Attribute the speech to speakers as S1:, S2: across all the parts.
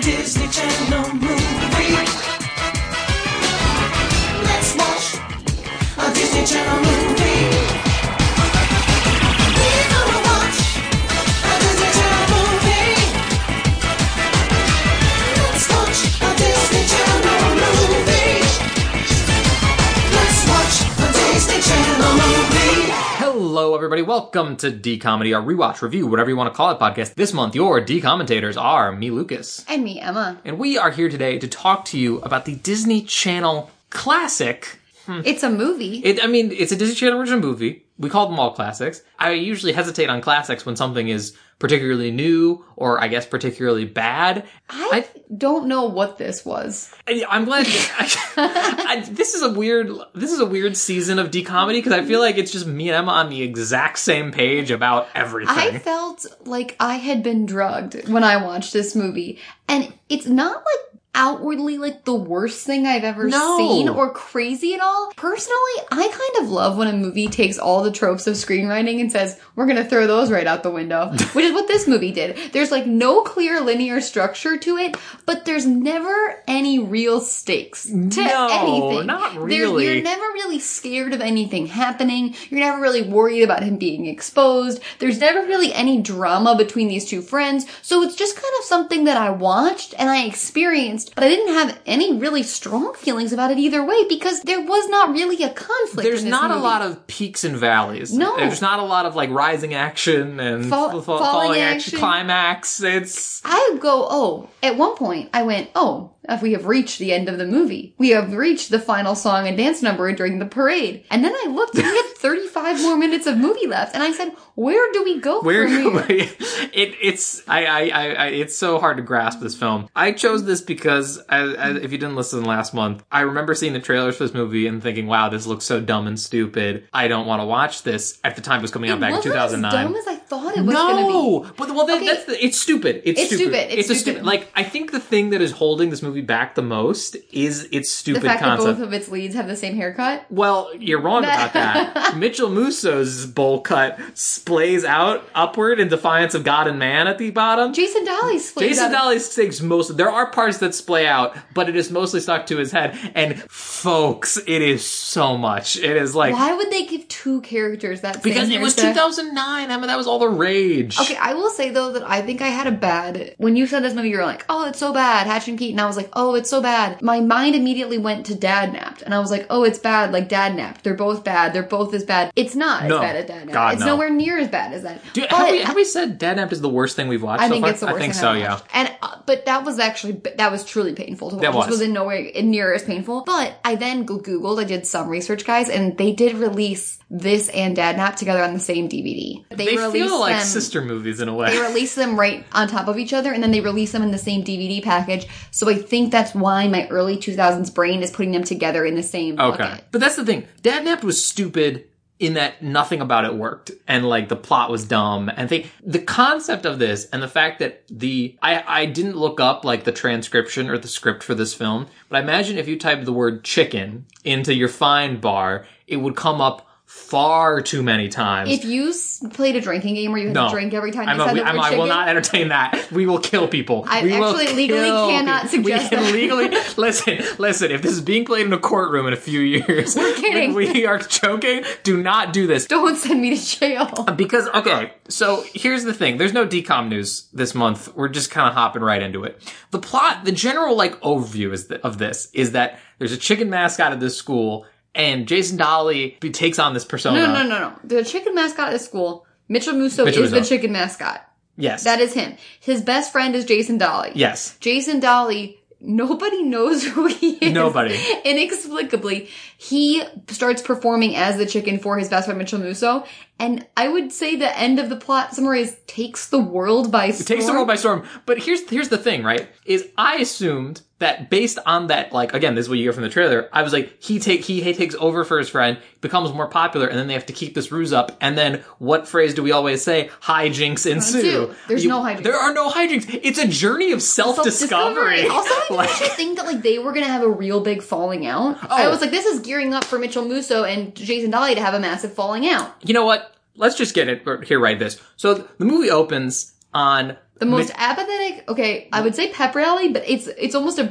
S1: Disney Channel movie. Let's watch a Disney Channel movie. We're gonna watch a Disney Channel movie. Let's watch a Disney Channel movie. Let's watch a Disney Channel movie.
S2: Hello, everybody. Welcome to D Comedy, our rewatch, review, whatever you want to call it podcast. This month, your D commentators are me, Lucas.
S3: And me, Emma.
S2: And we are here today to talk to you about the Disney Channel classic.
S3: It's a movie.
S2: It, I mean, it's a Disney Channel original movie. We call them all classics. I usually hesitate on classics when something is particularly new or, I guess, particularly bad.
S3: I don't know what this was.
S2: I, I'm glad. I, this is a weird. This is a weird season of D comedy because I feel like it's just me and Emma on the exact same page about everything.
S3: I felt like I had been drugged when I watched this movie. And it's not like outwardly like the worst thing I've ever
S2: No.
S3: seen or crazy at all. Personally, I kind of love when a movie takes all the tropes of screenwriting and says, we're going to throw those right out the window, which is what this movie did. There's like no clear linear structure to it, but there's never any real stakes to
S2: No,
S3: anything.
S2: not
S3: There-
S2: really.
S3: you're never really scared of anything happening. You're never really worried about him being exposed. There's never really any drama between these two friends. So it's just kind of something that I watched and I experienced, but I didn't have any really strong feelings about it either way because there was not really a conflict.
S2: there's
S3: in this
S2: not a
S3: movie.
S2: lot of peaks and valleys.
S3: No.
S2: there's not a lot of like rising action and
S3: Fall-
S2: fa- fa-
S3: falling action.
S2: climax. It's
S3: I go, oh, at one point I went, oh, if we have reached the end of the movie. We have reached the final song and dance number during the parade. And then I looked and we had 35 more minutes of movie left. And I said, where do we go
S2: where
S3: from here?
S2: it it's I, I I I it's so hard to grasp this film. I chose this because I, I, if you didn't listen last month, I remember seeing the trailers for this movie and thinking, "Wow, this looks so dumb and stupid. I don't want to watch this." At the time it was coming out back in
S3: wasn't
S2: two thousand
S3: As
S2: nine.
S3: dumb as I thought it was going to be.
S2: No, but well, that,
S3: Okay.
S2: that's the, it's stupid. It's,
S3: It's
S2: stupid.
S3: stupid. It's
S2: a
S3: stupid.
S2: stupid. Like I think the thing that is holding this movie back the most is its
S3: The
S2: stupid
S3: fact that
S2: concept.
S3: both of its leads have the same haircut.
S2: Well, you're wrong about that. Mitchell Musso's bowl cut splays out upward in defiance of God and man at the bottom.
S3: Jason Dolly's split.
S2: Jason Dolly sings most. There are parts that splay out, but it is mostly stuck to his head. And folks, it is so much. It is like
S3: Why would they give two characters that
S2: because
S3: same
S2: it was
S3: haircut?
S2: 2009. I mean, that was all the rage.
S3: Okay, I will say though that I think I had a bad. When you said this movie, you were like, "Oh, it's so bad," Hatch and Keaton. I was like, "Oh, it's so bad." My mind immediately went to Dad Napped, and I was like, "Oh, it's bad." Like Dad Napped, they're both bad. They're both as bad. It's not
S2: No.
S3: as bad as Dad Napped.
S2: God,
S3: it's
S2: no.
S3: nowhere near as bad as that.
S2: Dude,
S3: But-
S2: have, we, have we said Dead Amp is the worst thing we've watched
S3: I
S2: so
S3: think
S2: far?
S3: it's the worst
S2: I think
S3: thing
S2: so,
S3: I've
S2: yeah.
S3: watched. And uh, but that was actually that was truly painful to watch.
S2: That
S3: This
S2: was.
S3: was in nowhere near as painful. But I then go- googled. I did some research, guys, and they did release this and Dad Nap together on the same DVD.
S2: They,
S3: released
S2: feel like
S3: them-
S2: sister movies in a way.
S3: They release them right on top of each other, and then they release them in the same DVD package. So I think that's why my early 2000s brain is putting them together in the same.
S2: Okay.
S3: bucket.
S2: But that's the thing. Dadnapped was stupid in that nothing about it worked and like the plot was dumb and they the concept of this and the fact that the I I didn't look up like the transcription or the script for this film, but I imagine if you typed the word chicken into your find bar, it would come up far too many times.
S3: If you s- played a drinking game where you had
S2: no.
S3: to drink every time
S2: I'm
S3: you
S2: a,
S3: said
S2: we-
S3: the word
S2: I'm, I will
S3: chicken-
S2: not entertain that. We will kill people.
S3: I
S2: we will
S3: actually legally
S2: kill
S3: cannot
S2: people.
S3: suggest
S2: We can
S3: that.
S2: legally listen. Listen, if this is being played in a courtroom in a few years, we're
S3: kidding.
S2: We, we are joking. Do not do this.
S3: don't send me to jail.
S2: Because okay, so here's the thing. There's no decom news this month. We're just kind of hopping right into it. The plot, the general like overview is th- of this is that there's a chicken mascot at this school, and Jason Dolly be- takes on this persona.
S3: No, no, no, no. The chicken mascot at school, Mitchell Musso
S2: Mitchell
S3: is
S2: Musso.
S3: the chicken mascot.
S2: Yes,
S3: That is him. His best friend is Jason Dolly.
S2: yes.
S3: Jason Dolly, nobody knows who he is.
S2: Nobody.
S3: Inexplicably, he starts performing as the chicken for his best friend Mitchell Musso. And I would say the end of the plot summary is takes the world by storm.
S2: takes the world by storm. But here's here's the thing, right? Is I assumed that based on that, like again, this is what you hear from the trailer. I was like, he take he, he takes over for his friend, becomes more popular, and then they have to keep this ruse up. And then what phrase do we always say? Hijinks ensue.
S3: Ensue. There's
S2: You-
S3: no hijinks.
S2: There are no hijinks. It's a journey of self discovery.
S3: Also, I didn't actually think that like they were gonna have a real big falling out. I
S2: Oh.
S3: was like, this is gearing up for Mitchell Musso and Jason Dolly to have a massive falling out.
S2: you know what? Let's just get it here. Right, this. So the movie opens, on
S3: The most apathetic. Okay, I would say pep rally, but it's it's almost a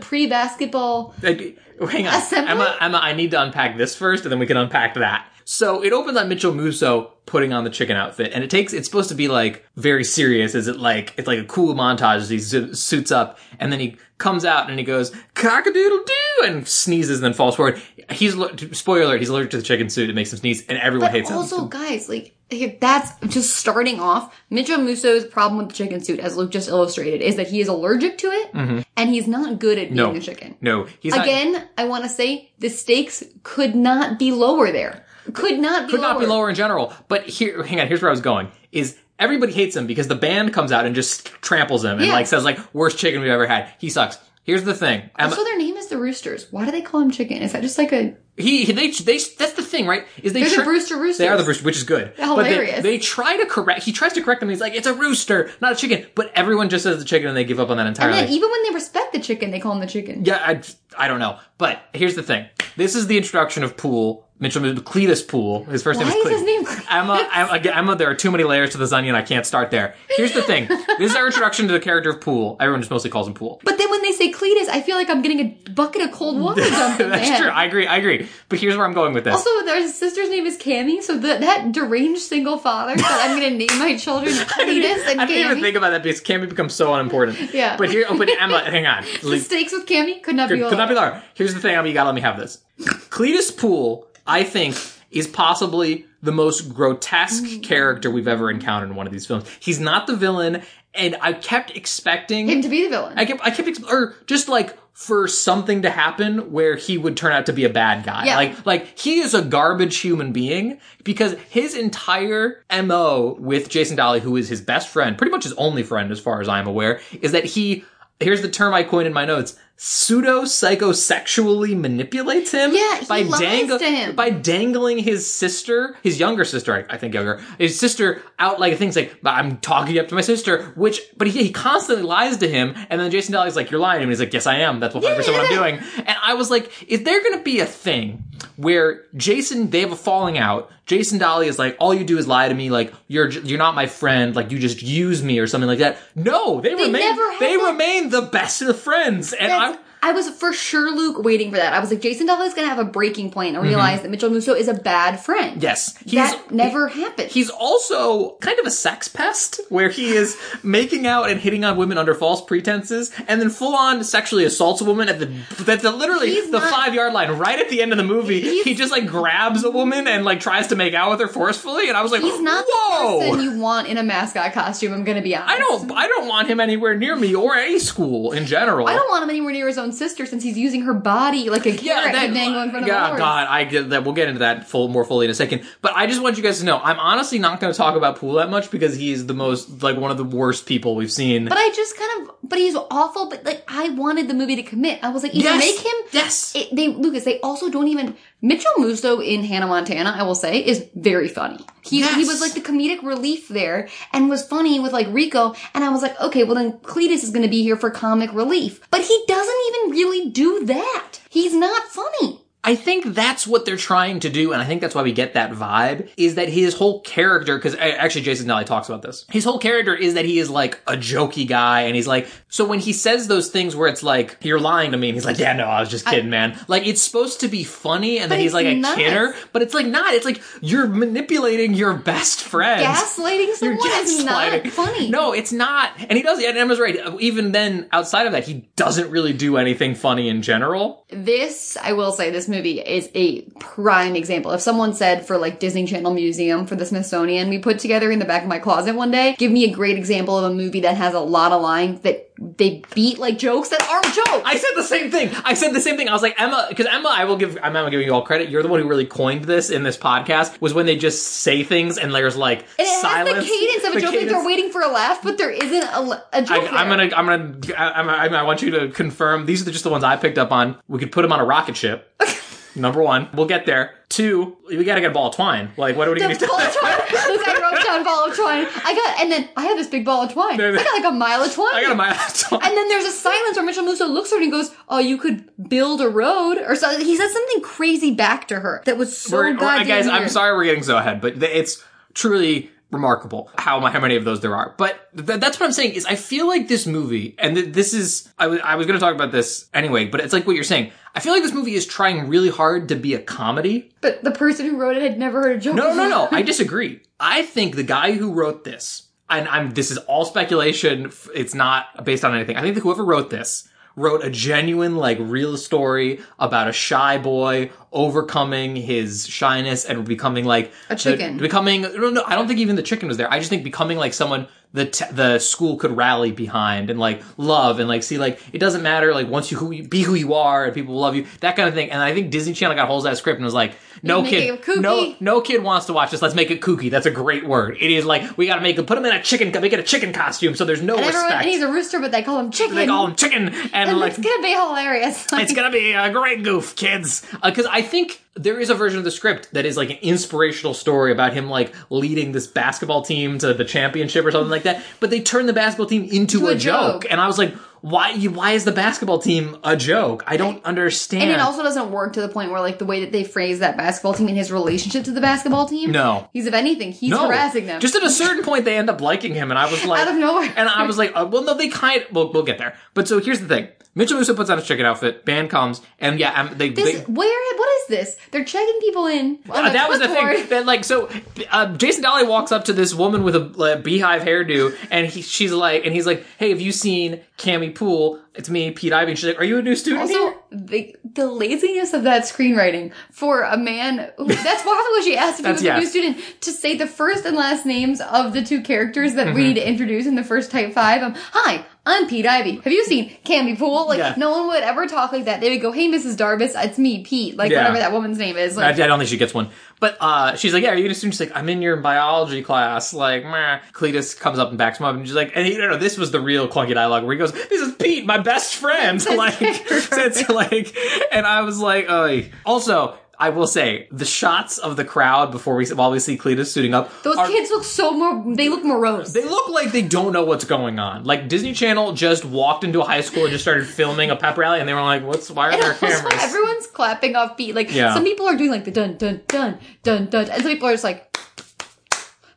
S3: pre-basketball.
S2: Like, oh, hang on,
S3: Assembly?
S2: Emma. Emma, I need to unpack this first, and then we can unpack that. So it opens on Mitchell Musso putting on the chicken outfit, and it takes. It's supposed to be like very serious. Is it like it's like a cool montage? as He su- suits up, and then he comes out and he goes cockadoodle doo, and sneezes, and then falls forward. He's lo- spoiler alert. He's allergic to the chicken suit. It makes him sneeze, and everyone
S3: But
S2: hates him.
S3: also, guys, like here- that's just starting off. Mitchell Musso's problem with the chicken suit, as Luke just illustrated, is that he is allergic to it, and he's not good at being
S2: Mm-hmm. No.
S3: a chicken.
S2: No, he's not-
S3: Again, I want to say the stakes could not be lower there. Could not be
S2: could
S3: lower.
S2: not be lower in general. But here, hang on. Here's where I was going. Is everybody hates him because the band comes out and just tramples him and
S3: Yeah.
S2: like says like worst chicken we've ever had. He sucks. Here's the thing. Emma,
S3: So their name is the Roosters. Why do they call him Chicken? Is that just like a
S2: he they they that's the thing, right? Is they
S3: They're the
S2: tr-
S3: Brewster Roosters.
S2: They are the Brewster, which is good. But they-
S3: Hilarious.
S2: they, try to correct. He tries to correct them. And he's like, it's a rooster, not a chicken. But everyone just says the chicken, and they give up on that
S3: and
S2: entirely.
S3: then even when they respect the chicken, they call him the Chicken.
S2: Yeah, I, I don't know. But here's the thing. This is the introduction of Poole, Mitchell Cletus Poole. His first name
S3: Why
S2: is
S3: is
S2: Cletus.
S3: his name Cletus?
S2: Emma, Emma, again, Emma, there are too many layers to this onion. I can't start there. Here's the thing. this is our introduction to the character of Poole. Everyone just mostly calls him Poole.
S3: But then when they say Cletus, I feel like I'm getting a bucket of cold water dumped in my
S2: That's
S3: head.
S2: true. I agree. I agree. But here's where I'm going with this.
S3: Also, their sister's name is Cammy, so the, that deranged single father that I'm going to name my children Cletus and
S2: I didn't even
S3: Cammy.
S2: think about that because Cammy becomes so unimportant.
S3: Yeah.
S2: But here, oh, but Emma, hang on.
S3: The
S2: Like,
S3: stakes with Cammy could not be
S2: could, could
S3: lower.
S2: not be lower. Here's the thing, Emma, you gotta let me have this. Cletus Poole, I think, is possibly the most grotesque character we've ever encountered in one of these films. He's not the villain, and I kept expecting
S3: Him to be the villain.
S2: I kept, I kept, ex- or just like for something to happen where he would turn out to be a bad guy.
S3: Yeah.
S2: Like, like he is a garbage human being because his entire MO with Jason Dolly, who is his best friend, pretty much his only friend as far as I'm aware, is that he, here's the term I coined in my notes, pseudo psychosexually manipulates him
S3: Yeah, he lies
S2: dangle-
S3: to him.
S2: by dangling his sister, his younger sister, I, I think younger, his sister out like things like I'm talking up to my sister, which but he, he constantly lies to him, and then Jason Daly's like, "You're lying," to me." and he's like, "Yes, I am. That's what 100 percent what I'm doing." And I was like, "Is there going to be a thing where Jason they have a falling out? Jason Dolly is like, all you do is lie to me, like you're j- you're not my friend, like you just use me or something like that." No, they, remain
S3: never had
S2: they
S3: that.
S2: remain the best of friends, and
S3: That's-
S2: I.
S3: I was for sure, Luke, waiting for that. I was like, Jason Dolly's going to have a breaking point and realize that Mitchell Musso is a bad friend.
S2: Mm-hmm. Yes,
S3: that never happened.
S2: He's also kind of a sex pest, where he is making out and hitting on women under false pretenses, and then full on sexually assaults a woman at the at the literally
S3: He's
S2: the
S3: not-
S2: five yard line, right at the end of the movie.
S3: He's-
S2: He just like grabs a woman and like tries to make out with her forcefully, and I was like,
S3: He's not the
S2: whoa.
S3: person you want in a mascot costume. I'm gonna be honest.
S2: I don't. I don't want him anywhere near me or any school in general.
S3: I don't want him anywhere near his own sister since he's using her body like a carrot to dangle in front of
S2: yeah,
S3: the horse.
S2: God, I get that. We'll get into that full more fully in a second. But I just want you guys to know, I'm honestly not going to talk about Poole that much because he is the most like one of the worst people we've seen.
S3: But I just kind of. But he's awful. But like, I wanted the movie to commit. I was like, either
S2: Yes.
S3: make him.
S2: Yes.
S3: It, they Lucas. They also don't even. Mitchell Musso in Hannah Montana, I will say, is very funny. He he
S2: Yes.
S3: was like the comedic relief there and was funny with like Rico. And I was like, okay, well then Cletus is going to be here for comic relief. But he doesn't even really do that. He's not funny.
S2: I think that's what they're trying to do, and I think that's why we get that vibe, is that his whole character, because actually Jason Dolly talks about this, his whole character is that he is like a jokey guy, and he's like, so when he says those things where it's like, you're lying to me, and he's like, yeah, no, I was just kidding, man. Like, it's supposed to be funny, and then he's
S3: it's
S2: like a
S3: not.
S2: kidder, but it's like not. It's like, you're manipulating your best friends.
S3: Gaslighting
S2: You're
S3: someone is not
S2: gaslighting.
S3: funny.
S2: No, it's not. And he does, and Emma's right. Even then, outside of that, he doesn't really do anything funny in general.
S3: This, I will say, this movie is a prime example. If someone said for like Disney Channel Museum for the Smithsonian, we put together in the back of my closet one day, give me a great example of a movie that has a lot of lines that they beat like jokes that aren't jokes.
S2: I said the same thing. I said the same thing. I was like Emma, because Emma, I will give I'm Emma giving you all credit. You're the one who really coined this in this podcast. Was when they just say things and there's like
S3: and it
S2: silence.
S3: has the cadence of a
S2: The
S3: joke, like
S2: cadence.
S3: they're waiting for a laugh, but there isn't a, l- a
S2: I,
S3: joke.
S2: I'm
S3: there.
S2: gonna, I'm gonna, I, I'm, I'm- I want you to confirm. These are just the ones I picked up on. We could put them on a rocket ship. Number one, we'll get there. Two, we gotta get a ball of twine. Like, what are we
S3: The
S2: gonna do?
S3: ball of twine. Look, I wrote down ball of twine. I got, and then I had this big ball of twine. I got like a mile of twine.
S2: I got a mile of twine.
S3: And then there's a silence where Mitchell Musso looks at her and goes, "Oh, you could build a road," or so he says something crazy back to her that was so
S2: We're- we're-
S3: goddamn
S2: guys, I'm
S3: weird.
S2: sorry we're getting so ahead, but th- it's truly remarkable how mu- how many of those there are. But th- that's what I'm saying is I feel like this movie, and th- this is I was- I was going to talk about this anyway, but it's like what you're saying. I feel like this movie is trying really hard to be a comedy,
S3: But the person who wrote it had never heard of Joker.
S2: no, no, no. I disagree. I think the guy who wrote this, and I'm this is all speculation. f- It's not based on anything. I think that whoever wrote this wrote a genuine, like, real story about a shy boy overcoming his shyness and becoming like
S3: A chicken.
S2: the- becoming no, no. I don't think even the chicken was there. I just think becoming like someone the t- the school could rally behind and like love and like see like it doesn't matter like once you who you, be who you are and people will love you that kind of thing. And I think Disney Channel got hold of that script and was like, no
S3: make
S2: kid,
S3: it kooky.
S2: no no kid wants to watch this. Let's make it kooky. That's a great word. It is like we got to make it put him in a chicken. Make it a chicken costume. So there's no
S3: And, everyone,
S2: respect.
S3: and he's a rooster, but they call him chicken.
S2: they call him chicken, and,
S3: and
S2: like
S3: it's gonna be hilarious. Like,
S2: it's gonna be a great goof, kids. Because I think there is a version of the script that is like an inspirational story about him like leading this basketball team to the championship or something like that. But they turn the basketball team into
S3: To
S2: a,
S3: a
S2: joke.
S3: joke.
S2: and I was like, why? you- Why is the basketball team a joke? I don't understand.
S3: And it also doesn't work to the point where, like, the way that they phrase that basketball team and his relationship to the basketball team.
S2: No.
S3: He's, if anything, he's
S2: no.
S3: harassing them.
S2: Just at a certain point, they end up liking him, and I was like,
S3: Out of nowhere.
S2: And I was like, uh, well, no, they kind. We'll, we'll get there. But so here's the thing: Mitchell Musso puts on his chicken outfit. Band comes, and yeah, um, they.
S3: this,
S2: they
S3: where, what is this? They're checking people in. On
S2: Uh,
S3: a
S2: that was the thing
S3: clipboard.
S2: that like so uh, jason dolly walks up to this woman with a uh, beehive hairdo and he, she's like and he's like hey have you seen cami pool it's me pete ivy she's like are you a new student here?
S3: Also, the, the laziness of that screenwriting for a man. Who, that's probably what she asked if he
S2: That's-
S3: was a new
S2: yes.
S3: student to say the first and last names of the two characters that we need
S2: Mm-hmm.
S3: to introduce in the first Type Five. Um, hi, I'm Pete Ivy. Have you seen Candy Pool? Like,
S2: Yeah.
S3: no one would ever talk like that. They would go, "Hey, Mrs. Darvis, it's me, Pete." Like,
S2: Yeah.
S3: whatever that woman's name is.
S2: I,
S3: Like,
S2: I don't think she gets one but uh, she's like yeah are you a new student she's like i'm in your biology class like meh. cletus comes up and backs him up and she's like and he, no no this was the real clunky dialogue where he goes this is pete my best friend like it's like and i was like oh also I will say the shots of the crowd before we while we see Cletus suiting up.
S3: those
S2: are-
S3: kids look so more. They look morose.
S2: They look like they don't know what's going on. Like Disney Channel just walked into a high school and just started filming a pep rally, and they were like, "What's why are
S3: And
S2: there
S3: also,
S2: cameras?"
S3: everyone's clapping off beat. Like
S2: Yeah.
S3: some people are doing like the dun dun dun dun dun, and some people are just like.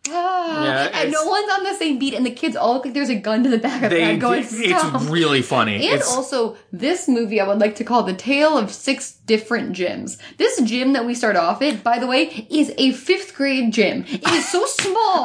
S3: ah,
S2: Yeah,
S3: and no
S2: it's-
S3: one's on the same beat, and the kids all look like there's a gun to the back of their
S2: They,
S3: head going. Stop.
S2: it's really funny.
S3: and
S2: it's,
S3: also, this movie I would like to call the tale of six different gyms. This gym that we start off at, by the way, is a fifth grade gym. It is so small.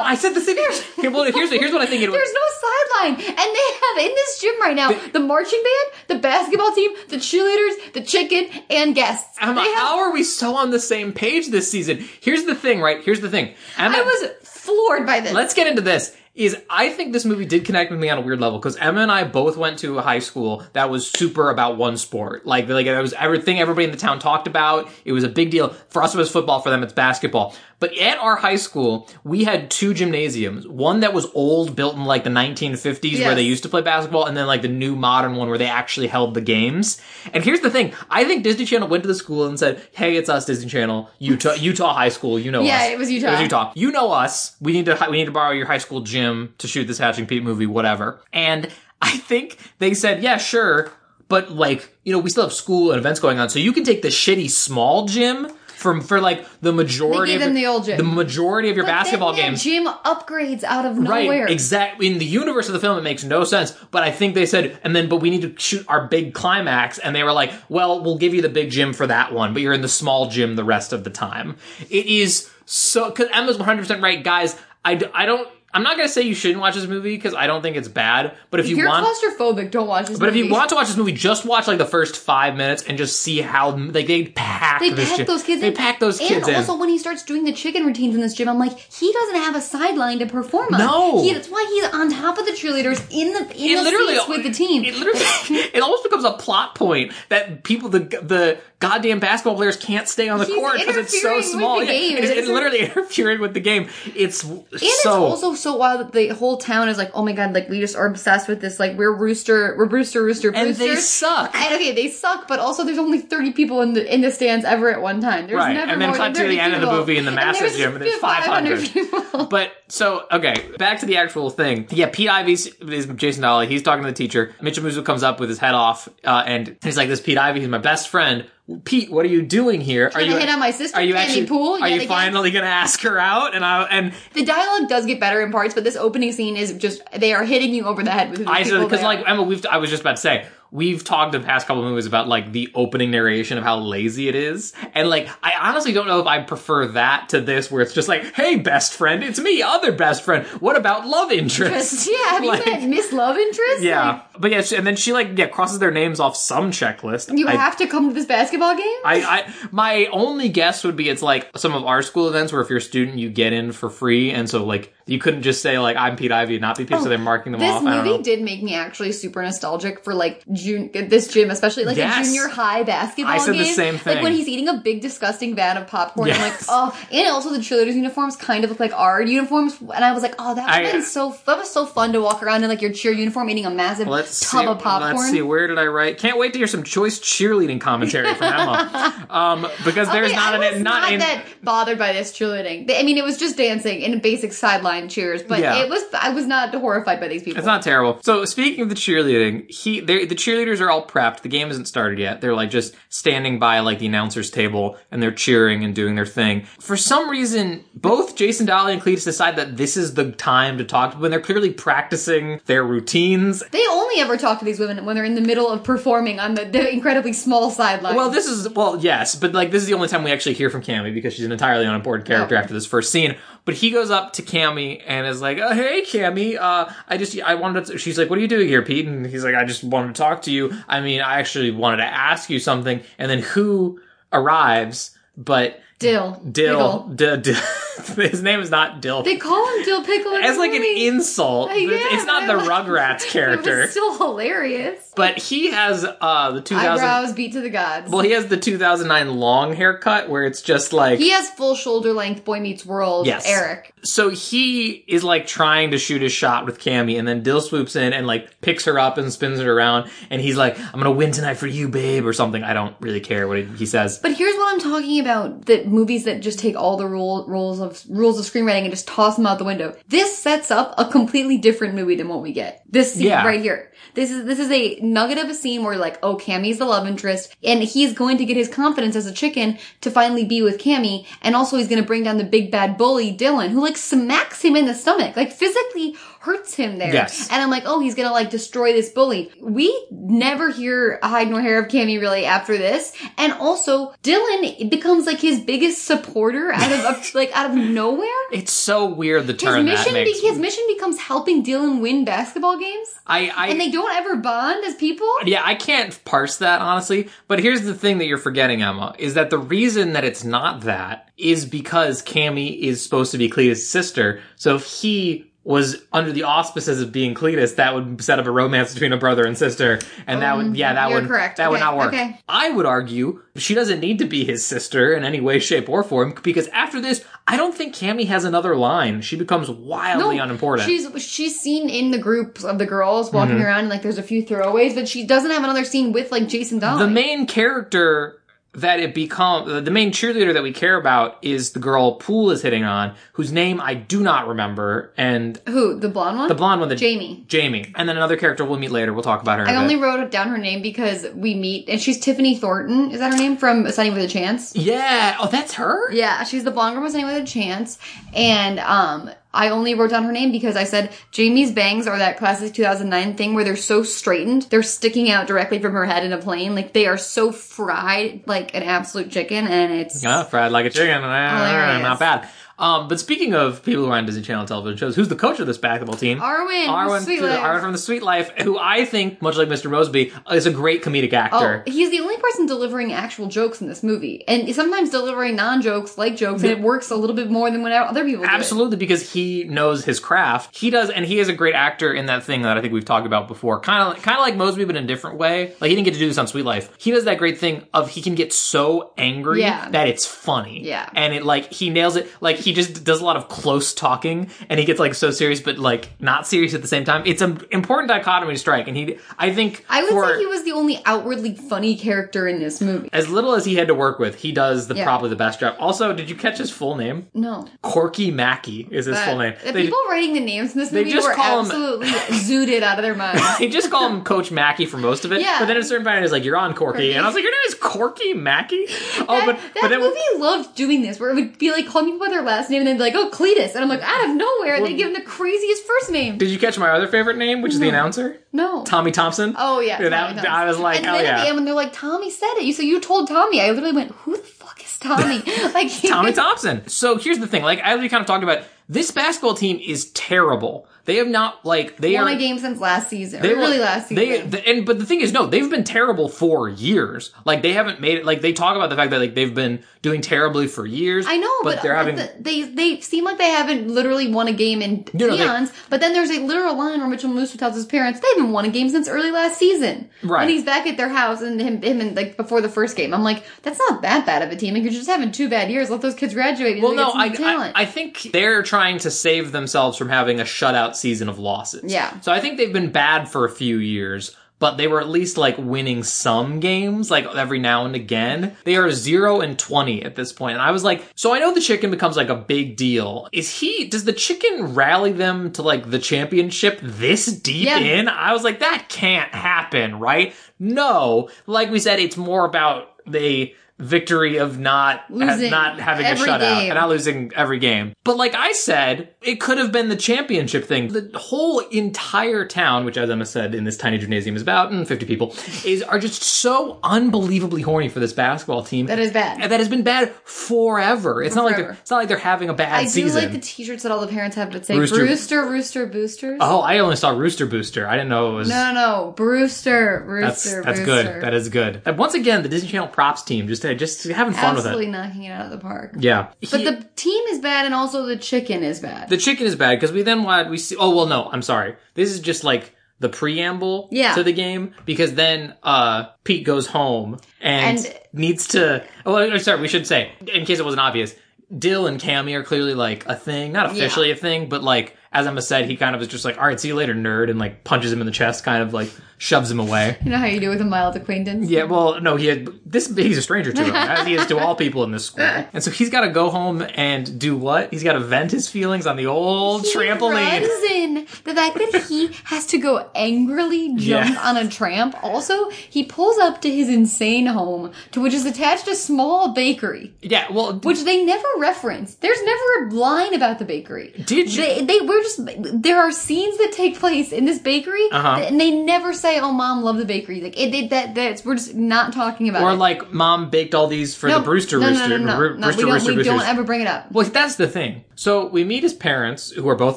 S2: I said the same. Okay, well, here's here's what I think it was.
S3: There's no sideline, and they have in this gym right now the marching band, the basketball team, the cheerleaders, the chicken, and guests.
S2: I'm
S3: They
S2: like,
S3: have-
S2: how are we so on the same page this season? Here's the thing, right? Here's the thing. Emma,
S3: I was floored by this.
S2: let's get into this. Is I think this movie did connect with me on a weird level because Emma and I both went to a high school that was super about one sport. Like, like that was everything everybody in the town talked about. It was a big deal. For us, it was football. For them, it's basketball. But at our high school, we had two gymnasiums. One that was old, built in like the 1950s, where
S3: Yes.
S2: they used to play basketball, and then like the new modern one where they actually held the games. And here's the thing: I think Disney Channel went to the school and said, "Hey, it's us, Disney Channel, Utah, Utah High School. You know
S3: Yeah,
S2: us.
S3: it was Utah.
S2: It was Utah." Utah. You know us. We need to we need to borrow your high school gym to shoot this Hatching Pete movie, whatever. And I think they said, yeah, sure, but like you know, we still have school and events going on, so you can take the shitty small gym from for like the majority
S3: They gave
S2: of
S3: them
S2: your-
S3: the old gym.
S2: majority of your
S3: But
S2: basketball
S3: then
S2: games.
S3: that Gym upgrades out of
S2: Right,
S3: nowhere.
S2: exactly. In the universe of the film, it makes no sense. But I think they said, and then, but we need to shoot our big climax, and they were like, "Well, we'll give you the big gym for that one, but you're in the small gym the rest of the time." It is so. Because Emma's 100 percent right, guys. I, d- I don't. I'm not gonna say you shouldn't watch this movie because I don't think it's bad. But if
S3: If
S2: you
S3: you're
S2: want,
S3: claustrophobic, don't watch this.
S2: but if you want to watch this movie, just watch like the first five minutes and just see how like they pack.
S3: They
S2: this
S3: pack
S2: gym-
S3: those kids
S2: They
S3: in.
S2: pack those kids
S3: And
S2: in.
S3: also, when he starts doing the chicken routines in this gym, I'm like, he doesn't have a sideline to perform on.
S2: No.
S3: He, that's why he's on top of the cheerleaders in the in the seats with the team.
S2: It literally, it almost becomes a plot point that people, the the goddamn basketball players can't stay on the
S3: He's
S2: court because it's so
S3: interfering with
S2: small.
S3: the
S2: Yeah,
S3: game.
S2: It is,
S3: It's
S2: it's
S3: a-
S2: literally interfering with the game. It's
S3: And
S2: so.
S3: it's also so wild that the whole town is like, oh my god, like we just are obsessed with this. Like we're rooster, we're rooster, rooster,
S2: And they
S3: Brewsters.
S2: suck.
S3: And okay, they suck, but also there's only 30 people in the in the stands ever at one time. There's
S2: Right,
S3: never
S2: and then
S3: more
S2: cut
S3: than
S2: to the
S3: 30
S2: end of the
S3: people.
S2: movie in the massive gym, and there's 500.
S3: people.
S2: but so okay, back to the actual thing. Yeah, Pete Ivy is Jason Dolly. He's talking to the teacher. Mitchell Musso comes up with his head off, uh, and he's like, "This Pete Ivy, he's my best friend. Pete, what are you doing here? Are
S3: Trying to
S2: you
S3: hit on my sister,
S2: Are you
S3: Candy
S2: actually?
S3: Pool,
S2: are
S3: yet
S2: you
S3: again?
S2: finally going to ask her out? And I and
S3: The dialogue does get better in parts, but this opening scene is just they are hitting you over the head with
S2: I
S3: people
S2: because
S3: they
S2: like
S3: are.
S2: Emma, we've I was just about to say we've talked in past couple of movies about like the opening narration of how lazy it is, and like I honestly don't know if I prefer that to this, where it's just like, "Hey, best friend, it's me, other best friend. What about love interest?"
S3: yeah, have
S2: Like-
S3: you met Miss Love Interest?
S2: Yeah, but yeah, she- and then she like yeah crosses their names off some checklist.
S3: Like, you
S2: I-
S3: have to come to this basketball game.
S2: I, I my only guess would be it's like some of our school events where if you're a student you get in for free and so like you couldn't just say like I'm Pete Ivy and not be Pete so they're marking them
S3: Oh, this
S2: off. I don't know.
S3: movie did make me actually super nostalgic for like jun- this gym, especially like a
S2: Yes.
S3: junior high basketball
S2: I said the
S3: game.
S2: same
S3: Like
S2: thing.
S3: when he's eating a big disgusting vat of popcorn, I'm like,
S2: Yes.
S3: oh. And also the cheerleaders' uniforms kind of look like our uniforms, and I was like, oh, that would
S2: I-
S3: have been so that was so fun to walk around in like your cheer uniform eating a massive
S2: Let's
S3: tub
S2: see,
S3: of popcorn.
S2: Let's see. Where did I write? Can't wait to hear some choice cheerleading commentary from Emma. um, because there's
S3: Okay,
S2: not
S3: I
S2: an
S3: was
S2: not,
S3: not
S2: in,
S3: that bothered by this cheerleading. They- I mean, it was just dancing and basic sideline cheers, but
S2: Yeah.
S3: it was I was not horrified by these people.
S2: It's not terrible. So speaking of the cheerleading, he they- the cheerleaders are all prepped. The game isn't started yet. They're like just standing by like the announcer's table and they're cheering and doing their thing. For some reason, both Jason Dolly and Cletus decide that this is the time to talk when they're clearly practicing their routines.
S3: They only ever talk to these women when they're in the middle of performing on the, the incredibly small sideline.
S2: Well, this is well, yes, but like this is the only time we actually hear from Cammy because she's an entirely unimportant character
S3: Oh.
S2: after this first scene. But he goes up to Cammy and is like, oh, "Hey, Cammy, uh, I just I wanted to." She's like, "What are you doing here, Pete?" And he's like, "I just wanted to talk to you. I mean, I actually wanted to ask you something." And then who arrives? But
S3: Dill.
S2: Dill,
S3: Pickle.
S2: D- D- his name is not Dill.
S3: They call him Dill Pickle. in
S2: As
S3: the
S2: like an
S3: movie.
S2: insult,
S3: I am,
S2: it's not
S3: I
S2: the
S3: was-
S2: Rugrats
S3: It
S2: character.
S3: was still hilarious.
S2: but he has uh the 2000.
S3: Eyebrows beat to the gods.
S2: Well, he has the 2009 long haircut where it's just like.
S3: he has full shoulder length Boy Meets World
S2: Yes.
S3: Eric.
S2: so he is like trying to shoot his shot with Cammy, and then Dill swoops in and like picks her up and spins it around, and he's like, "I'm gonna win tonight for you, babe," or something. I don't really care what he he says.
S3: But here's what I'm talking about: that movies that just take all the rule, rules of rules of screenwriting and just toss them out the window. This sets up a completely different movie than what we get. This scene
S2: Yeah.
S3: right here. This is this is a nugget of a scene where like, oh, Cammy's the love interest, and he's going to get his confidence as a chicken to finally be with Cammy, and also he's going to bring down the big bad bully Dylan, who like smacks him in the stomach, like physically hurts him there.
S2: Yes.
S3: And I'm like, oh, he's gonna like destroy this bully. We never hear hide nor hair of Cammy really after this. And also, Dylan becomes like his biggest supporter out of of- like out of nowhere.
S2: It's so weird the
S3: His
S2: turn that
S3: mission, be-
S2: makes.
S3: his mission becomes helping Dylan win basketball games,
S2: I, I
S3: and they don't ever bond as people.
S2: Yeah, I can't parse that honestly. But here's the thing that you're forgetting, Emma, is that the reason that it's not that is because Cammy is supposed to be Cletus' sister. So if he was under the auspices of being Cletus, that would set up a romance between a brother and sister, and that would yeah that
S3: Mm-hmm. you're
S2: would
S3: correct.
S2: that would
S3: Okay,
S2: not work.
S3: okay.
S2: I would argue she doesn't need to be his sister in any way, shape, or form because after this, I don't think Cammy has another line. She becomes wildly unimportant. Mm-hmm.
S3: She's she's seen in the groups of the girls walking around, and like there's a few throwaways, but she doesn't have another scene with like Jason Dolly.
S2: the main character that it become the main cheerleader that we care about is the girl Poole is hitting on, whose name I do not remember, and
S3: Who the blonde one?
S2: the blonde one, the
S3: Jamie.
S2: Jamie, and then another character we'll meet later. We'll talk about her. in
S3: I
S2: a bit.
S3: only wrote down her name because we meet, and she's Tiffany Thornton. Is that her name from Sunny with a Chance?
S2: yeah. Oh, that's her.
S3: Yeah, she's the blonde girl from Sunny with a Chance, and um, I only wrote down her name because I said Jamie's bangs are that classic 2009 thing where they're so straightened, they're sticking out directly from her head in a plane, like they are so fried like an absolute chicken, and it's
S2: Yeah, fried like a chicken.
S3: Hilarious.
S2: Not bad. Um, but speaking of people who are on Disney Channel television shows, who's the coach of this basketball team?
S3: Arwen.
S2: Arwen,
S3: sweet
S2: Arwen
S3: life.
S2: from the Sweet Life, who I think, much like Mr. Mosby, is a great comedic actor.
S3: Oh, he's the only person delivering actual jokes in this movie, and sometimes delivering non-jokes like jokes, and it works a little bit more than what other people do.
S2: Absolutely, because he knows his craft. He does, and he is a great actor in that thing that I think we've talked about before. Kind of, kind of like Mosby, but in a different way. Like he didn't get to do this on Sweet Life. He does that great thing of he can get so angry
S3: Yeah.
S2: that it's funny.
S3: Yeah.
S2: and it like he nails it. Like he just does a lot of close talking and he gets like so serious but like not serious at the same time. It's an important dichotomy to strike and he I think
S3: I would
S2: for
S3: say he was the only outwardly funny character in this movie.
S2: as little as he had to work with, he does the
S3: Yeah.
S2: probably the best job. Also, did you catch his full name?
S3: No.
S2: Corky Mackey is his full name.
S3: But The
S2: They,
S3: people writing the names in this
S2: they
S3: movie
S2: just
S3: were
S2: call him-
S3: absolutely zooted out of their minds.
S2: they just call him Coach Mackey for most of it.
S3: Yeah.
S2: But then at a certain point, it's like you're on Corky,
S3: Corky.
S2: and I was like, your name is Corky Mackey. Oh,
S3: That,
S2: but
S3: that
S2: but then
S3: movie loved doing this, where it would be like calling people by their last name, and they'd be like, "Oh, Cletus," and I'm like, out of nowhere, they give him the craziest first name.
S2: did you catch my other favorite name, which is the announcer,
S3: no,
S2: Tommy Thompson?
S3: Oh yeah,
S2: Dude, that-
S3: Tommy Thompson.
S2: I was like,
S3: and
S2: hell
S3: then at
S2: yeah.
S3: the end when they're like, "Tommy said it," you so you told Tommy. I literally went, "Who the fuck is Tommy?" like
S2: Tommy Thompson. So here's the thing. Like as we kind of talked about, this basketball team is terrible. They have not like they
S3: Won
S2: are
S3: a game since last season.
S2: They
S3: or really
S2: were-
S3: last season.
S2: They the, and but the thing is, no, they've been terrible for years. Like they haven't made it. Like they talk about the fact that like they've been doing terribly for years.
S3: I know, but,
S2: they're having.
S3: the- they they seem like they haven't literally won a game in
S2: No, no, they-
S3: eons. but then there's a literal line where Mitchell Musso tells his parents they haven't won a game since early last season.
S2: Right.
S3: When he's back at their house and him him and like before the first game, I'm like, that's not that bad of a team. Like you're just having two bad years. Let those kids graduate. and
S2: well,
S3: they get
S2: no,
S3: some
S2: I, I
S3: talent.
S2: I think they're trying to save themselves from having a shutout season of losses.
S3: Yeah.
S2: So I think they've been bad for a few years. But they were at least like winning some games, like every now and again. They are zero and twenty at this point, and I was like, so I know the chicken becomes like a big deal. Is he? Does the chicken rally them to like the championship this deep
S3: Yeah.
S2: in? I was like, that can't happen, right? No, like we said, it's more about the victory of not
S3: Losing
S2: not having a
S3: every
S2: shutout
S3: game.
S2: and not losing every game. But like I said, it could have been the championship thing. The whole entire town, which as Emma said in this tiny gymnasium is about mm, 50 people, is are just so unbelievably horny for this basketball team.
S3: That is bad.
S2: And that has been bad forever. It's not like
S3: Forever.
S2: they're, it's not like they're having a bad
S3: I do
S2: season.
S3: like the T-shirts that all the parents have that say
S2: Rooster-
S3: Brewster, Brewster, Boosters.
S2: oh, I only saw Rooster Booster. I didn't know it was
S3: No, no, no, Brewster, Brewster,
S2: that's that's
S3: Brewster.
S2: good. That is good. And once again, the Disney Channel props team just uh, just having fun
S3: absolutely
S2: with it.
S3: knocking it out of the park.
S2: Yeah,
S3: But
S2: He-
S3: the team is bad, and also the chicken is bad.
S2: The chicken is bad because we then want we see. Oh well, no, I'm sorry. This is just like the preamble
S3: Yeah.
S2: to the game because then uh Pete goes home and,
S3: And-
S2: needs to. Oh, I'm sorry. We should say in case it wasn't obvious. Dill and Cammy are clearly like a thing, not officially a thing, but like as Emma said, he kind of is just like, "All right, see you later, nerd," and like punches him in the chest, kind of like shoves him away.
S3: you know how you do with a mild acquaintance.
S2: Yeah, well, no, he had this. He's a stranger to him, as he is to all people in this school. And so he's got to go home and do what? He's got to vent his feelings on the old
S3: He
S2: trampoline.
S3: runs in. The fact that he has to go angrily jump
S2: Yeah.
S3: on a tramp. Also, he pulls up to his insane home, to which is attached a small bakery,
S2: Yeah, well,
S3: which they never reference. There's never a line about the bakery.
S2: did you?
S3: They, they were just there are scenes that take place in this bakery
S2: Uh-huh.
S3: and they never say oh mom love the bakery like it, it that that's we're just not talking about
S2: or
S3: it.
S2: like, mom baked all these for the Brewster
S3: no,
S2: Rooster,
S3: no, no, no,
S2: Roo-
S3: no,
S2: Rooster
S3: we don't,
S2: Rooster
S3: we
S2: Boosters.
S3: don't ever bring it up
S2: well, that's the thing. So we meet his parents, who are both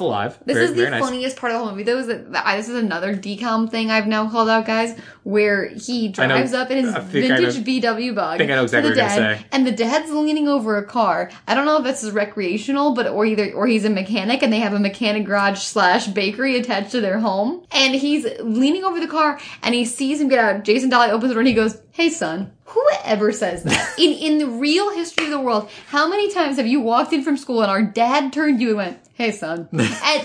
S2: alive.
S3: This
S2: very,
S3: is the
S2: very nice.
S3: funniest part of the whole movie. Though, is that that- I, this is another decom thing I've now called out, guys, where he
S2: I know-
S3: drives up in his
S2: I think I know-
S3: vintage VW bug. I
S2: think I know exactly what
S3: the
S2: you're
S3: dad,
S2: gonna say.
S3: And the dad's leaning over a car. I don't know if this is recreational, but or either or he's a mechanic and they have a mechanic garage slash bakery attached to their home. And he's leaning over the car and he sees him get out. Jason Dolly opens the door and he goes, "Hey, son." Whoever says that in in the real history of the world, how many times have you walked in from school and our dad turned to you and went, "Hey, son," And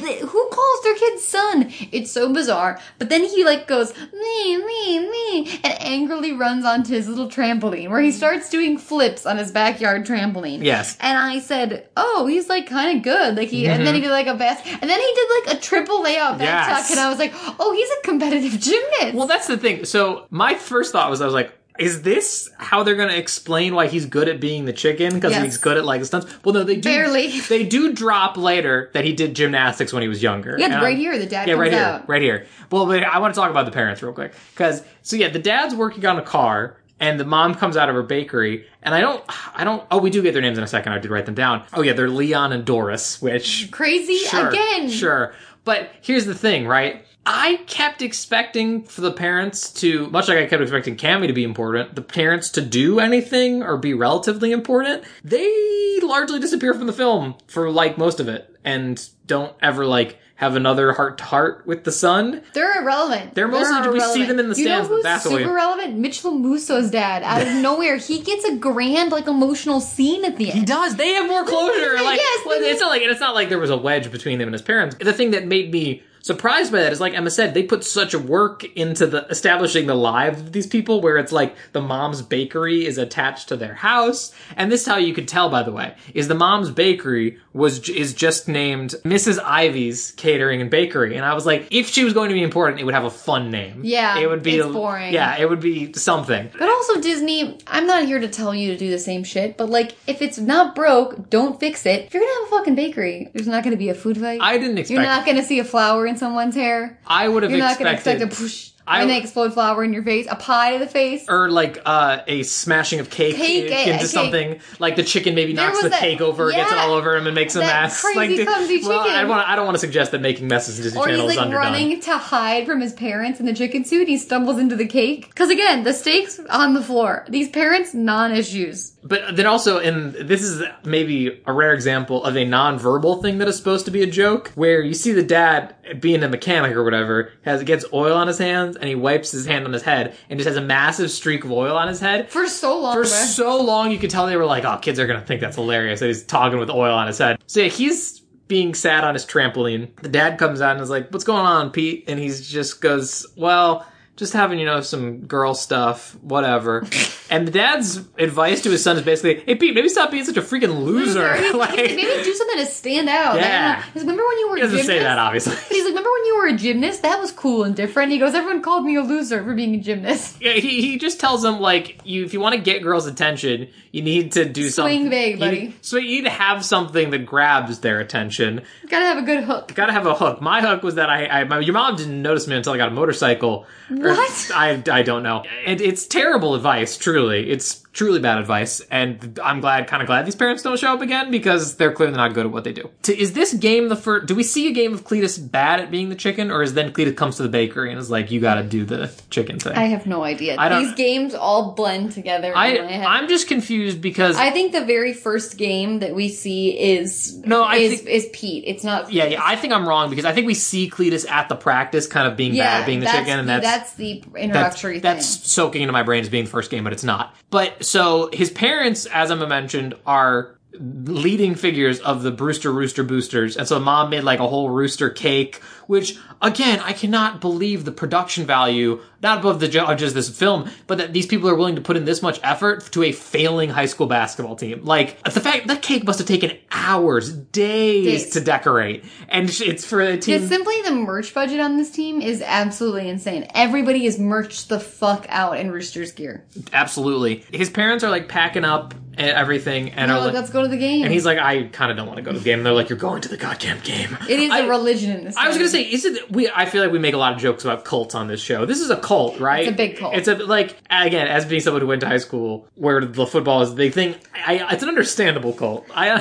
S3: th- who calls their kid son? It's so bizarre. But then he like goes me, me, me, and angrily runs onto his little trampoline where he starts doing flips on his backyard trampoline.
S2: Mm. Yes.
S3: And I said, "Oh, he's like kind of good." Like he, and then he did like a best, and then he did like a triple layout back
S2: Mm-hmm. Yes.
S3: tuck, and I was like, "Oh, he's a competitive gymnast."
S2: Well, that's the thing. So my first thought was, I was like, is this how they're going to explain why he's good at being the chicken? Because
S3: Yes.
S2: he's good at like stunts. Well, no, they do.
S3: Barely.
S2: They do drop later that he did gymnastics when he was younger.
S3: yeah,
S2: And
S3: right
S2: I'm-
S3: here, the dad
S2: Yeah,
S3: comes
S2: right here,
S3: out.
S2: right here. Well, but I want to talk about the parents real quick because so yeah, the dad's working on a car. And the mom comes out of her bakery, and I don't, I don't. Oh, we do get their names in a second. I did write them down. Oh yeah, they're Leon and Doris, which
S3: Crazy
S2: Sure,
S3: again.
S2: Sure. But here's the thing, right? I kept expecting for the parents to, much like I kept expecting Cammy to be important, the parents to do anything or be relatively important. They largely disappear from the film for like most of it and don't ever like have another heart to heart with the son.
S3: They're irrelevant.
S2: They're mostly-
S3: They're
S2: we see
S3: irrelevant.
S2: them in the
S3: you
S2: stands in
S3: know
S2: the
S3: who's
S2: back away.
S3: super relevant? Mitchell Musso's dad. Out of nowhere, he gets a grand, like, emotional scene at the end.
S2: He does. They have more closure. Like
S3: Yes,
S2: well,
S3: they do.
S2: it's not like it's not like there was a wedge between him and his parents. The thing that made me surprised by that is like Emma said, they put such work into the establishing the lives of these people where it's like the mom's bakery is attached to their house. And this is how you could tell, by the way, is the mom's bakery was j- is just named Mrs. Ivy's Catering and Bakery. And I was like, if she was going to be important, it would have a fun name.
S3: Yeah,
S2: It would be
S3: it's boring.
S2: Yeah, it would be something.
S3: But also, Disney, I'm not here to tell you to do the same shit, but like, if it's not broke, don't fix it. If you're gonna have a fucking bakery, there's not gonna be a food fight.
S2: I didn't expect
S3: You're not gonna see a flower in someone's hair.
S2: I would have
S3: You're not
S2: expected
S3: gonna expect a push.
S2: I-
S3: and they explode flower in your face, a pie to the face.
S2: or like uh, a smashing of cake,
S3: Cake,
S2: in-
S3: a- a
S2: into
S3: cake.
S2: something. Like the chicken maybe
S3: There
S2: knocks
S3: was
S2: the
S3: that-
S2: cake over, gets it
S3: yeah.
S2: all over him, and makes a
S3: That
S2: mess.
S3: crazy
S2: like,
S3: clumsy
S2: well, I
S3: chicken.
S2: want I don't want to suggest that making messes in Disney
S3: Or he's
S2: Channel is
S3: like
S2: underdone.
S3: running to hide from his parents in the chicken suit. He stumbles into the cake. Because again, the stakes on the floor. These parents, non issues.
S2: But then also, and this is maybe a rare example of a non-verbal thing that is supposed to be a joke, where you see the dad being a mechanic or whatever has gets oil on his hands and he wipes his hand on his head and just has a massive streak of oil on his head.
S3: For so long.
S2: For
S3: bruh.
S2: so long, you could tell they were like, "Oh, kids are gonna think that's hilarious." That he's talking with oil on his head. So yeah, he's being sad on his trampoline. The dad comes out and is like, "What's going on, Pete?" And he just goes, "Well." Just having, you know, some girl stuff, whatever. and the dad's advice to his son is basically, hey, Pete, maybe stop being such a freaking loser.
S3: Maybe-
S2: like, he
S3: maybe do something to stand out. Like, I don't
S2: Yeah.
S3: know. He's like, remember when you were a
S2: doesn't
S3: gymnast?
S2: say that, obviously.
S3: But he's like, remember when you were a gymnast? That was cool and different. He goes, everyone called me a loser for being a gymnast.
S2: Yeah, he, he just tells them like you if you want to get girls' attention, you need to do something.
S3: big, buddy.
S2: You, so you need to have something that grabs their attention.
S3: Gotta have a good hook.
S2: Gotta have a hook. My hook was that I, I my, your mom didn't notice me until I got a motorcycle. Or-
S3: What?
S2: I, I don't know. And it's terrible advice, truly. It's truly bad advice. And I'm glad, kind of glad these parents don't show up again because they're clearly not good at what they do. To, is this game the first, do we see a game of Cletus bad at being the chicken or is then Cletus comes to the bakery and is like, you gotta do the chicken thing?
S3: I have no idea.
S2: I don't-
S3: These games all blend together.
S2: I,
S3: in my head.
S2: I'm just confused because
S3: I think the very first game that we see is
S2: No, I
S3: is,
S2: think-
S3: is Pete. It's not
S2: yeah, yeah, I think I'm wrong because I think we see Cletus at the practice kind of being bad at being the
S3: that's
S2: chicken, and
S3: the-
S2: that's
S3: that's the
S2: that's,
S3: introductory
S2: that's
S3: thing.
S2: soaking into my brain as being the first game, but it's not. But so his parents, as Emma mentioned, are leading figures of the Brewster Rooster Boosters, and so mom made like a whole rooster cake, which again I cannot believe the production value, not above the judges of this film, but that these people are willing to put in this much effort to a failing high school basketball team. Like the fact that cake must have taken hours, days,
S3: Days.
S2: to decorate, and it's for a team.
S3: Because simply the merch budget on this team is absolutely insane. Everybody is merched the fuck out in Rooster's gear.
S2: Absolutely. His parents are like packing up and everything and
S3: No,
S2: are like,
S3: let's go to the game.
S2: and he's like, I kind of don't want to go to the game. And they're like, you're going to the goddamn game.
S3: it is
S2: I-
S3: a religion in this.
S2: I was
S3: town.
S2: gonna say, is it we? I feel like we make a lot of jokes about cults on this show. This is a cult, right?
S3: It's a big cult.
S2: It's a like again, as being someone who went to high school where the football is the big thing. I, it's an understandable cult. I, I,
S3: I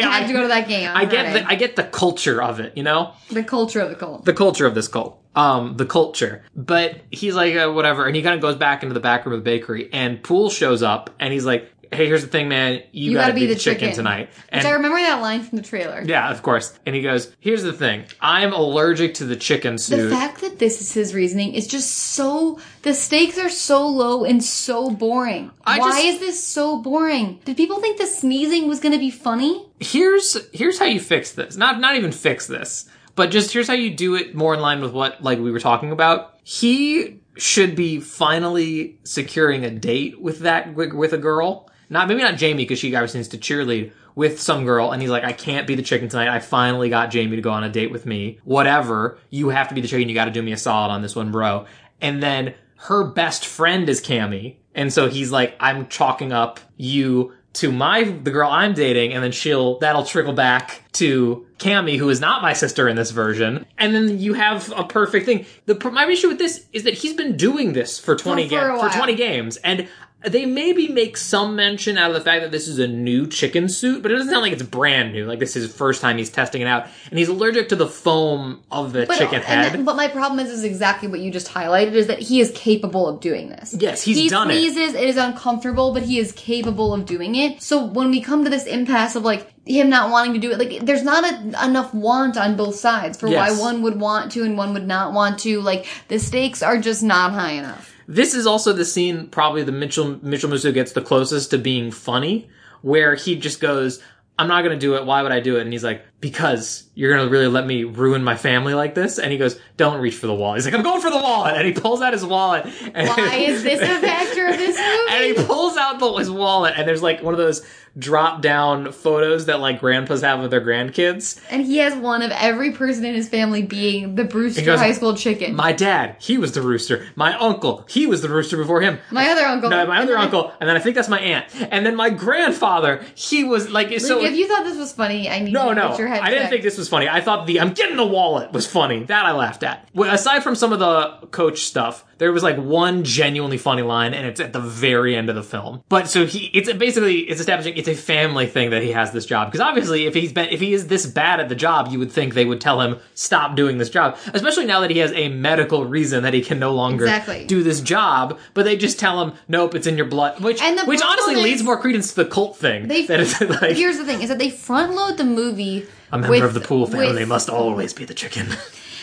S3: had
S2: I
S3: to go to that game.
S2: I get the, I get the culture of it, you know
S3: the culture of the cult.
S2: the culture of this cult. Um, the culture. But he's like, uh, whatever. And he kind of goes back into the back room of the bakery and Poole shows up and he's like, hey, here's the thing, man. You, gotta, be, the chicken, tonight. And
S3: Which I remember that line from the trailer.
S2: yeah, of course. And he goes, here's the thing. I'm allergic to the chicken
S3: The
S2: suit.
S3: fact that this is his reasoning is just so. The stakes are so low and so boring.
S2: I
S3: Why
S2: just-
S3: is this so boring? Did people think the sneezing was going to be funny?
S2: here's, here's how you fix this. Not, not even fix this, but just here's how you do it more in line with what, like, we were talking about. He should be finally securing a date with that, with a girl. Not, maybe not Jamie, because she obviously needs to cheerlead. with some girl and he's like, I can't be the chicken tonight. I finally got Jamie to go on a date with me. Whatever. You have to be the chicken. You got to do me a solid on this one, bro. And then her best friend is Cammy. And so he's like, I'm chalking up you to my, the girl I'm dating. And then she'll, that'll trickle back to Cammy, who is not my sister in this version. And then you have a perfect thing. The, pr- my issue with this is that he's been doing this for 20
S3: For a
S2: games, for
S3: while.
S2: 20 games. And They maybe make some mention out of the fact that this is a new chicken suit, but it doesn't sound like it's brand new. Like this is his first time he's testing it out, and he's allergic to the foam of the
S3: But,
S2: chicken
S3: and
S2: head.
S3: that- but my problem is, is exactly what you just highlighted is that he is capable of doing this.
S2: Yes, he's
S3: he
S2: done it.
S3: sneezes, it is uncomfortable, but he is capable of doing it. So when we come to this impasse of like him not wanting to do it, like there's not a, enough want on both sides for
S2: Yes.
S3: why one would want to and one would not want to. Like the stakes are just not high enough.
S2: This is also the scene probably the Mitchell Mitchell Musso gets the closest to being funny, where he just goes, "I'm not going to do it. Why would I do it?" And he's like, "Because you're going to really let me ruin my family like this." And he goes, "Don't reach for the wallet." He's like, "I'm going for the wallet," and he pulls out his wallet. And
S3: Why is this a factor of this movie?
S2: and he pulls out the, his wallet, and there's like one of those drop down photos that like grandpas have of their grandkids.
S3: And he has one of every person in his family being the Brewster
S2: goes,
S3: High School chicken. My,
S2: My dad, he was the rooster. My uncle, he was the rooster before him.
S3: other uncle.
S2: No, my
S3: And
S2: other
S3: then I-
S2: uncle, and then I think that's my aunt, and then my grandfather. He was like, so.
S3: Like, if you thought this was funny, I need
S2: no,
S3: to
S2: no,
S3: get your head.
S2: I didn't
S3: checked.
S2: think this was funny. I thought the "I'm getting a wallet" was funny. That I laughed at. Well, aside from some of the coach stuff, there was like one genuinely funny line, and it's at the very end of the film. But so he, it's basically it's establishing it's a family thing that he has this job because obviously if he's been if he is this bad at the job, you would think they would tell him stop doing this job, especially now that he has a medical reason that he can no longer
S3: Exactly.
S2: do this job. But they just tell him nope, it's in your blood, which
S3: And the
S2: which
S3: problem
S2: honestly
S3: is-
S2: leads more credence to the cult thing.
S3: They-
S2: that it's like
S3: Here's the thing: is that they front load the movie.
S2: a member
S3: with-
S2: of the pool family
S3: with-
S2: must always be the chicken.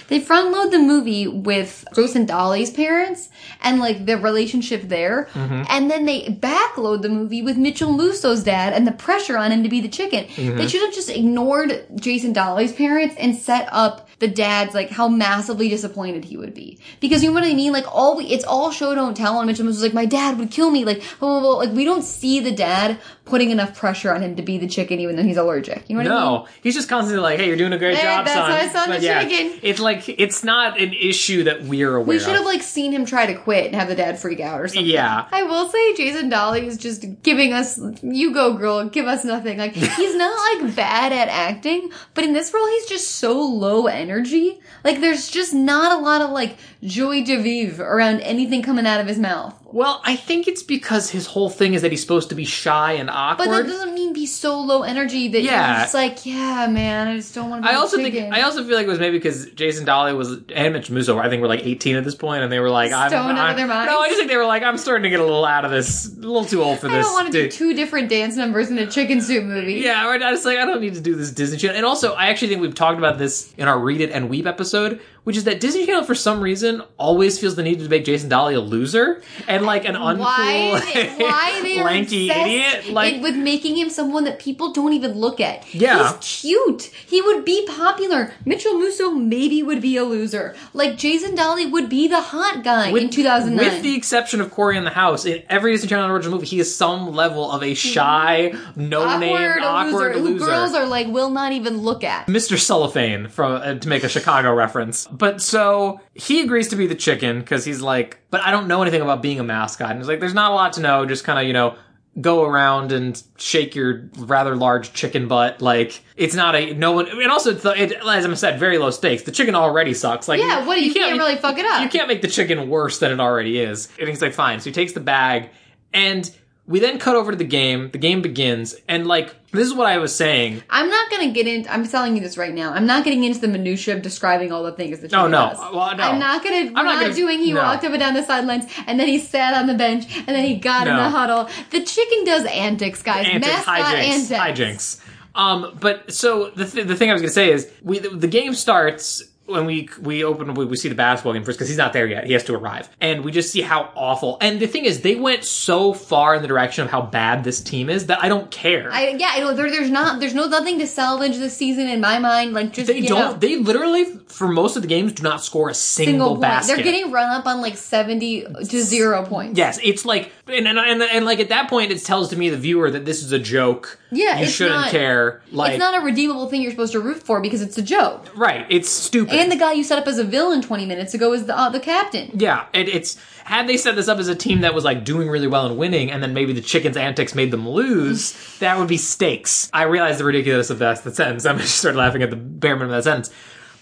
S3: They front load the movie with Bruce and Dolly's parents and like the relationship there, and then they backload the movie with Mitchell Musso's dad and the pressure on him to be the chicken. They should have just ignored Jason Dolly's parents and set up the dad's like how massively disappointed he would be because you know what I mean. Like all we, it's all show don't tell. And Mitchell Musso was like, my dad would kill me. Like blah, blah, blah. like we don't see the dad putting enough pressure on him to be the chicken, even though he's allergic. You know what I mean?
S2: no, he's just constantly like, "Hey, you're doing a great
S3: Hey,
S2: job,
S3: that's
S2: son."
S3: my son,
S2: But
S3: the chicken.
S2: It's like it's not an issue that we're aware.
S3: We should have
S2: of.
S3: like seen him try to quit and have the dad freak out or something.
S2: Yeah.
S3: I will say Jason Dolly is just giving us you go girl, give us nothing. Like he's not like bad at acting, but in this role he's just so low energy. Like there's just not a lot of like joy de vivre around anything coming out of his mouth.
S2: Well, I think it's because his whole thing is that he's supposed to be shy and
S3: But that
S2: awkward.
S3: doesn't mean be so low energy that
S2: Yeah.
S3: you're just like, yeah, man, I just don't want to be
S2: I
S3: a
S2: also think
S3: chicken."
S2: I also feel like it was maybe because Jason Dolly was and Mitch Musso. I think were like 18 at this point, and they were like, I'm,
S3: Stoned out of
S2: I'm-
S3: their minds.
S2: No, I just think they were like, "I'm starting to get a little out of this, a little too old for
S3: I
S2: this."
S3: don't want to do
S2: dude."
S3: two different dance numbers in a chicken soup movie.
S2: Yeah, right. I was like, I don't need to do this Disney Channel. And also, I actually think we've talked about this in our Read It and Weep episode, which is that Disney Channel, for some reason, always feels the need to make Jason Dolly a loser and like an uncool,
S3: why why they are
S2: lanky
S3: obsessed
S2: idiot. Like,
S3: in- with making him someone that people don't even look at.
S2: Yeah.
S3: He's cute. He would be popular. Mitchell Musso maybe would be a loser. Like Jason Dolly would be the hot guy in 2009.
S2: with the exception of Corey in the House, in every Disney Channel original movie, he is some level of a shy, no name,
S3: awkward,
S2: awkward,
S3: loser, who
S2: loser.
S3: girls are like will not even look at.
S2: Mr. Cellophane from uh, to make a Chicago reference. But so he agrees to be the chicken because he's like, but I don't know anything about being a mascot. And he's like, there's not a lot to know. Just kind of you know go around and shake your rather large chicken butt. Like it's not a no one. And also, it's the- it, as I said, very low stakes. The chicken already sucks. Like
S3: Yeah, what do you, can't, really fuck it up.
S2: you can't make the chicken worse than it already is. And he's like, fine. So he takes the bag, and we then cut over to the game. The game begins, and like this is what I was saying.
S3: I'm not gonna get into. I'm telling you this right now. I'm not getting into the minutia of describing all the things that.
S2: No,
S3: Jimmy
S2: no.
S3: does.
S2: Well, no.
S3: I'm not gonna. we're
S2: not
S3: not,
S2: gonna-
S3: doing. He
S2: no.
S3: walked up and down the sidelines, and then he sat on the bench, and then he got in
S2: No.
S3: the huddle. The chicken does antics, guys.
S2: antics,
S3: Mascot
S2: hijinks,
S3: antics.
S2: hijinks. Um, but so the th- the thing I was gonna say is we the, the game starts when we we open we, we see the basketball game first because he's not there yet he has to arrive and we just see how awful and the thing is they went so far in the direction of how bad this team is that I don't care.
S3: I, yeah, I know. There, there's not. There's no nothing to salvage this season in my mind. Like just
S2: they
S3: you
S2: don't.
S3: know,
S2: They literally for most of the games do not score a single,
S3: single point.
S2: basket.
S3: They're getting run up on like seventy to zero points.
S2: Yes, it's like and and, and and like at that point it tells to me the viewer that this is a joke.
S3: Yeah,
S2: you
S3: it's
S2: shouldn't
S3: not-
S2: care. Like
S3: it's not a redeemable thing you're supposed to root for because it's a joke.
S2: right, it's stupid.
S3: And the guy you set up as a villain 20 minutes ago is the uh, the captain.
S2: Yeah, it, it's had they set this up as a team that was like doing really well and winning, and then maybe the chickens' antics made them lose, that would be stakes. I realize the ridiculousness of that, that sentence. I'm just started laughing at the bare minimum of that sentence.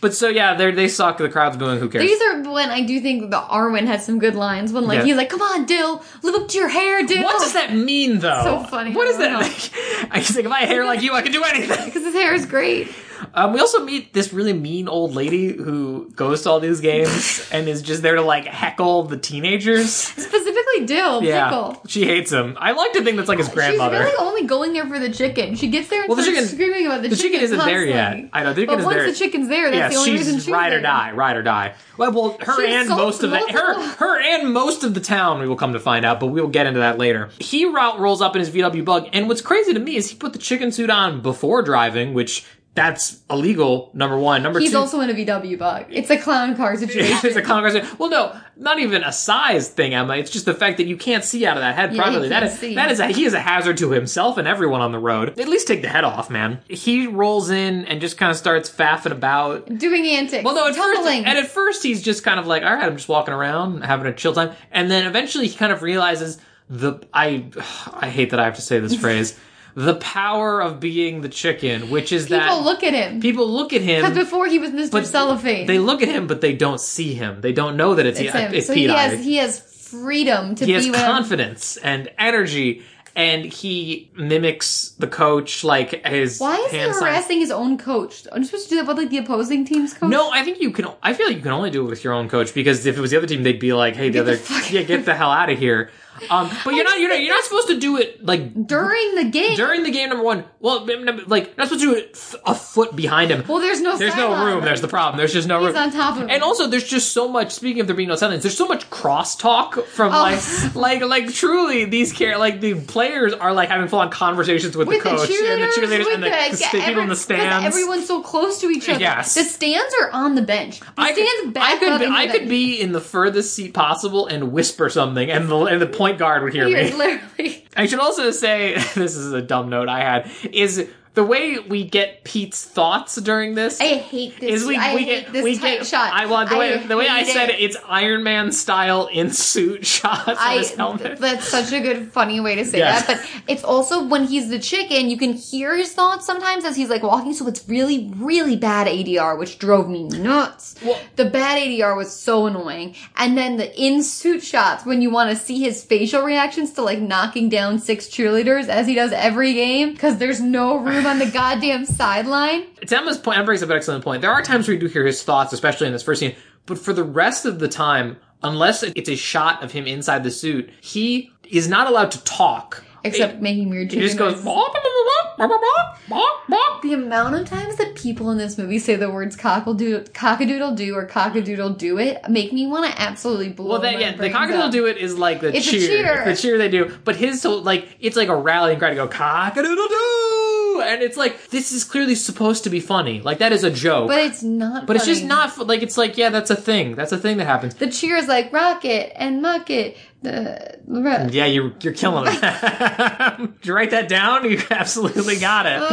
S2: But so yeah, they they suck. The crowd's booing. Who cares?
S3: These are when I do think the Arwen had some good lines. When like
S2: Yeah.
S3: he's like, "Come on, Dill, live up to your hair, Dill."
S2: what does that mean, though?
S3: So funny.
S2: What is
S3: I don't
S2: that? Like, I just think if I had hair like you, I could do anything.
S3: Because his hair is great.
S2: Um, we also meet this really mean old lady who goes to all these games and is just there to like heckle the teenagers.
S3: Specifically, Dill
S2: Yeah,
S3: pickle.
S2: she hates him. I like to think that's like his grandmother.
S3: She's really only going there for the chicken. She gets there and
S2: Well, the
S3: starts
S2: chicken-
S3: screaming about the,
S2: the chicken isn't there
S3: constantly.
S2: yet. I know, the chicken
S3: but
S2: is
S3: once
S2: there-
S3: the chicken's there, that's
S2: yeah,
S3: the only
S2: she's
S3: reason she's
S2: ride
S3: there.
S2: or die, ride or die. Well, well her
S3: She
S2: and
S3: assaults
S2: most of the her,
S3: multiple-
S2: her and most of the town. We will come to find out, but we will get into that later. He route rolls up in his VW Bug, and what's crazy to me is he put the chicken suit on before driving, which that's illegal. Number one, number
S3: He's
S2: two.
S3: also in a VW bug. It's a clown car situation.
S2: there's a conversation. Well, no, not even a size thing, Emma. It's just the fact that you can't see out of that head
S3: Yeah, you
S2: properly. That
S3: can't
S2: is,
S3: see.
S2: that is, a, he is a hazard to himself and everyone on the road. At least take the head off, man. He rolls in and just kind of starts faffing about.
S3: Doing antics.
S2: Well, no, at first,
S3: tumbling.
S2: and at first he's just kind of like, all right, I'm just walking around, having a chill time, and then eventually he kind of realizes the I, I hate that I have to say this phrase, the power of being the chicken, which is
S3: people
S2: that
S3: look at him.
S2: people look at him.
S3: Because before he was Mr.
S2: but
S3: Cellophane.
S2: They look at him, but they don't see him. They don't know that it's,
S3: it's
S2: uh,
S3: him.
S2: it's
S3: so
S2: Pete
S3: he has
S2: Ivory.
S3: he has freedom to
S2: He
S3: be
S2: has
S3: whatever-
S2: confidence and energy, and he mimics the coach like his.
S3: Why is he
S2: hand sign-
S3: harassing his own coach? Aren't you supposed to do that with like the opposing team's coach?
S2: No, I think you can. I feel like you can only do it with your own coach because if it was the other team, they'd be like, "Hey, the
S3: Get the
S2: other,
S3: fuck-
S2: yeah, get the hell out of here." Um, but you're not,
S3: just
S2: you're not,
S3: think
S2: you're not supposed to do it like
S3: During the game.
S2: during the game number one. Well, like you're not supposed to do it f- a foot behind him.
S3: well, there's no
S2: There's no
S3: sideline.
S2: room. There's the problem. There's just no room.
S3: on top of him.
S2: And also, there's just so much. Speaking of there being no silence, there's so much crosstalk from
S3: Oh.
S2: like, like, like truly, these care like the players are like having full on conversations with,
S3: with
S2: the coach and the cheerleaders
S3: with
S2: and the, the
S3: yeah,
S2: people
S3: every-
S2: in the
S3: because
S2: stands.
S3: Everyone's so close to each other.
S2: Yes.
S3: The stands are on the bench. The
S2: I
S3: stands
S2: could,
S3: back
S2: I could,
S3: up
S2: be,
S3: into
S2: I
S3: the-
S2: could be in the furthest seat possible and whisper something, and the and the point guard would hear
S3: You're
S2: me.
S3: literally.
S2: I should also say this is a dumb note I had is the way we get Pete's thoughts during this.
S3: I hate this.
S2: is we,
S3: I
S2: we
S3: hate
S2: get
S3: this
S2: we
S3: tight
S2: get
S3: shot.
S2: I well, the way the way I
S3: hate
S2: said it, it's Iron Man style in suit shots of
S3: I,
S2: his helmet.
S3: that's such a good, funny way to say
S2: Yes.
S3: that. But it's also when he's the chicken, you can hear his thoughts sometimes as he's like walking. So it's really, really bad ADR, which drove me nuts.
S2: Well-
S3: the bad ADR was so annoying. And then the in suit shots when you want to see his facial reactions to like knocking down six cheerleaders as he does every game because there's no room on the goddamn sideline.
S2: it's Emma's point. Emma brings up an excellent point. There are times where you do hear his thoughts, especially in this first scene, but for the rest of the time, unless it- it's a shot of him inside the suit, he is not allowed to talk.
S3: Except
S2: It-
S3: making weird
S2: he
S3: chicken
S2: just goes.
S3: noises.
S2: "Bop, bop, bop, bop, bop, bop, bop, bop."
S3: The amount of times that people in this movie say the words cockadoo- cockadoodle do or cockadoodle do it make me want to absolutely blow
S2: Well, that
S3: my
S2: yeah, the
S3: brains
S2: cockatoo
S3: out.
S2: do it is like the
S3: It's a
S2: cheer,
S3: cheer.
S2: the cheer they do. But his so like it's like a rallying cry to go cockadoodle doo, and it's like this is clearly supposed to be funny. Like that is a joke,
S3: But it's not.
S2: But it's just
S3: funny.
S2: not fu- like it's like yeah, that's a thing. That's a thing that happens.
S3: The cheer is like rocket and muck it. The, the
S2: Yeah, you're you're killing it. Did you write that down? You absolutely got it.
S3: Uh,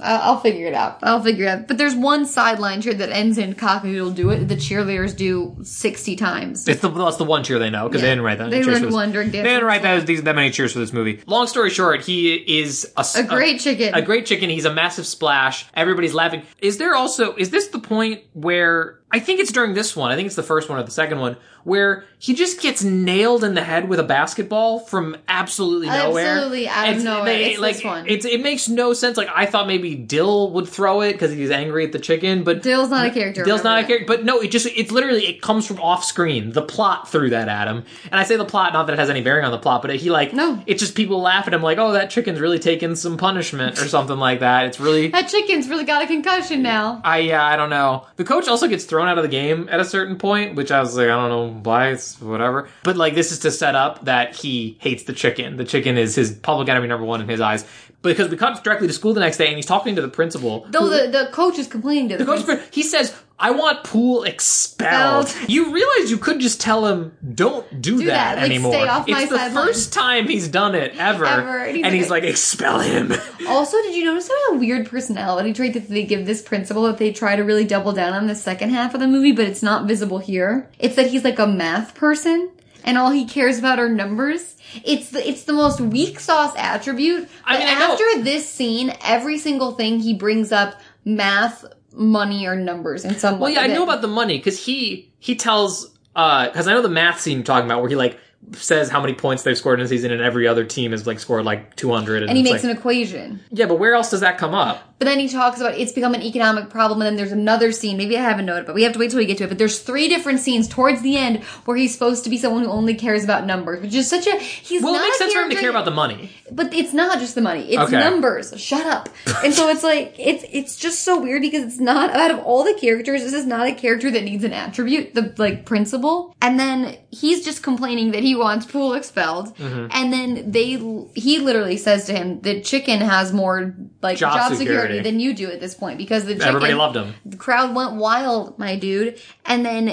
S3: I- I'll figure it out. I'll figure it out. But there's one sideline cheer that ends in cockadoodle do it. The cheerleaders do 60 times.
S2: It's the that's the one cheer they know because they
S3: Yeah.
S2: didn't write that. many
S3: They
S2: cheers
S3: learned
S2: for this-
S3: one during
S2: They
S3: dance
S2: didn't write that these that many cheers for this movie. Long story short, he is a, s-
S3: A great chicken.
S2: A great chicken. He's a massive splash. Everybody's laughing. Is there also is this the point where I think it's during this one. I think it's the first one or the second one where he just gets nailed in the head with a basketball from absolutely nowhere.
S3: Absolutely out of nowhere. It's
S2: like,
S3: this one.
S2: It's it makes no sense. Like I thought maybe Dill would throw it because he's angry at the chicken, but
S3: Dill's not a character.
S2: Dill's not a
S3: remember
S2: character, but no, it just, it's literally, it comes from off screen. The plot threw that at him. And I say the plot, not that it has any bearing on the plot, but he like,
S3: No.
S2: it's just people laugh at him like, oh, that chicken's really taking some punishment or something like that. It's really,
S3: that. That chicken's really got a concussion now.
S2: I, yeah, I don't know. The coach also gets thrown out of the game at a certain point, which I was like, I don't know why, it's whatever. But like, this is to set up that he hates the chicken. The chicken is his public enemy number one in his eyes. Because we cut directly to school the next day and he's talking to the principal.
S3: Though the, the coach is complaining to the,
S2: The coach, for- he says, I want Poole expelled.
S3: Expelled.
S2: You realize you could just tell him, don't do,
S3: Do
S2: that,
S3: that, like,
S2: anymore.
S3: stay off
S2: it's
S3: my
S2: the
S3: sideline.
S2: first time he's done it ever.
S3: Ever, and
S2: And
S3: he's
S2: he's,
S3: like-
S2: like, expel him.
S3: Also, did you notice what a weird personality trait that they give this principal that they try to really double down on the second half of the movie, but it's not visible here? It's that he's like a math person and all he cares about are numbers. It's the, it's the most weak sauce attribute.
S2: I
S3: But
S2: mean, I know-
S3: after this scene, every single thing he brings up math money or numbers in some
S2: Well,
S3: way.
S2: yeah, I
S3: that-
S2: know about the money because he he tells because I know the math scene you're talking about where he like says how many points they've scored in a season and every other team has like scored like 200 and,
S3: And he
S2: it's
S3: makes
S2: like,
S3: an equation.
S2: yeah but where else does that come up
S3: But then he talks about it's become an economic problem, and then there's another scene. Maybe I haven't noted, but we have to wait till we get to it. But there's three different scenes towards the end where he's supposed to be someone who only cares about numbers, which is such a he's
S2: well
S3: not
S2: it makes
S3: a
S2: sense for him to
S3: character-
S2: care about the money
S3: but it's not just the money; it's
S2: Okay.
S3: numbers. Shut up! and so it's like it's it's just so weird because it's not out of all the characters, this is not a character that needs an attribute, the like principle. And then he's just complaining that he wants pool expelled,
S2: Mm-hmm.
S3: and then they he literally says to him that chicken has more like
S2: Job
S3: job,
S2: security.
S3: security than you do at this point because the chicken,
S2: everybody loved him
S3: the crowd went wild, my dude. And then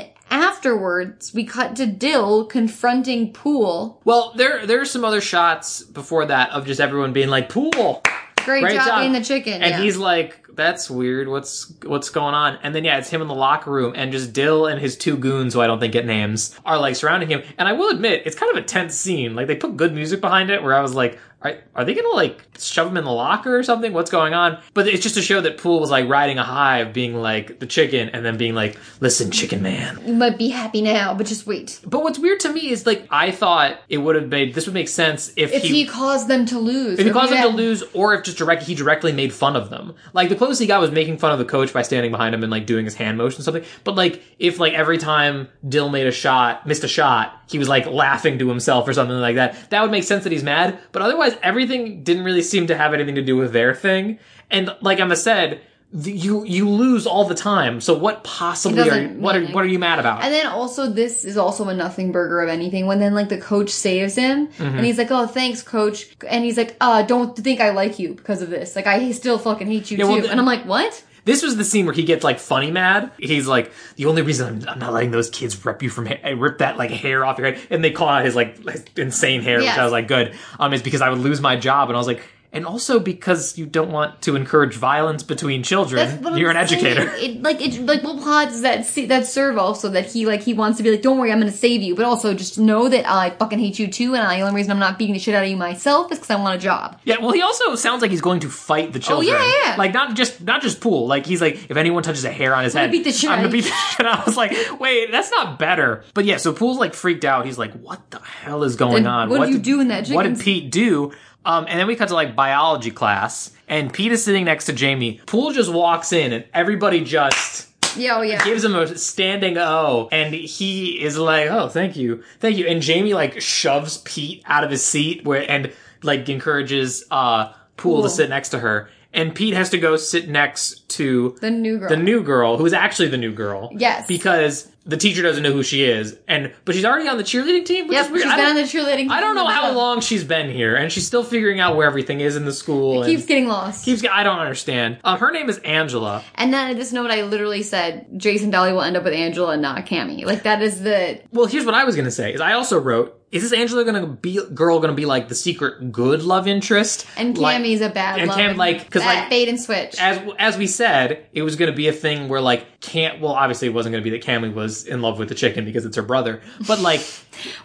S3: afterwards, we cut to Dill confronting Pool.
S2: well there there are some other shots before that of just everyone being like pool
S3: Great,
S2: Great
S3: job,
S2: job.
S3: being the chicken.
S2: and
S3: yeah.
S2: he's like that's weird what's what's going on and then yeah it's him in the locker room and just dill and his two goons who i don't think get names are like surrounding him and i will admit it's kind of a tense scene like they put good music behind it where i was like are, are they gonna like shove him in the locker or something what's going on but it's just to show that pool was like riding a high of being like the chicken and then being like listen chicken man
S3: you might be happy now, but just wait.
S2: but what's weird to me is like i thought it would have made this would make sense if,
S3: If he, caused them to lose,
S2: if he
S3: or
S2: caused them
S3: had-
S2: to lose, or if just direct he directly made fun of them. Like the closest he got was making fun of the coach by standing behind him and like doing his hand motion or something. But like if like every time Dill made a shot, missed a shot, he was like laughing to himself or something like that. That would make sense that he's mad. But otherwise, everything didn't really seem to have anything to do with their thing. And like Emma said, th- you you lose all the time. So what possibly are
S3: doesn't
S2: what are
S3: mean-
S2: what are you mad about?
S3: And then also, this is also a nothing burger of anything. When then like the coach saves him,
S2: Mm-hmm.
S3: and he's like, "Oh, thanks, coach," and he's like, "Uh, don't think I like you because of this. Like, I still fucking hate you
S2: Yeah,
S3: too."
S2: well, the-
S3: and I'm like, "What?"
S2: This was the scene where he gets like funny mad. He's like, the only reason I'm, I'm not letting those kids rip you from ha- eh, rip that like hair off your head, and they call out his like his insane hair, which
S3: Yes.
S2: I was like, good, um, is because I would lose my job, and I was like, and also because you don't want to encourage violence between children.
S3: That's what
S2: You're
S3: I'm
S2: an educator.
S3: saying. It, like, it, like, what plot does that se- that serve? Also, that he like he wants to be like, don't worry, I'm going to save you, but also just know that I fucking hate you too, and I, the only reason I'm not beating the shit out of you myself is because I want a job.
S2: Yeah, well, he also sounds like he's going to fight the children.
S3: Oh, yeah, yeah.
S2: Like not just not just pool. Like he's like, if anyone touches a hair on his
S3: I'm gonna
S2: head,
S3: beat the shit
S2: I'm
S3: out
S2: gonna
S3: of
S2: beat
S3: you.
S2: the shit. And I was like, wait, that's not better. But yeah, so pool's like freaked out. He's like, what the hell is going
S3: Then
S2: on?
S3: what do you do in that
S2: What did
S3: chicken's-
S2: Pete do? Um, and then we cut to like biology class, and Pete is sitting next to Jamie. Pool just walks in, and everybody just
S3: Yeah, oh, yeah.
S2: gives him a standing O, and he is like, "Oh, thank you, thank you." And Jamie like shoves Pete out of his seat, where and like encourages uh Poole to
S3: Poole.
S2: sit next to her, and Pete has to go sit next to
S3: The new girl.
S2: the new girl, who is actually the new girl.
S3: Yes.
S2: because the teacher doesn't know who she is, and but she's already on the cheerleading team. Which
S3: Yep,
S2: is weird.
S3: she's
S2: I
S3: been
S2: don't-
S3: on the cheerleading.
S2: I don't
S3: team uh,
S2: know how
S3: and
S2: long she's been here, and she's still figuring out where everything is in the school.
S3: Keeps
S2: and
S3: getting lost.
S2: keeps. I don't understand. Um, her name is Angela.
S3: and then at this note, I literally said, Jason Dolly will end up with Angela and not Cammy. Like, that is the.
S2: Well, here's what I was gonna say. Is I also wrote, is this Angela gonna be girl gonna be like the secret good love interest?
S3: And
S2: Like-
S3: Cammy's a bad
S2: and
S3: love.
S2: Cam, like- 'cause,
S3: That
S2: like-
S3: bait and switch.
S2: as as we said, it was going to be a thing where like can't. Well, obviously, it wasn't going to be that Cammy was in love with the chicken because it's her brother. But like,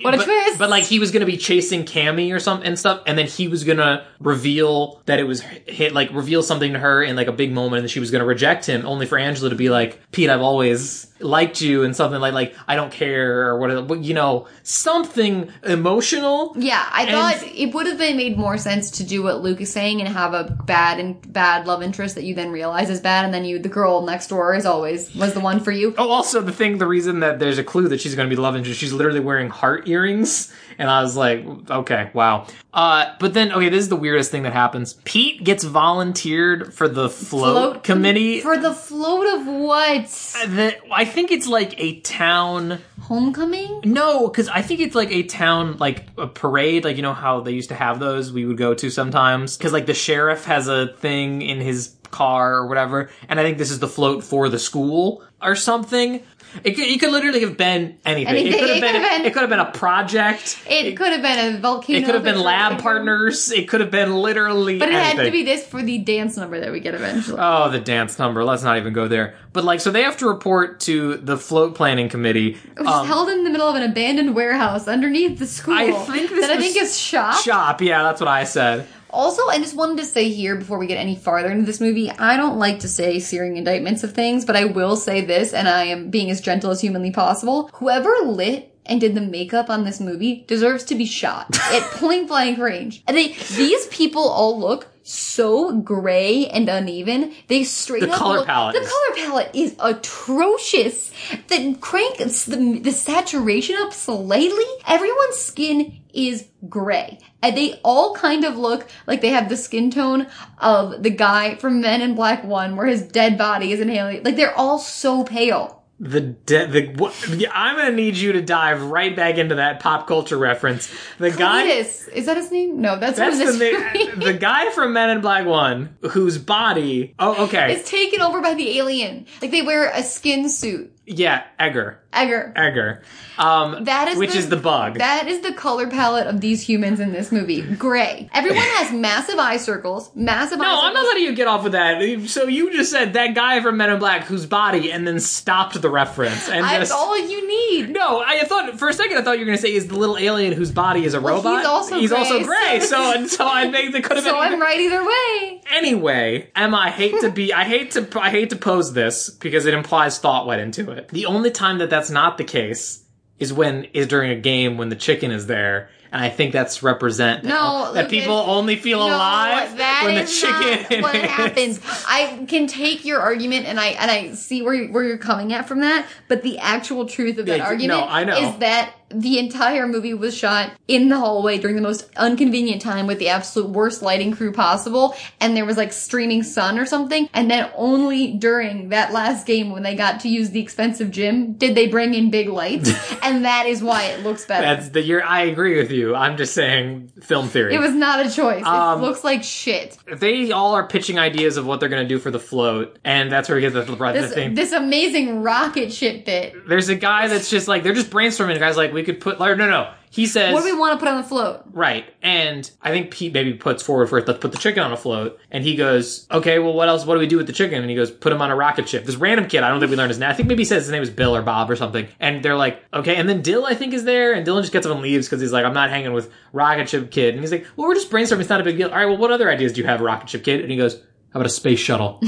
S3: What a
S2: but,
S3: twist.
S2: But like, he was going to be chasing Cammy or something and stuff, and then he was going to reveal that it was hit like reveal something to her in like a big moment, and she was going to reject him, only for Angela to be like, "Pete, I've always liked you," and something like like I don't care or whatever. But you know, something emotional.
S3: Yeah, I
S2: And-
S3: thought it would have been made more sense to do what Luke is saying and have a bad and bad love interest that you then realize is bad, and then you the girl next door is always was the one for you.
S2: Oh, also the thing, the reason that there's a clue that she's going to be love interest, she's literally wearing heart earrings, and I was like, okay, wow. Uh, but then, okay, this is the weirdest thing that happens. Pete gets volunteered for the float,
S3: Float
S2: committee.
S3: For the float of what?
S2: The- I think it's like a town.
S3: Homecoming?
S2: No, because I think it's like a town, like a parade. Like you know how they used to have those. We would go to sometimes because like the sheriff has a thing in his car or whatever, and I think this is the float for the school or something. It could, it could literally have been anything.
S3: Anything.
S2: It could have
S3: It
S2: been.
S3: could have been-
S2: It could have been a project.
S3: It could have been a volcano.
S2: It could have been
S3: picture,
S2: lab
S3: like-
S2: partners. It could have been literally.
S3: But it
S2: anything.
S3: had to be this for the dance number that we get eventually.
S2: Oh, the dance number. Let's not even go there. But like, so they have to report to the float planning committee.
S3: Which is held in the middle of an abandoned warehouse underneath the school.
S2: Um, I think this
S3: that I
S2: was-
S3: think is shop.
S2: Shop, yeah, that's what I said.
S3: Also, I just wanted to say here before we get any farther into this movie, I don't like to say searing indictments of things, but I will say this, and I am being as gentle as humanly possible. Whoever lit and did the makeup on this movie deserves to be shot at point blank range. And they, these people all look so gray and uneven. They straight
S2: The
S3: up
S2: color
S3: look-
S2: palette
S3: The
S2: is-
S3: color palette is atrocious. The crank the, the saturation up slightly. Everyone's skin is gray. And they all kind of look like they have the skin tone of the guy from Men in Black 1 where his dead body is inhaling. Like they're all so pale.
S2: The de- the what, yeah, I'm gonna need you to dive right back into that pop culture reference. The guy
S3: Cletus. Is that his name? No, that's,
S2: that's the
S3: from this
S2: na- the guy from Men in Black One whose body. Oh, okay,
S3: It's taken over by the alien. Like they wear a skin suit.
S2: yeah, Egger,
S3: Egger.
S2: Egger. Um,
S3: That is
S2: which
S3: the,
S2: is the bug.
S3: That is the color palette of these humans in this movie. Gray. Everyone has massive eye circles. Massive eye
S2: no,
S3: circles.
S2: I'm not letting you get off with that. So you just said that guy from Men in Black whose body, and then stopped the reference and
S3: That's
S2: just.
S3: all you need.
S2: No, I thought for a second I thought you were going to say is the little alien whose body is a
S3: Well,
S2: robot.
S3: he's also
S2: he's
S3: gray,
S2: also gray.
S3: so-
S2: So and so I think that could have
S3: So
S2: been.
S3: I'm right either way.
S2: Anyway, Emma, I hate to be, I hate to, I hate to pose this because it implies thought went into it. The only time that that's not the case is when is during a game when the chicken is there. And I think that's represent that-
S3: No,
S2: that
S3: Lucas,
S2: people only feel alive
S3: that
S2: when the
S3: is
S2: chicken
S3: not what
S2: is.
S3: happens. I can take your argument and I and I see where you- where you're coming at from that, but the actual truth of that
S2: Yeah, no,
S3: argument
S2: I know.
S3: is that the entire movie was shot in the hallway during the most inconvenient time with the absolute worst lighting crew possible and there was like streaming sun or something and then only during that last game when they got to use the expensive gym did they bring in big lights and that is why it looks better.
S2: That's the year I agree with you. I'm just saying film theory.
S3: it was not a choice.
S2: Um,
S3: it looks like shit.
S2: they all are pitching ideas of what they're going to do for the float, and that's where we get the, the
S3: this,
S2: thing.
S3: this amazing rocket ship bit.
S2: There's a guy that's just like they're just brainstorming. The guy's like, we could put. Or no, no. He says,
S3: What do we want to put on the float?
S2: right. And I think Pete maybe puts forward first. Let's put the chicken on a float. And he goes, okay. Well, what else? What do we do with the chicken? And he goes, put him on a rocket ship. This random kid. I don't think we learned his name. I think maybe he says his name is Bill or Bob or something. And they're like, okay. And then Dill, I think, is there. And Dylan just gets up and leaves because he's like, I'm not hanging with rocket ship kid. And he's like, well, we're just brainstorming. It's not a big deal. All right. Well, what other ideas do you have, rocket ship kid? And he goes, how about a space shuttle?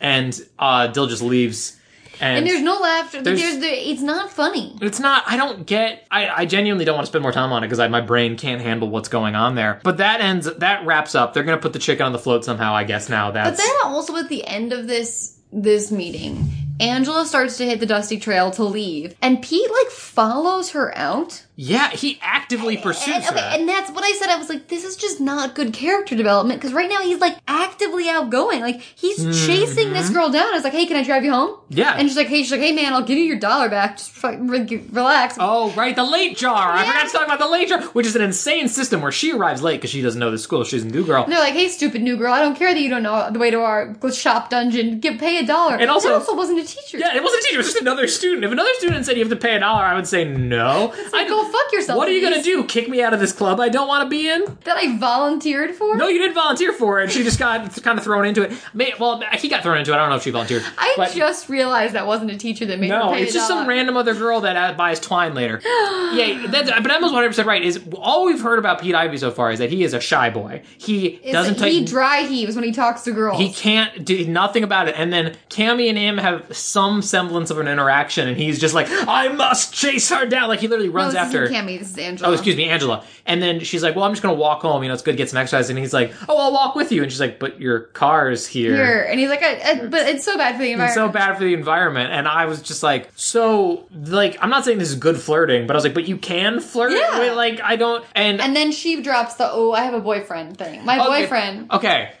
S2: and uh, Dill just leaves. And,
S3: And there's no laughter. There's,
S2: There's-
S3: the, it's not funny.
S2: it's not. I don't get. I, I genuinely don't want to spend more time on it because my brain can't handle what's going on there. But that ends. That wraps up. They're gonna put the chicken on the float somehow. I guess now.
S3: But
S2: That's
S3: then also at the end of this this meeting, Angela starts to hit the dusty trail to leave, and Pete like follows her out.
S2: yeah. He actively pursues
S3: And, okay,
S2: her.
S3: and that's what I said. I was like, this is just not good character development because right now he's like actively outgoing. Like he's chasing this girl down. I was like, hey, can I drive you home?
S2: Mm-hmm. Yeah.
S3: And she's like, hey, she's like, hey, man, I'll give you your dollar back. Just fucking re- relax.
S2: Oh right, the late jar. I
S3: Yeah.
S2: forgot to talk about the late jar, which is an insane system where she arrives late because she doesn't know the school. She's a new girl.
S3: And they're like, "Hey, stupid new girl! I don't care that you don't know the way to our shop dungeon. Get pay a dollar."
S2: And also-
S3: That wasn't a teacher.
S2: Yeah, it wasn't a teacher. It was just another student. If another student said you have to pay a dollar, I would say no. I
S3: go fuck yourself,
S2: What are you gonna
S3: please.
S2: do? Kick me out of this club I don't want to be in?
S3: that I volunteered for.
S2: No, you didn't volunteer for it. She just got kind of thrown into it. May, well, he got thrown into it. I don't know if she volunteered.
S3: I
S2: but-
S3: just realized that wasn't a teacher that made
S2: No,
S3: her pay
S2: it's
S3: a
S2: just some
S3: dollar.
S2: random other girl that uh, buys twine later. yeah, that's, but Emma's one hundred percent right. Is all we've heard about Pete Ivy so far is that he is a shy boy. He
S3: It's-
S2: doesn't
S3: he
S2: take.
S3: dry heaves when he talks to girls.
S2: He can't do nothing about it. And then Cammy and him have some semblance of an interaction, and he's just like, "I must chase her down." Like he literally
S3: no,
S2: runs
S3: this
S2: after.
S3: Isn't Cammy, this is Angela.
S2: Oh, excuse me, Angela. And then she's like, "Well, I'm just gonna walk home. You know, it's good to get some exercise." And he's like, "Oh, I'll walk with you." And she's like, "But your car's
S3: Here. And he's like, I, I, "But it's so bad for the environment."
S2: it's so bad for the environment. And I was just like, so like I'm not saying this is good flirting, but I was like, but you can flirt.
S3: Yeah.
S2: with- like I don't. And,
S3: And then she drops the "Oh, I have a boyfriend" thing. My
S2: Okay.
S3: boyfriend.
S2: Okay.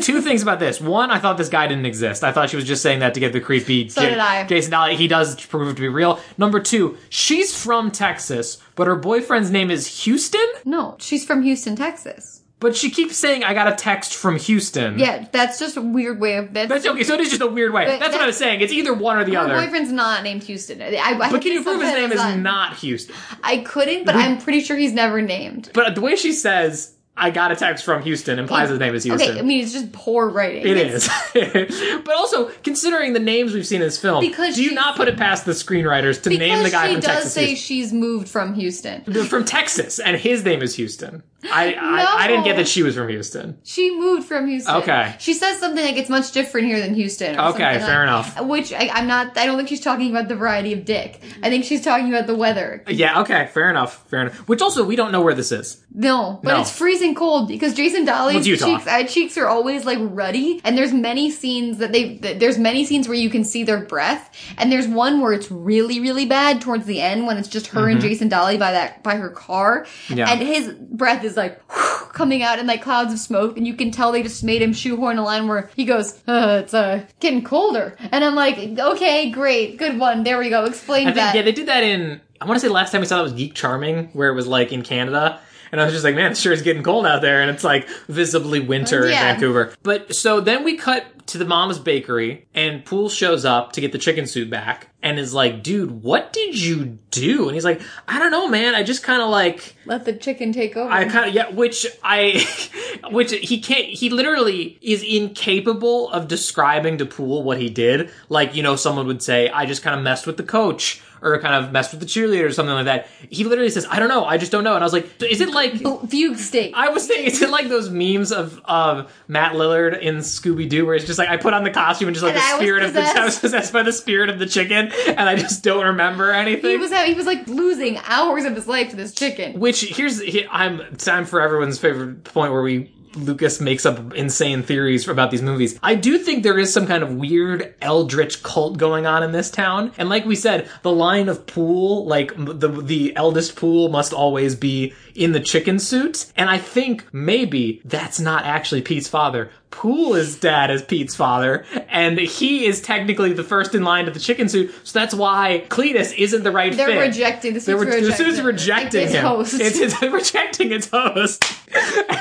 S2: Two things about this. One, I thought this guy didn't exist. I thought she was just saying that to get the creepy so
S3: did I.
S2: Jason Dolly. He does prove to be real. Number two, she's from Texas, but her boyfriend's name is Houston.
S3: No, she's from Houston, Texas.
S2: But she keeps saying, "I got a text from Houston."
S3: Yeah, that's just a weird way of that's,
S2: That's okay. So it is just a weird way.
S3: But
S2: That's what I was saying. It's either one or the
S3: Her
S2: other.
S3: boyfriend's not named Houston. I, I
S2: but can you prove his name is not Houston?
S3: I couldn't, but I'm pretty sure he's never named.
S2: But the way she says, "I got a text from Houston," implies his name is Houston.
S3: Okay, I mean it's just poor writing.
S2: it
S3: It's-
S2: is. but also, considering the names we've seen in this film,
S3: Because
S2: do you
S3: she-
S2: not put it past the screenwriters to
S3: Because
S2: name the guy
S3: she
S2: from
S3: does
S2: Texas
S3: say
S2: Houston?
S3: she's moved from Houston.
S2: from Texas, and his name is Houston. I, I I didn't get
S3: No.
S2: that she was from Houston.
S3: She moved from Houston.
S2: Okay.
S3: She says something like it's much different here than Houston. Or
S2: Okay,
S3: something
S2: fair
S3: like-
S2: enough.
S3: Which I, I'm not. I don't think she's talking about the variety of dick. I think she's talking about the weather.
S2: Yeah, okay, fair enough, fair enough. Which also we don't know where this is.
S3: No, but
S2: No.
S3: it's freezing cold because Jason Dolly's
S2: What's Utah?
S3: cheeks, eye cheeks are always like ruddy, and there's many scenes that they that there's many scenes where you can see their breath, and there's one where it's really really bad towards the end when it's just her and Jason Dolly by that by her car,
S2: Mm-hmm. Yeah.
S3: and his breath is like coming out in like clouds of smoke, and you can tell they just made him shoehorn a line where he goes, uh, "It's uh, getting colder," and I'm like, "Okay, great, good one, there we go." Explain
S2: I think
S3: that.
S2: yeah, they did that in I want to say last time we saw that was Geek Charming, where it was like in Canada. And I was just like, man, it sure is getting cold out there, and it's like visibly winter
S3: Yeah.
S2: in Vancouver. But so then we cut to the mama's bakery, and Poole shows up to get the chicken suit back, and is like, dude, what did you do? And he's like, I don't know, man. I just kind of like
S3: Let the chicken take over.
S2: I kind of yeah, which I, which he can't. He literally is incapable of describing to Poole what he did. Like you know, someone would say, "I just kind of messed with the coach." Or kind of messed with the cheerleader or something like that. He literally says, "I don't know. I just don't know." And I was like, "Is it like
S3: Fugue state.
S2: I was thinking? Is it like those memes of of Matt Lillard in Scooby Doo, where it's just like I put on the costume and just like
S3: And I
S2: the
S3: was
S2: spirit of the I was
S3: possessed.
S2: possessed by the spirit of the chicken, and I just don't remember anything."
S3: He was he was like losing hours of his life to this chicken.
S2: Which here's he- I'm time for everyone's favorite point where we Lucas makes up insane theories about these movies. I do think there is some kind of weird eldritch cult going on in this town, and like we said, the line of pool, like m- the the eldest pool, must always be in the chicken suit. And I think maybe that's not actually Pete's father. Pool is dad is Pete's father, and he is technically the first in line to the chicken suit. So that's why Cletus isn't the right
S3: They're
S2: fit.
S3: rejecting the
S2: They're
S3: suits.
S2: re-
S3: were
S2: the suit's
S3: rejected.
S2: rejecting
S3: Like, his
S2: him.
S3: host.
S2: It's, it's rejecting its host.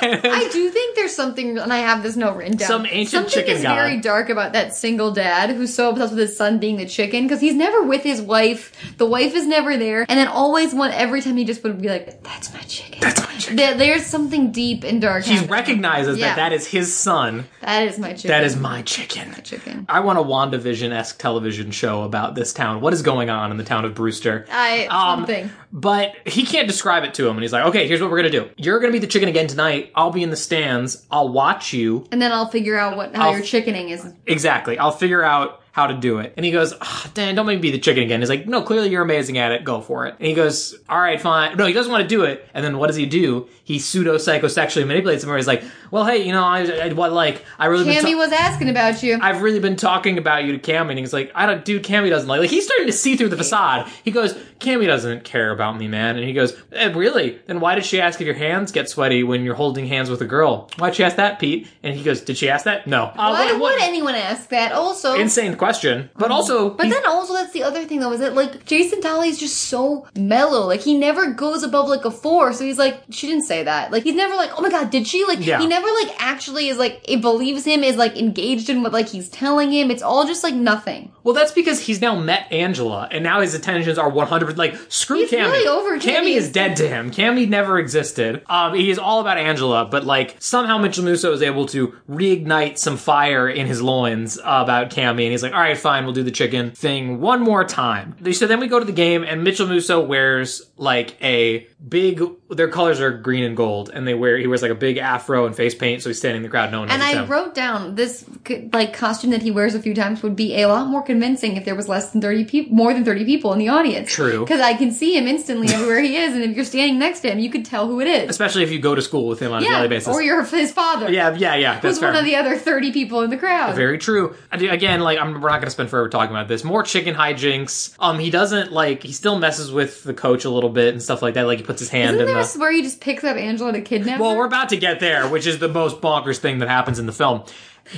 S2: And-
S3: I do think there's something, and I have this note written down.
S2: Some ancient
S3: something
S2: chicken
S3: is
S2: guy.
S3: very dark about that single dad who's so obsessed with his son being the chicken because he's never with his wife. The wife is never there, and then always one every time he just would be like, "That's my chicken."
S2: That's my chicken.
S3: There- there's something deep and dark.
S2: he
S3: happening.
S2: recognizes
S3: Yeah.
S2: that that is his son.
S3: That is my chicken.
S2: That is my chicken.
S3: chicken.
S2: I want a WandaVision esque television show about this town. What is going on in the town of Brewster?
S3: I
S2: Um,
S3: something.
S2: But he can't describe it to him, and he's like, "Okay, here's what we're gonna do. You're gonna be the chicken again tonight. I'll be in the stands. I'll watch you.
S3: And then I'll figure out what how
S2: I'll-
S3: your chickening is.
S2: Exactly. I'll figure out how to do it. And he goes, oh, Dan, don't make me be the chicken again. He's like, no, clearly you're amazing at it. Go for it. And he goes, all right, fine. No, he doesn't want to do it. And then what does he do? He pseudo psychosexually manipulates him where he's like, well, hey, you know, I, I what, like, I really been
S3: Cammy
S2: ta-
S3: was asking about you.
S2: I've really been talking about you to Cammy, and he's like, "I don't, dude. Cammy doesn't like." Like he's starting to see through the facade. He goes, "Cammy doesn't care about me, man." And he goes, eh, "Really? Then why did she ask if your hands get sweaty when you're holding hands with a girl? Why'd she ask that, Pete?" And he goes, "Did she ask that? No. Uh,
S3: Why
S2: what- what-
S3: would anyone ask that? Also,
S2: insane question. But also,
S3: But then also that's the other thing though, is that like Jason Dolly is just so mellow. Like he never goes above like a four. So he's like, she didn't say that. Like he's never like, oh my god, did she? Like
S2: Yeah.
S3: he never like actually is like it believes him, is like engaged in what like he's telling him. It's all just like nothing.
S2: well, that's because he's now met Angela, and now his attentions are one hundred. Like screw
S3: He's
S2: Cammy.
S3: really over
S2: Cammy
S3: Cammy.
S2: is dead to him. Cammy never existed. Um, he is all about Angela, but like somehow Mitchell Musso is able to reignite some fire in his loins about Cammy, and he's like, all right, fine, we'll do the chicken thing one more time. So then we go to the game, and Mitchell Musso wears like a big. Their colors are green and gold, and they wear he wears like a big afro and face paint, so he's standing in the crowd. No one knows
S3: And
S2: it's
S3: I
S2: him.
S3: wrote down this c- like costume that he wears a few times would be a lot more convincing if there was less than thirty people, more than thirty people in the audience.
S2: True.
S3: because I can see him instantly everywhere he is, and if you're standing next to him, you could tell who it is.
S2: Especially if you go to school with him on a
S3: Yeah,
S2: daily basis.
S3: or you're his father.
S2: Yeah, yeah, yeah. That's
S3: was
S2: fair.
S3: one of the other 30 people in the crowd.
S2: Very true. I do- Again, like I'm, we're not going to spend forever talking about this. More chicken hijinks. Um, he doesn't like. He still messes with the coach a little bit and stuff like that. Like he puts his hand
S3: Isn't
S2: in
S3: there
S2: the.
S3: a where he just picks up Angela to kidnap
S2: Well,
S3: her?
S2: we're about to get there, which is the most bonkers thing that happens in the film.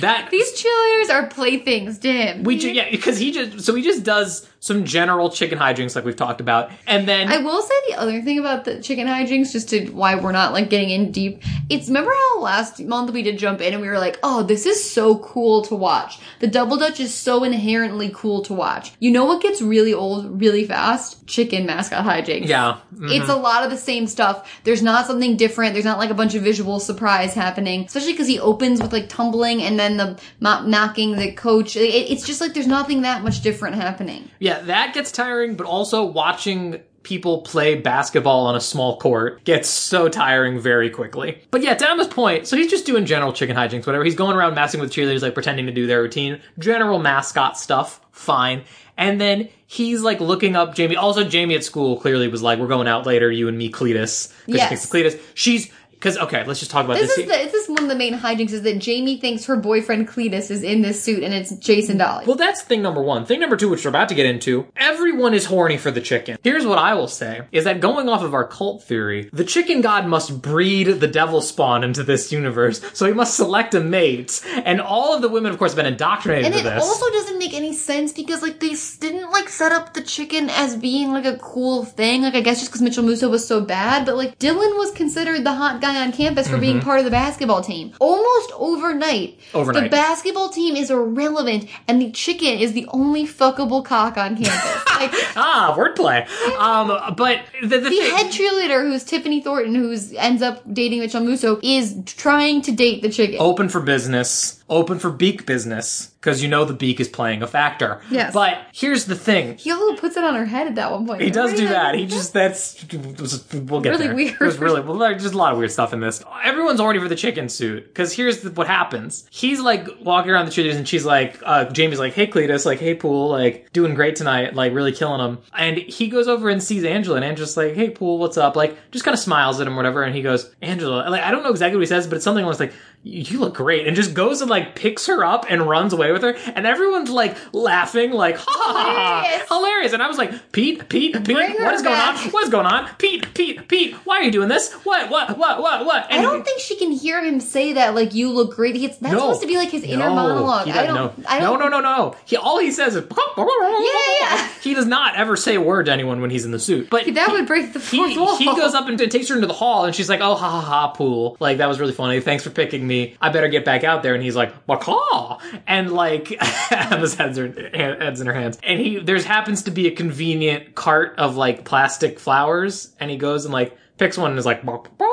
S2: That
S3: These cheerleaders are playthings to him.
S2: we ju- yeah, because he just so he just does some general chicken hijinks like we've talked about, and then
S3: I will say the other thing about the chicken hijinks, just to why we're not like getting in deep. It's remember how last month we did jump in and we were like, oh, this is so cool to watch. The double dutch is so inherently cool to watch. You know what gets really old really fast? Chicken mascot hijinks.
S2: yeah,
S3: It's a lot of the same stuff. There's not something different. There's not like a bunch of visual surprise happening, especially because he opens with like tumbling and then the mo- knocking the coach. It- it's just like there's nothing that much different happening.
S2: Yeah, that gets tiring, but also watching people play basketball on a small court gets so tiring very quickly. But yeah, to Emma's point, so he's just doing general chicken hijinks, whatever. He's going around messing with cheerleaders, like pretending to do their routine, general mascot stuff, fine. And then he's like looking up Jamie. Also, Jamie at school clearly was like, "We're going out later, you and me, Cletus." 'Cause she thinks
S3: Yes.
S2: Cletus. She's because okay, let's just talk about this.
S3: This is the, this is one of the main hijinks is that Jamie thinks her boyfriend Cletus is in this suit and it's Jason Dolly.
S2: Well, that's thing number one. Thing number two, which we're about to get into, everyone is horny for the chicken. Here's what I will say is that going off of our cult theory, the chicken god must breed the devil spawn into this universe, so he must select a mate. And all of the women, of course, have been indoctrinated
S3: and
S2: to
S3: it
S2: this.
S3: also doesn't make any sense because like they s- didn't like set up the chicken as being like a cool thing. Like I guess just because Mitchell Musso was so bad, but like Dylan was considered the hot guy on campus for
S2: Mm-hmm.
S3: being part of the basketball team. Almost overnight, the
S2: Overnight.
S3: basketball team is irrelevant, and the chicken is the only fuckable cock on campus. like
S2: ah, wordplay. Um, but the, the
S3: the
S2: thing-
S3: head cheerleader, who's Tiffany Thornton, who's ends up dating Mitchell Musso, is trying to date the chicken.
S2: open for business, open for beak business, because you know the beak is playing a factor.
S3: Yes.
S2: But here's the thing.
S3: He also puts it on her head at that one point.
S2: He does do
S3: Remember
S2: that.
S3: had-
S2: He just that's we'll get
S3: Really
S2: there.
S3: weird.
S2: It was really well. There's just a lot of weird stuff in this. Everyone's already for the chicken suit because here's the, what happens. He's like walking around the cheerleaders and she's like, uh, Jamie's like, "Hey Cletus, like, hey Pool, like, doing great tonight, like, really killing him." And he goes over and sees Angela and Angela's like, "Hey Pool, what's up?" Like, just kind of smiles at him, or whatever. And he goes, "Angela," like, I don't know exactly what he says, but it's something almost like. You look great, and just goes and like picks her up and runs away with her, and everyone's like laughing, like ha ha ha, ha,
S3: Hilarious.
S2: hilarious. And I was like, Pete, Pete, Pete,
S3: Bring her
S2: what is going
S3: back.
S2: on? What is going on? Pete, Pete, Pete, why are you doing this? What, what, what, what, what?
S3: I
S2: And-
S3: don't think she can hear him say that. Like you look great. He, that's
S2: No.
S3: supposed to be like his inner
S2: No,
S3: monologue.
S2: he
S3: I
S2: doesn't-
S3: don't.
S2: No.
S3: I don't.
S2: no, no, no, no. He all he says is
S3: Yeah, yeah.
S2: He does not ever say a word to anyone when he's in the suit. But
S3: That
S2: he-
S3: would break the fourth
S2: he,
S3: wall.
S2: he goes up and t- takes her into the hall, and she's like, "Oh, ha ha ha, pool! Like that was really funny. Thanks for picking me. I better get back out there." And he's like, "Macaw!" And like Emma's heads are heads in her hands. And he there's happens to be a convenient cart of like plastic flowers, and he goes and like picks one and is like, "Macaw!"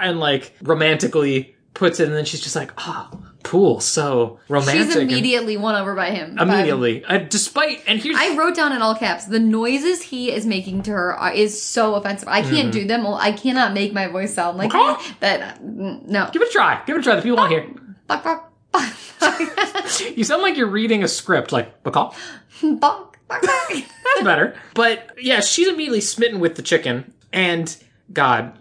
S2: and like romantically puts it, and then she's just like, "Ah, pool, so romantic."
S3: She's
S2: and-
S3: immediately won over by him. By-
S2: immediately, uh, despite and here's
S3: I wrote down in all caps the noises he is making to her are, is so offensive. I
S2: Mm-hmm.
S3: can't do them. I cannot make my voice sound like
S2: Macaw?
S3: that. that. No.
S2: give it a try. Give it a try. The people on here.
S3: Buck, buck, buck, buck.
S2: You sound like you're reading a script, like macaw.
S3: Buck, buck, buck.
S2: That's better. But yeah, she's immediately smitten with the chicken, and God,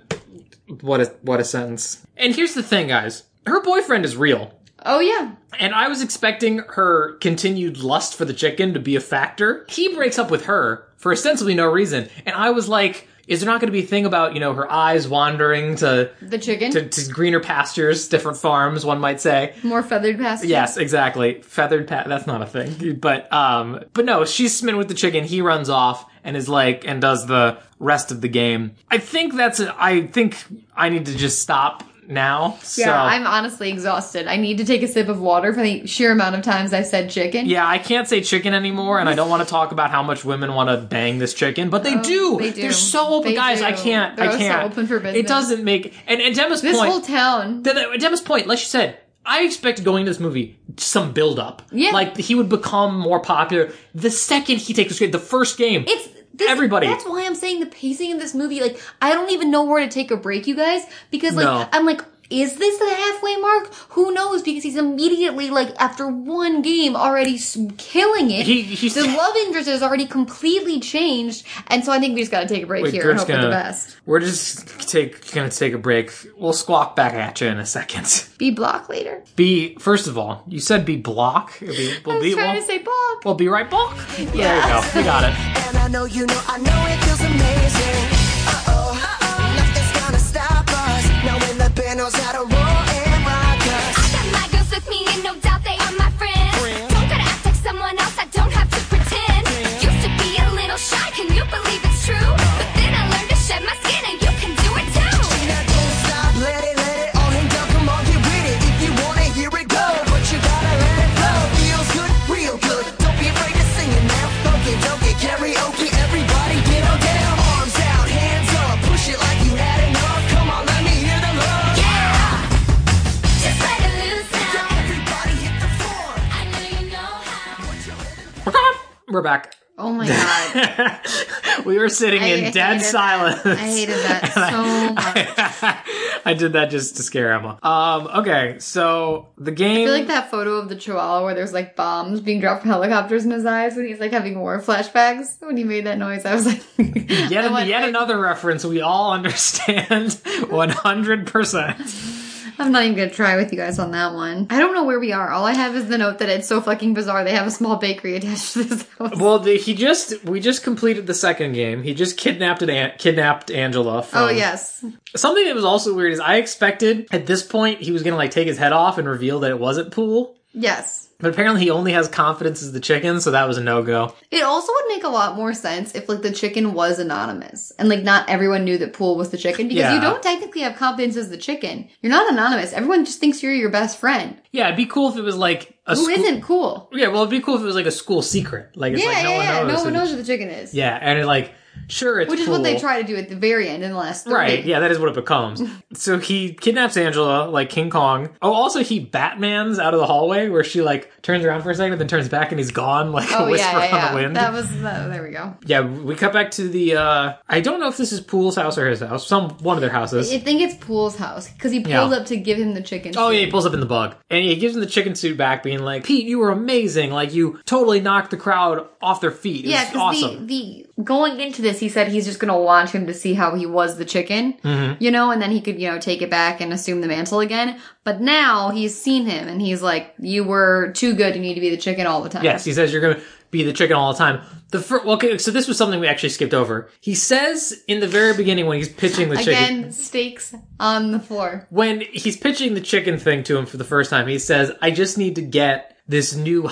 S2: what a what a sentence. And here's the thing, guys. Her boyfriend is real.
S3: Oh yeah.
S2: And I was expecting her continued lust for the chicken to be a factor. He breaks up with her for ostensibly no reason. And I was like, is there not going to be a thing about, you know, her eyes wandering to,
S3: The chicken.
S2: to, to greener pastures, different farms, one might say?
S3: More feathered pastures.
S2: Yes, exactly. Feathered pat that's not a thing. But um but no, she's smitten with the chicken, he runs off and is like and does the rest of the game. I think that's a, I think I need to just stop now.
S3: Yeah,
S2: so
S3: I'm honestly exhausted. I need to take a sip of water for the sheer amount of times I said chicken.
S2: yeah, I can't say chicken anymore, and I don't want to talk about how much women want to bang this chicken, but they, do.
S3: Oh, they do.
S2: They're so open,
S3: They
S2: guys. I
S3: do.
S2: can't.
S3: They're
S2: I
S3: so
S2: can't.
S3: open for
S2: It
S3: business.
S2: doesn't make. And and Emma's
S3: This
S2: point.
S3: whole town.
S2: Then at Emma's point, like she said, I expect going to this movie some build up.
S3: Yeah.
S2: Like he would become more popular the second he takes the screen, the first game.
S3: It's this,
S2: Everybody.
S3: That's why I'm saying the pacing in this movie, like, I don't even know where to take a break, you guys, because like
S2: No.
S3: I'm like, is this the halfway mark? Who knows? Because he's immediately like after one game already s- killing it.
S2: He- he's-
S3: the love interest is already completely changed, and so I think we just got to take a break here and
S2: Gert's
S3: hope for the best.
S2: We're just take gonna take a break. We'll squawk back at you in a second.
S3: Be block later.
S2: Be first of all, you said be block. It'd Be,
S3: I
S2: we'll
S3: was
S2: be
S3: trying
S2: we'll,
S3: to say block.
S2: we'll be right block. There you go. You got it.
S1: And I know you know, I know it feels amazing. Uh oh, nothing's gonna stop us. Now when the band knows how to roll and rock us.
S4: I got my girls with me and no doubt they are my friends. Don't gotta act like someone else, I don't have to pretend. Used to be a little shy, can you believe it's true? But then I learned to shed my skin and you can do it too.
S1: Now don't stop, let it, let it all hang down. Come on, get with it. If you wanna hear it go, but you gotta let it flow. Feels good, real good. Don't be afraid to sing it now. Funk it, dunk it, karaoke. Everybody get on down. Arms out, hands up. Push it like you had enough. Come on, let me hear the love.
S4: Yeah! Just let it loose now.
S1: Everybody hit the floor.
S4: I know you know how.
S2: We're back.
S3: Oh my god.
S2: we were sitting
S3: I
S2: in
S3: hated
S2: dead
S3: that.
S2: silence.
S3: I hated that
S2: And I-
S3: so much.
S2: I did that just to scare Emma. Um, okay, so the game.
S3: I feel like that photo of the Chihuahua where there's like bombs being dropped from helicopters in his eyes when he's like having war flashbacks. When he made that noise, I was like,
S2: Yet,
S3: I went,
S2: yet
S3: I-
S2: another reference we all understand 100%.
S3: I'm not even gonna try with you guys on that one. I don't know where we are. All I have is the note that it's so fucking bizarre. They have a small bakery attached to this house.
S2: Well, the, he just we just completed the second game. He just kidnapped an, an- kidnapped Angela. From,
S3: oh yes,
S2: Something that was also weird is I expected at this point he was going to like take his head off and reveal that it wasn't Pool,
S3: yes.
S2: but apparently he only has confidence as the chicken, so that was a no-go.
S3: It also would make a lot more sense if like the chicken was anonymous and like not everyone knew that Pool was the chicken because
S2: Yeah.
S3: you don't technically have confidence as the chicken. You're not anonymous. Everyone just thinks you're your best friend
S2: Yeah, it'd be cool if it was like a
S3: who
S2: school-
S3: not cool.
S2: Yeah, well, it'd be cool if it was like a school secret. Like, it's
S3: yeah,
S2: like no
S3: yeah,
S2: one
S3: yeah.
S2: knows.
S3: no
S2: who
S3: one
S2: the-
S3: knows who the chicken is.
S2: Yeah, and it, like, sure, it's
S3: Which is what they
S2: cool.
S3: try to do at the very end in the last three.
S2: Right, yeah, that is what it becomes. so he kidnaps Angela, like King Kong. Oh, also he Batmans out of the hallway where she like turns around for a second, then turns back and he's gone, like
S3: Oh
S2: a whisper
S3: yeah, yeah, yeah.
S2: on the wind.
S3: That was that, there. We go.
S2: yeah, we cut back to the. uh I don't know if this is Pool's house or his house. Some one of their houses.
S3: I think it's Pool's house because he pulled
S2: Yeah.
S3: up to give him the chicken.
S2: Oh
S3: soup.
S2: yeah, he pulls up in the bug, and he gives him the chicken suit back, being like, "Pete, you were amazing! Like you totally knocked the crowd off their feet. It
S3: Yeah,
S2: was
S3: because
S2: awesome."
S3: the, the going into this, he said he's just going to watch him to see how he was the chicken,
S2: Mm-hmm.
S3: you know, and then he could you know take it back and assume the mantle again. But now he's seen him, and he's like, "You were too good. You need to be the chicken all the time."
S2: Yes, he says you're going to be the chicken all the time. The fir- well, okay, so this was something we actually skipped over. He says in the very beginning when he's pitching the chicken,
S3: Again, stakes on the floor.
S2: when he's pitching the chicken thing to him for the first time, he says, "I just need to get this new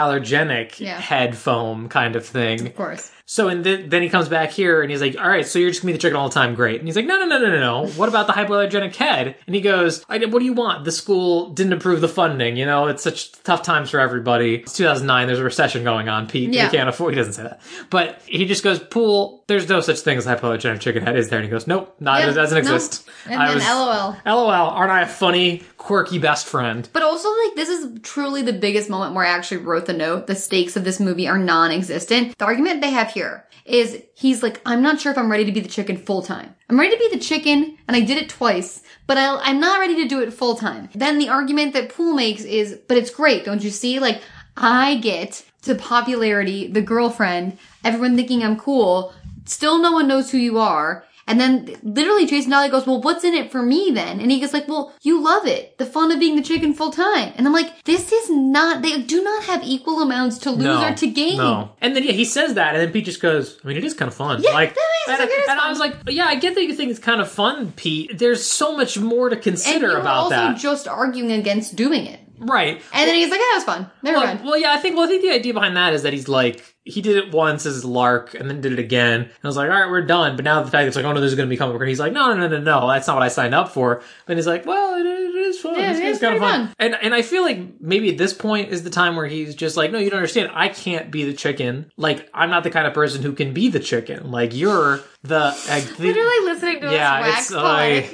S2: hypoallergenic
S3: Yeah.
S2: head foam kind of thing."
S3: Of course.
S2: So and th- then he comes back here and he's like, "All right, so you're just gonna be the chicken all the time, great." And he's like, "No, no, no, no, no, no. What about the hypoallergenic head?" And he goes, I, did- "What do you want? The school didn't approve the funding. You know, it's such tough times for everybody. It's 2009. There's a recession going on. Pete,
S3: Yeah.
S2: we can't afford." He doesn't say that, but he just goes, "Pool, there's no such thing as hypoallergenic chicken head, is there?" And he goes, "Nope, not
S3: Yeah,
S2: it doesn't
S3: no.
S2: exist."
S3: And then LOL.
S2: LOL. Aren't I a funny, quirky best friend?
S3: But also, like, this is truly the biggest moment where I actually wrote the note. The stakes of this movie are non existent. The argument they have here is he's like, I'm not sure if I'm ready to be the chicken full time. I'm ready to be the chicken, and I did it twice, but I'll, I'm not ready to do it full time. Then the argument that Poole makes is, but it's great, don't you see? Like, I get to popularity, the girlfriend, everyone thinking I'm cool, still no one knows who you are. And then literally Jason Dolly goes, well, what's in it for me then? And he goes like, well, you love it. The fun of being the chicken full time. And I'm like, this is not, they do not have equal amounts to lose or to gain.
S2: No. And then yeah, he says that, and then Pete just goes, I mean, it is kind of fun.
S3: Yeah,
S2: like,
S3: that is-
S2: and, I-
S3: it is
S2: and I
S3: fun.
S2: was like, yeah, I get that you think it's kind of fun, Pete. There's so much more to
S3: And
S2: consider
S3: you're
S2: about
S3: also
S2: that.
S3: just arguing against doing it.
S2: right.
S3: And then he's like, yeah, it was fun. Never
S2: Well,
S3: mind.
S2: well, yeah, I think. Well, I think the idea behind that is that he's like he did it once as a lark, and then did it again. And I was like, all right, we're done. But now the fact that it's like, oh no, this is going to be comic book. He's like, no, no, no, no, no, that's not what I signed up for. Then he's like, well, it, it is fun.
S3: Yeah,
S2: This
S3: it
S2: game's
S3: is
S2: kinda
S3: pretty fun.
S2: And and I feel like maybe at this point is the time where he's just like, no, you don't understand. I can't be the chicken. Like I'm not the kind of person who can be the chicken. Like you're the. Like, the
S3: Literally listening to
S2: Yeah,
S3: us wax
S2: it's, like-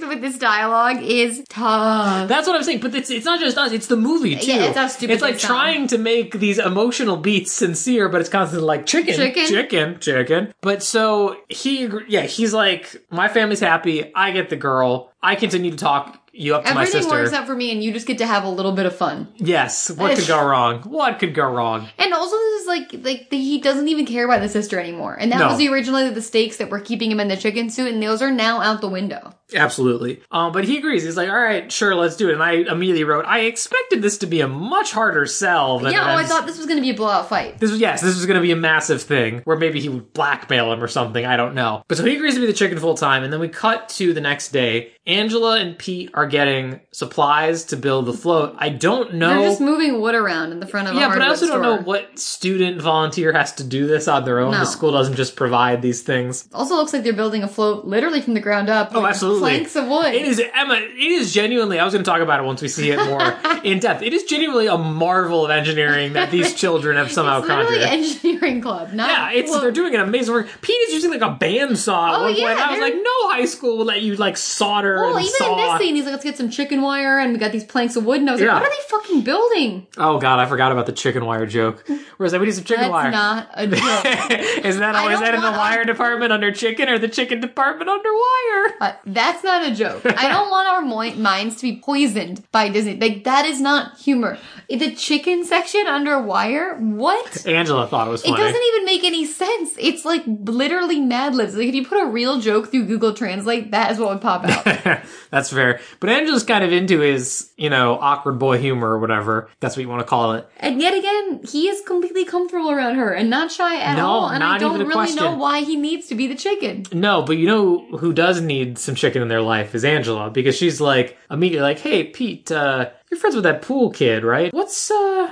S3: poetic with this dialogue is tough.
S2: That's what I'm saying, but it's it's not just us; it's the movie too.
S3: Yeah, it's how stupid
S2: It's like
S3: they sound.
S2: trying to make these emotional beats sincere, but it's constantly like chicken,
S3: Chicken.
S2: chicken, chicken. But so he, agr- yeah, he's like, my family's happy. I get the girl. I continue to talk you up to my
S3: Everything
S2: sister.
S3: works out for me and you just get to have a little bit of fun.
S2: yes, what could go wrong? What could go wrong?
S3: And also, this is like like the, he doesn't even care about the sister anymore, and that
S2: No.
S3: was the originally the stakes that were keeping him in the chicken suit, and those are now out the window.
S2: Absolutely. Um, but he agrees. He's like, all right, sure, let's do it. And I immediately wrote, I expected this to be a much harder sell than
S3: yeah, oh, I
S2: than-
S3: thought this was going to be a blowout fight.
S2: This was yes, this was going to be a massive thing where maybe he would blackmail him or something. I don't know. But so he agrees to be the chicken full time, and then we cut to the next day. Angela and Pete are getting supplies to build the float. I don't
S3: They're
S2: know.
S3: just moving wood around in the front of a
S2: Yeah, but I
S3: hardwood
S2: also don't know
S3: store.
S2: what student volunteer has to do this on their own.
S3: No.
S2: The school doesn't just provide these things.
S3: Also, looks like they're building a float literally from the ground up.
S2: Oh, absolutely.
S3: planks of wood.
S2: It is Emma. It is genuinely. I was going to talk about it once we see it more in depth. It is genuinely a marvel of engineering that these children have somehow
S3: It's
S2: conjured.
S3: literally engineering club. Not
S2: Yeah, it's
S3: well,
S2: they're doing an amazing work. Pete is using like a bandsaw at
S3: Oh,
S2: one
S3: yeah,
S2: point. I was
S3: they're-
S2: like, no high school will let you like solder wire.
S3: Well,
S2: and
S3: even
S2: saw.
S3: in this scene, he's like, let's get some chicken wire and we got these planks of wood. And I was
S2: Yeah.
S3: like, what are they fucking building?
S2: Oh god, I forgot about the chicken wire joke. Where's that? We need some chicken
S3: That's
S2: wire.
S3: not a joke.
S2: is that is
S3: I don't
S2: that in the
S3: want-
S2: wire department under chicken or the chicken department under wire?
S3: Uh, that's not a joke. I don't want our moi- minds to be poisoned by Disney. Like, that is not humor. The chicken section under wire? What?
S2: Angela thought it was
S3: It
S2: funny.
S3: doesn't even make any sense. It's like literally Mad Libs. Like if you put a real joke through Google Translate, that is what would pop out.
S2: That's fair. But Angela's kind of into his, you know, awkward boy humor or whatever. That's what you want to call it.
S3: and yet again, he is completely comfortable around her and not shy at
S2: No,
S3: all. And I
S2: not
S3: don't
S2: even a
S3: really know
S2: question.
S3: why he needs to be the chicken.
S2: No, but you know who does need some chicken in their life is Angela because she's like immediately like, "Hey, Pete, uh, you're friends with that pool kid, right? What's uh,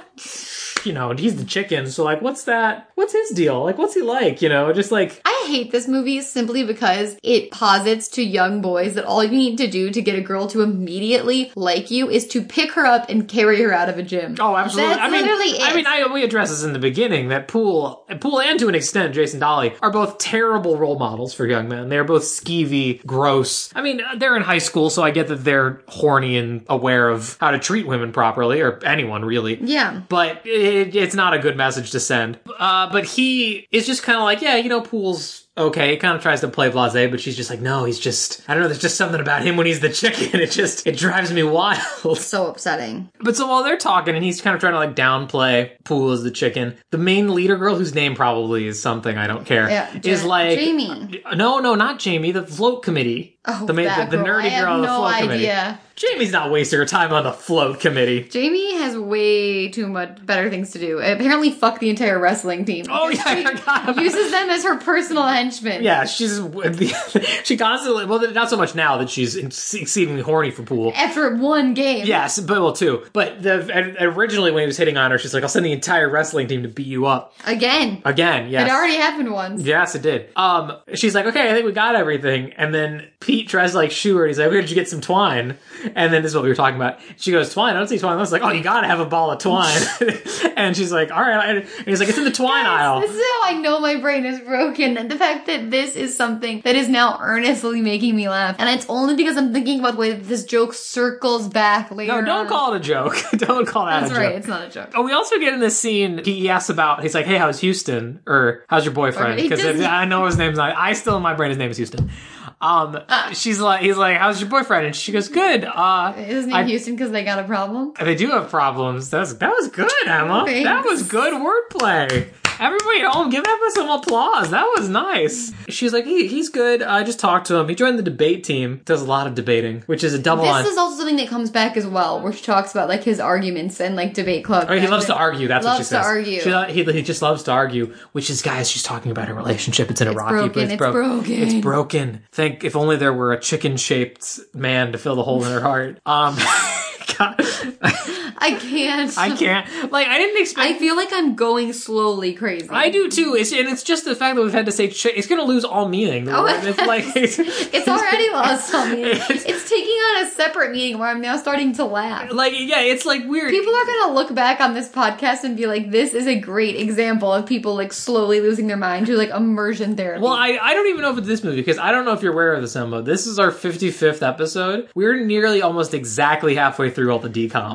S2: you know, and he's the chicken, so like, what's that? What's his deal? Like, what's he like? You know, just like,
S3: I hate this movie simply because it posits to young boys that all you need to do to get a girl to immediately like you is to pick her up and carry her out of a gym.
S2: oh, absolutely.
S3: That's
S2: I mean,
S3: literally it.
S2: I mean, I we address this in the beginning that pool, pool, and to an extent, Jason Dolly are both terrible role models for young men. They are both skeevy, gross. I mean, uh, they're in high school, so I get that they're horny and aware of how to treat women properly or anyone really.
S3: yeah.
S2: but it, it's not a good message to send. Uh, but he is just kind of like, yeah, you know, Pool's okay. He kind of tries to play blase, but she's just like, no, he's just, I don't know, there's just something about him when he's the chicken. It just, it drives me wild.
S3: So upsetting.
S2: but so while they're talking and he's kind of trying to like downplay Pool as the chicken, the main leader girl, whose name probably is something, I don't care,
S3: Yeah,
S2: is
S3: Ja-
S2: like,
S3: Jamie.
S2: No, no, not Jamie, the float committee.
S3: Oh,
S2: the, main-
S3: that
S2: the, the
S3: girl.
S2: nerdy
S3: I have
S2: girl on the
S3: no
S2: float committee.
S3: idea.
S2: Jamie's not wasting her time on the float committee.
S3: Jamie has way too much better things to do. Apparently, fuck the entire wrestling team.
S2: Oh, yeah, I forgot about-
S3: uses them as her personal henchmen.
S2: Yeah, she's she constantly. Well, not so much now that she's exceedingly horny for pool.
S3: After one game.
S2: Yes, but well, too. But the and originally when he was hitting on her, she's like, "I'll send the entire wrestling team to beat you up
S3: Again.
S2: again." Yes,
S3: It already happened once.
S2: Yes, it did. Um, she's like, "Okay, I think we got everything." And then Pete tries to like shoo her. And he's like, "Where did you get some twine?" And then this is what we were talking about. She goes, "Twine? I don't see twine." I was like, "Oh, you gotta have a ball of twine." and she's like, "All right." And he's like, "It's in the twine aisle."
S3: This is how I know my brain is broken. And the fact that this is something that is now earnestly making me laugh. And it's only because I'm thinking about the way that this joke circles back later.
S2: No,
S3: on.
S2: don't call it a joke. don't call that
S3: That's
S2: a
S3: right,
S2: joke.
S3: it's not a joke.
S2: Oh, we also get in this scene. He asks about. He's like, "Hey, how's Houston? Or how's your boyfriend?"
S3: He
S2: Because
S3: doesn't-
S2: I know his name's not. I still in my brain his name is Houston. Um,
S3: Uh.
S2: she's like, he's like, "How's your boyfriend?" And she goes, "Good." Uh,
S3: Isn't it
S2: I-
S3: Houston because they got a problem?
S2: they do have problems. That was that was good, Emma. That
S3: Thanks.
S2: was good wordplay. Everybody at home, give Emma some applause. That was nice. She's like, he, he's good. I just talked to him. He joined the debate team. Does a lot of debating, which is a double on.
S3: This is also something that comes back as well, where she talks about like his arguments and like debate club.
S2: Oh, he loves to argue. That's what she
S3: Loves to
S2: says.
S3: argue.
S2: She lo- he, he just loves to argue. Which is, guys, she's talking about her relationship. It's in a rocky,
S3: broken,
S2: but it's,
S3: it's
S2: broke-
S3: broken.
S2: It's broken. Think if only there were a chicken-shaped man to fill the hole in her heart. Um, God,
S3: I can't.
S2: I can't. Like, I didn't expect.
S3: I feel like I'm going slowly crazy.
S2: I do too. It's, and it's just the fact that we've had to say chi- it's going to lose all meaning. The
S3: Oh,
S2: word- it's like
S3: it's already lost on me. It's taking on a separate meaning where I'm now starting to laugh.
S2: like yeah, it's like weird.
S3: People are gonna look back on this podcast and be like, "This is a great example of people like slowly losing their mind to like immersion therapy."
S2: Well, I, I don't even know if it's this movie because I don't know if you're aware of this, Emma. This is our 55th episode. We're nearly almost exactly halfway through all the decoms.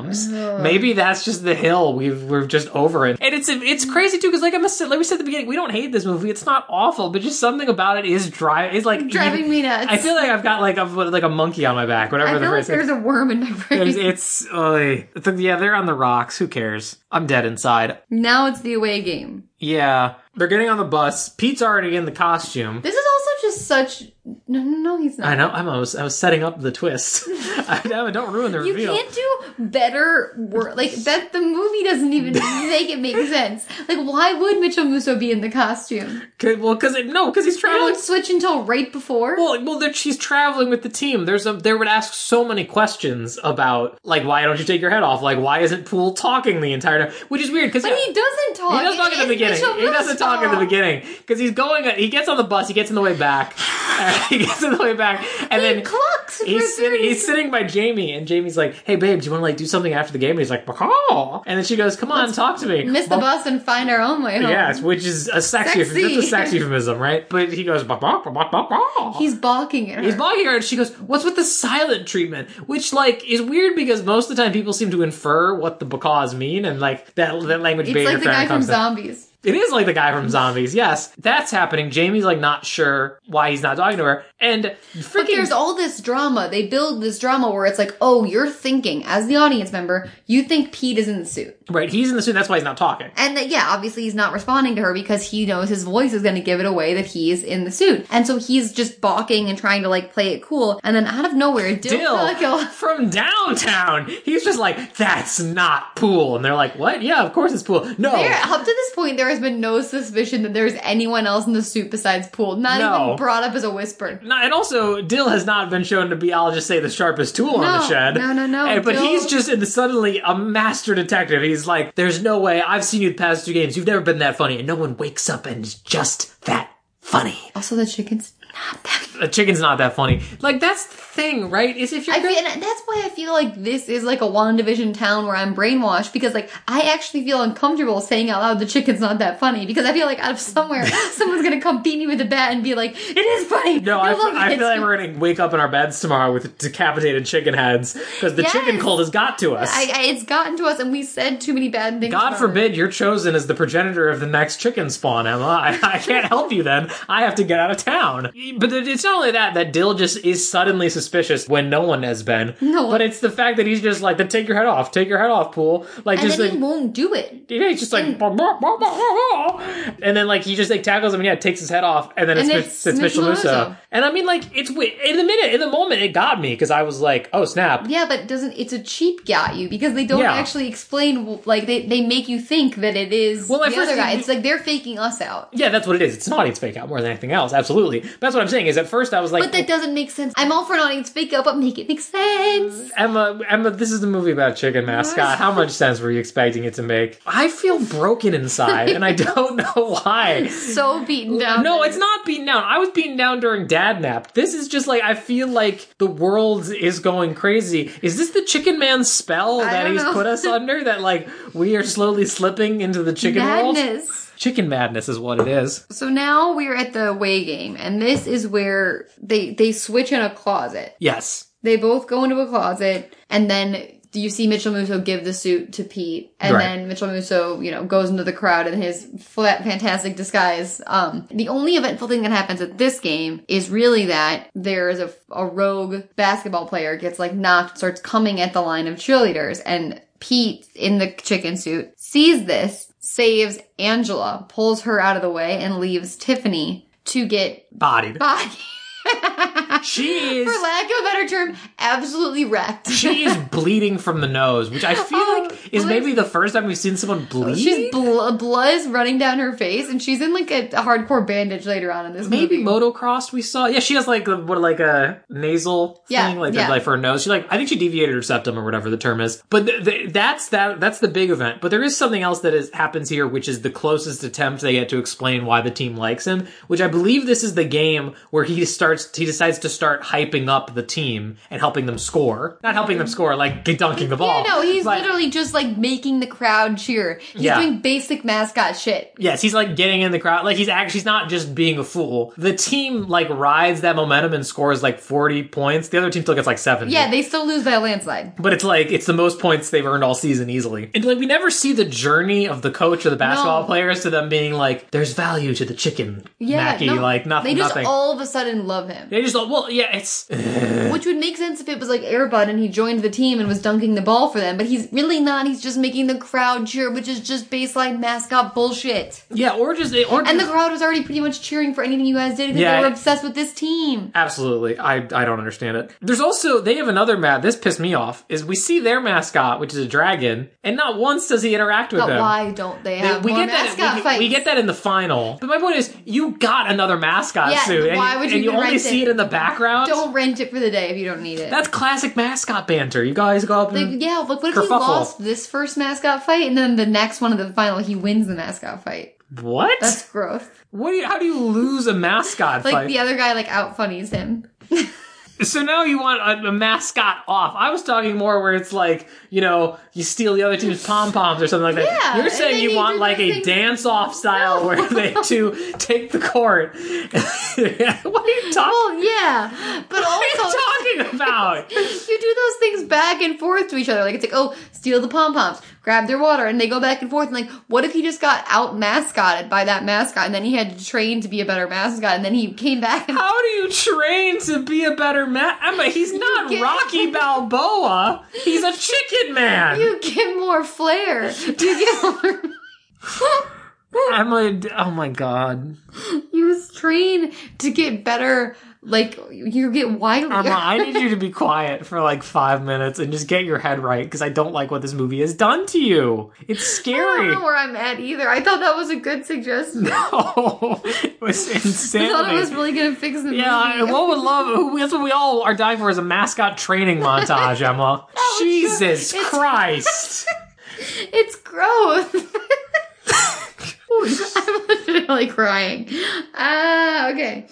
S2: Maybe that's just the hill we've we're just over it. And it's it's crazy too because like I must say, like we said at the beginning, we don't hate this movie. It's not awful, but just something about it is drive is like
S3: Driving me nuts.
S2: I feel like I've got like a like a monkey on my back. Whatever
S3: I
S2: the
S3: feel
S2: phrase
S3: like
S2: is.
S3: there's a worm in my brain.
S2: There's- it's oy. It's like, yeah, they're on the rocks. Who cares? I'm dead inside.
S3: now it's the away game.
S2: Yeah, they're getting on the bus. Pete's already in the costume.
S3: This is also just such. No, no, no, he's not.
S2: I know. I'm, I was. I was setting up the twist. I, know, don't ruin the
S3: You
S2: reveal.
S3: can't do better work. Like that, the movie doesn't even make it make sense. Like, why would Mitchell Musso be in the costume?
S2: Cause, well, because no, because he's
S3: They
S2: traveling.
S3: don't switch until right before.
S2: Well, well, they're- she's traveling with the team. There's a they would ask so many questions about like why don't you take your head off? Like why isn't Poole talking the entire time? Which is weird because
S3: but he doesn't talk.
S2: He doesn't talk
S3: It
S2: at the
S3: is
S2: beginning.
S3: Mitchell
S2: He doesn't talk at the
S3: Musso.
S2: beginning because he's going. He gets on the bus. He gets on the way back, and, he gets on the way back, and
S3: He
S2: then
S3: clucks for
S2: He's sitting.
S3: 30
S2: He's sitting by Jamie, and Jamie's like, "Hey, babe, do you want to like do something after the game?" And he's like, "Macaw," and then she goes, "Come on, talk to me."
S3: Miss the bus and find our own way home.
S2: Yes, which is a sexy,
S3: Sexy.
S2: That's a sexy euphemism, right? But he goes, "Bah, bah, bah, bah, bah, bah."
S3: He's balking at her.
S2: He's blocking her, and she goes, "What's with the silent treatment?" Which like is weird because most of the time people seem to infer what the macaws mean, and like that that language
S3: It's
S2: barrier
S3: like the guy
S2: found comes
S3: from
S2: in.
S3: Zombies.
S2: It is like the guy from Zombies. Yes, that's happening. Jamie's like not sure why he's not talking to her, and
S3: But
S2: freaking
S3: there's all this drama. They build this drama where it's like, oh, you're thinking, as the audience member, you think Pete is in the suit.
S2: right, he's in the suit. That's why he's not talking.
S3: And that, yeah, obviously he's not responding to her because he knows his voice is going to give it away that he's in the suit. And so he's just balking and trying to like play it cool. And then out of nowhere, Dill,
S2: Dill
S3: Dill.
S2: from downtown. He's just like, that's not pool. And they're like, what? Yeah, of course it's pool. No.
S3: There, up to this point, there has been no suspicion that there's anyone else in the suit besides Pool. Not
S2: No.
S3: even brought up as a whisper.
S2: No, and also, Dill has not been shown to be, I'll just say, the sharpest tool on the
S3: No,
S2: shed.
S3: no, no, no,
S2: And- but
S3: Dill-
S2: he's just in the, suddenly a master detective. He's like, there's no way. I've seen you the past two games. You've never been that funny. And no one wakes up and is just that funny.
S3: Also, the chicken's not that
S2: A chicken's not that funny. Like, that's the thing, right? Is if you're
S3: I
S2: gonna-
S3: feel, and that's why I feel like this is like a WandaVision town where I'm brainwashed because like I actually feel uncomfortable saying out loud the chicken's not that funny because I feel like out of somewhere someone's gonna come beat me with a bat and be like it is funny.
S2: No, I,
S3: You love
S2: I
S3: it."
S2: feel like we're going to wake up in our beds tomorrow with decapitated chicken heads because the chicken
S3: Yes.
S2: cold has got to us.
S3: I, I, it's gotten to us and we said too many bad things.
S2: God
S3: about
S2: forbid you're chosen as the progenitor of the next chicken spawn, Emma. I, I can't help you then. I have to get out of town. But it- it's not only that, that Dill just is suddenly suspicious when no one has been.
S3: No.
S2: But it's the fact that he's just like, then take your head off, take your head off, pool. Like,
S3: it. and
S2: just
S3: then
S2: like.
S3: he won't do it.
S2: yeah, he's just like, "Bah, bah, bah, bah, bah, bah." and then like he just like tackles him and yeah, takes his head off, and then
S3: And
S2: it's,
S3: it's
S2: it's, it's Mitchell
S3: Mitchell
S2: Musso.
S3: Musso.
S2: And I mean, like it's wi- in the minute, in the moment, it got me because I was like, oh snap,
S3: Yeah, but it doesn't it's a cheap got you because they don't
S2: Yeah.
S3: actually explain like they, they make you think that it is
S2: Well, my
S3: the
S2: first
S3: other guy.
S2: thing-
S3: It's like they're faking us out.
S2: yeah, that's what it is. It's an audience fake out more than anything else. Absolutely, but that's what I'm saying. Is at first I was like,
S3: But that doesn't make sense. I'm all for an audience fake out, but make it make sense.
S2: Emma, Emma, this is the movie about a chicken mascot. How much sense were you expecting it to make? I feel broken inside, and I don't know why.
S3: so beaten down.
S2: No, it's not beaten down. I was beaten down during Dad Nap. This is just like I feel like the world is going crazy. Is this the Chicken Man spell that
S3: don't
S2: he's
S3: know.
S2: put us under? That like we are slowly slipping into the chicken world.
S3: madness.
S2: Chicken madness is what it is.
S3: So now we're at the away game, and this is where they they switch in a closet.
S2: Yes,
S3: They both go into a closet, and then you see Mitchell Musso give the suit to Pete, and
S2: Right.
S3: then Mitchell Musso, you know, goes into the crowd in his flat, fantastic disguise. Um, the only eventful thing that happens at this game is really that there is a, a rogue basketball player gets like knocked, starts coming at the line of cheerleaders, and Pete in the chicken suit sees this, saves Angela, pulls her out of the way, and leaves Tiffany to get
S2: bodied.
S3: body.
S2: She is
S3: For lack of a better term, absolutely wrecked.
S2: she is bleeding from the nose, which I feel
S3: Oh,
S2: like is
S3: well,
S2: maybe the first time we've seen someone bleed.
S3: She's bl- blood is running down her face, and she's in like a, a hardcore bandage later on in this
S2: Maybe
S3: movie.
S2: motocross we saw. Yeah, she has like a, what, like a nasal thing,
S3: Yeah,
S2: like
S3: yeah.
S2: like for her nose. She like I think she deviated her septum or whatever the term is. But th- th- that's that that's the big event. But there is something else that is happens here, which is the closest attempt they get to explain why the team likes him. Which I believe this is the game where he starts he decides to start hyping up the team and helping them score, not helping them score like dunking the ball.
S3: Yeah, no, he's
S2: but-
S3: literally just like making the crowd cheer. He's
S2: Yeah.
S3: doing basic mascot shit.
S2: Yes, he's like getting in the crowd. Like he's actually he's not just being a fool. The team like rides that momentum and scores like 40 points. The other team still gets like 70.
S3: Yeah, they still lose by a landslide.
S2: But it's like it's the most points they've earned all season easily. And like we never see the journey of the coach or the basketball
S3: No.
S2: players to them being like, there's value to the chicken,
S3: Yeah,
S2: Mackie.
S3: no,
S2: like nothing,
S3: They just
S2: nothing.
S3: all of a sudden love him,
S2: they just thought, well, yeah, it's
S3: which would make sense if it was like Airbud and he joined the team and was dunking the ball for them. But he's really not. He's just making the crowd cheer, which is just baseline mascot bullshit.
S2: yeah, or just or
S3: And the crowd was already pretty much cheering for anything you guys did because
S2: Yeah,
S3: they were
S2: I-
S3: obsessed with this team.
S2: Absolutely. I, I don't understand it. There's also, they have another mat. This pissed me off. Is we see their mascot, which is a dragon, and not once does he interact with
S3: But
S2: them.
S3: why don't they
S2: They-
S3: have more mascot
S2: that, we,
S3: fights?
S2: we get that in the final. But my point is, you got another mascot
S3: Yeah,
S2: suit, and
S3: why
S2: you,
S3: would
S2: and
S3: you even
S2: only
S3: rent
S2: see it
S3: it?
S2: in the background.
S3: Don't rent it for the day if you don't need it.
S2: That's classic mascot banter. You guys go up
S3: like,
S2: and
S3: yeah, like what if he
S2: Kerfuffle.
S3: lost this first mascot fight and then the next one of the final he wins the mascot fight?
S2: What?
S3: That's gross.
S2: what? Do you, how do you lose a mascot
S3: Like
S2: fight?
S3: the other guy like out funnies him.
S2: So now you want a, a mascot off. I was talking more where it's like, you know, you steal the other team's pom poms or something like that.
S3: Yeah,
S2: You're
S3: and
S2: saying
S3: then
S2: you
S3: you
S2: want
S3: do
S2: like a
S3: something-
S2: dance off style where they two take the court. what are you talking?
S3: Well, yeah, but
S2: What
S3: also
S2: are you talking about?
S3: you do those things back and forth to each other. Like it's like, oh, steal the pom poms, grab their water, and they go back and forth. And like, what if he just got out mascotted by that mascot, and then he had to train to be a better mascot, and then he came back and
S2: How do you train to be a better man? I mean, he's not
S3: get-
S2: Rocky Balboa. He's a chicken man.
S3: you get more flair? You get more.
S2: I'm a. Oh my god.
S3: you was trained to get better. Like you get wild.
S2: Emma, I need you to be quiet for like five minutes and just get your head right because I don't like what this movie has done to you. It's
S3: I
S2: scary.
S3: don't know where I'm at either. I thought that was a good suggestion.
S2: No, it was
S3: Oh. I
S2: insanity.
S3: thought it was really gonna fix the
S2: yeah, I-
S3: movie.
S2: what would love? That's what we all are dying for is a mascot training montage, Emma. Jesus
S3: it's-
S2: Christ!
S3: It's gross. I'm literally crying. Ah, okay.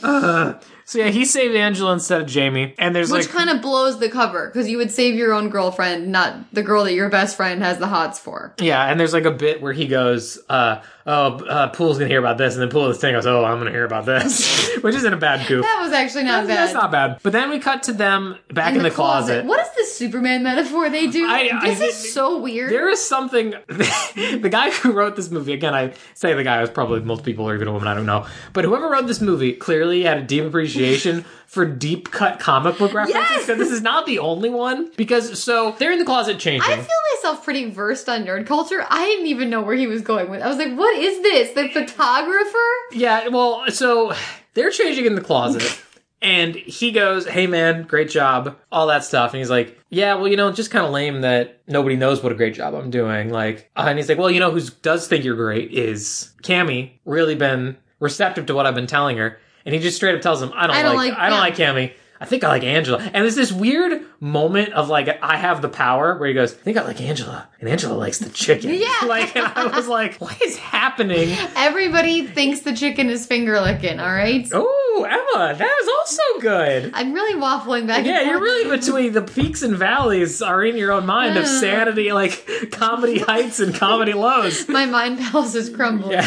S2: so yeah, he saved Angela instead of Jamie, and there's
S3: Which
S2: like
S3: kind of blows the cover because you would save your own girlfriend, not the girl that your best friend has the hots for.
S2: Yeah, and there's like a bit where he goes, uh, "Oh, uh, Pool's gonna hear about this," and then Pool of the thing goes, "Oh, I'm gonna hear about this," which isn't a bad goof.
S3: That was actually not bad.
S2: That's not bad. But then we cut to them back in, the, closet.
S3: What is this Superman metaphor they do?
S2: I- I
S3: this
S2: think-
S3: is so weird.
S2: There is something. the guy who wrote this movie, again, I say the guy was probably multiple people or even a woman, I don't know. But whoever wrote this movie clearly had a deep appreciation for deep cut comic book references.
S3: Yes!
S2: Because this is not the only one. Because so they're in the closet changing.
S3: I feel myself pretty versed on nerd culture. I didn't even know where he was going with. I was like, "What is this? The photographer?"
S2: Yeah, well, so they're changing in the closet. And he goes, Hey man, great job, all that stuff. And he's like, Yeah, well, you know, it's just kind of lame that nobody knows what a great job I'm doing. Like, uh, and he's like, Well, you know, who does think you're great is Cammy, really been receptive to what I've been telling her. And he just straight up tells him, I don't, like, I don't like Cammy. I think I like Angela. And there's this weird moment of like, I have the power where he goes, I think I like Angela. And Angela likes the chicken.
S3: Yeah.
S2: Like, and I was like, What is happening?
S3: Everybody thinks the chicken is finger licking. All right.
S2: Oh, Emma, that is also good.
S3: I'm really waffling back.
S2: Yeah,
S3: and
S2: you're
S3: forth.
S2: really between the peaks and valleys are in your own mind of sanity, like comedy heights and comedy lows.
S3: My mind palace is crumbling.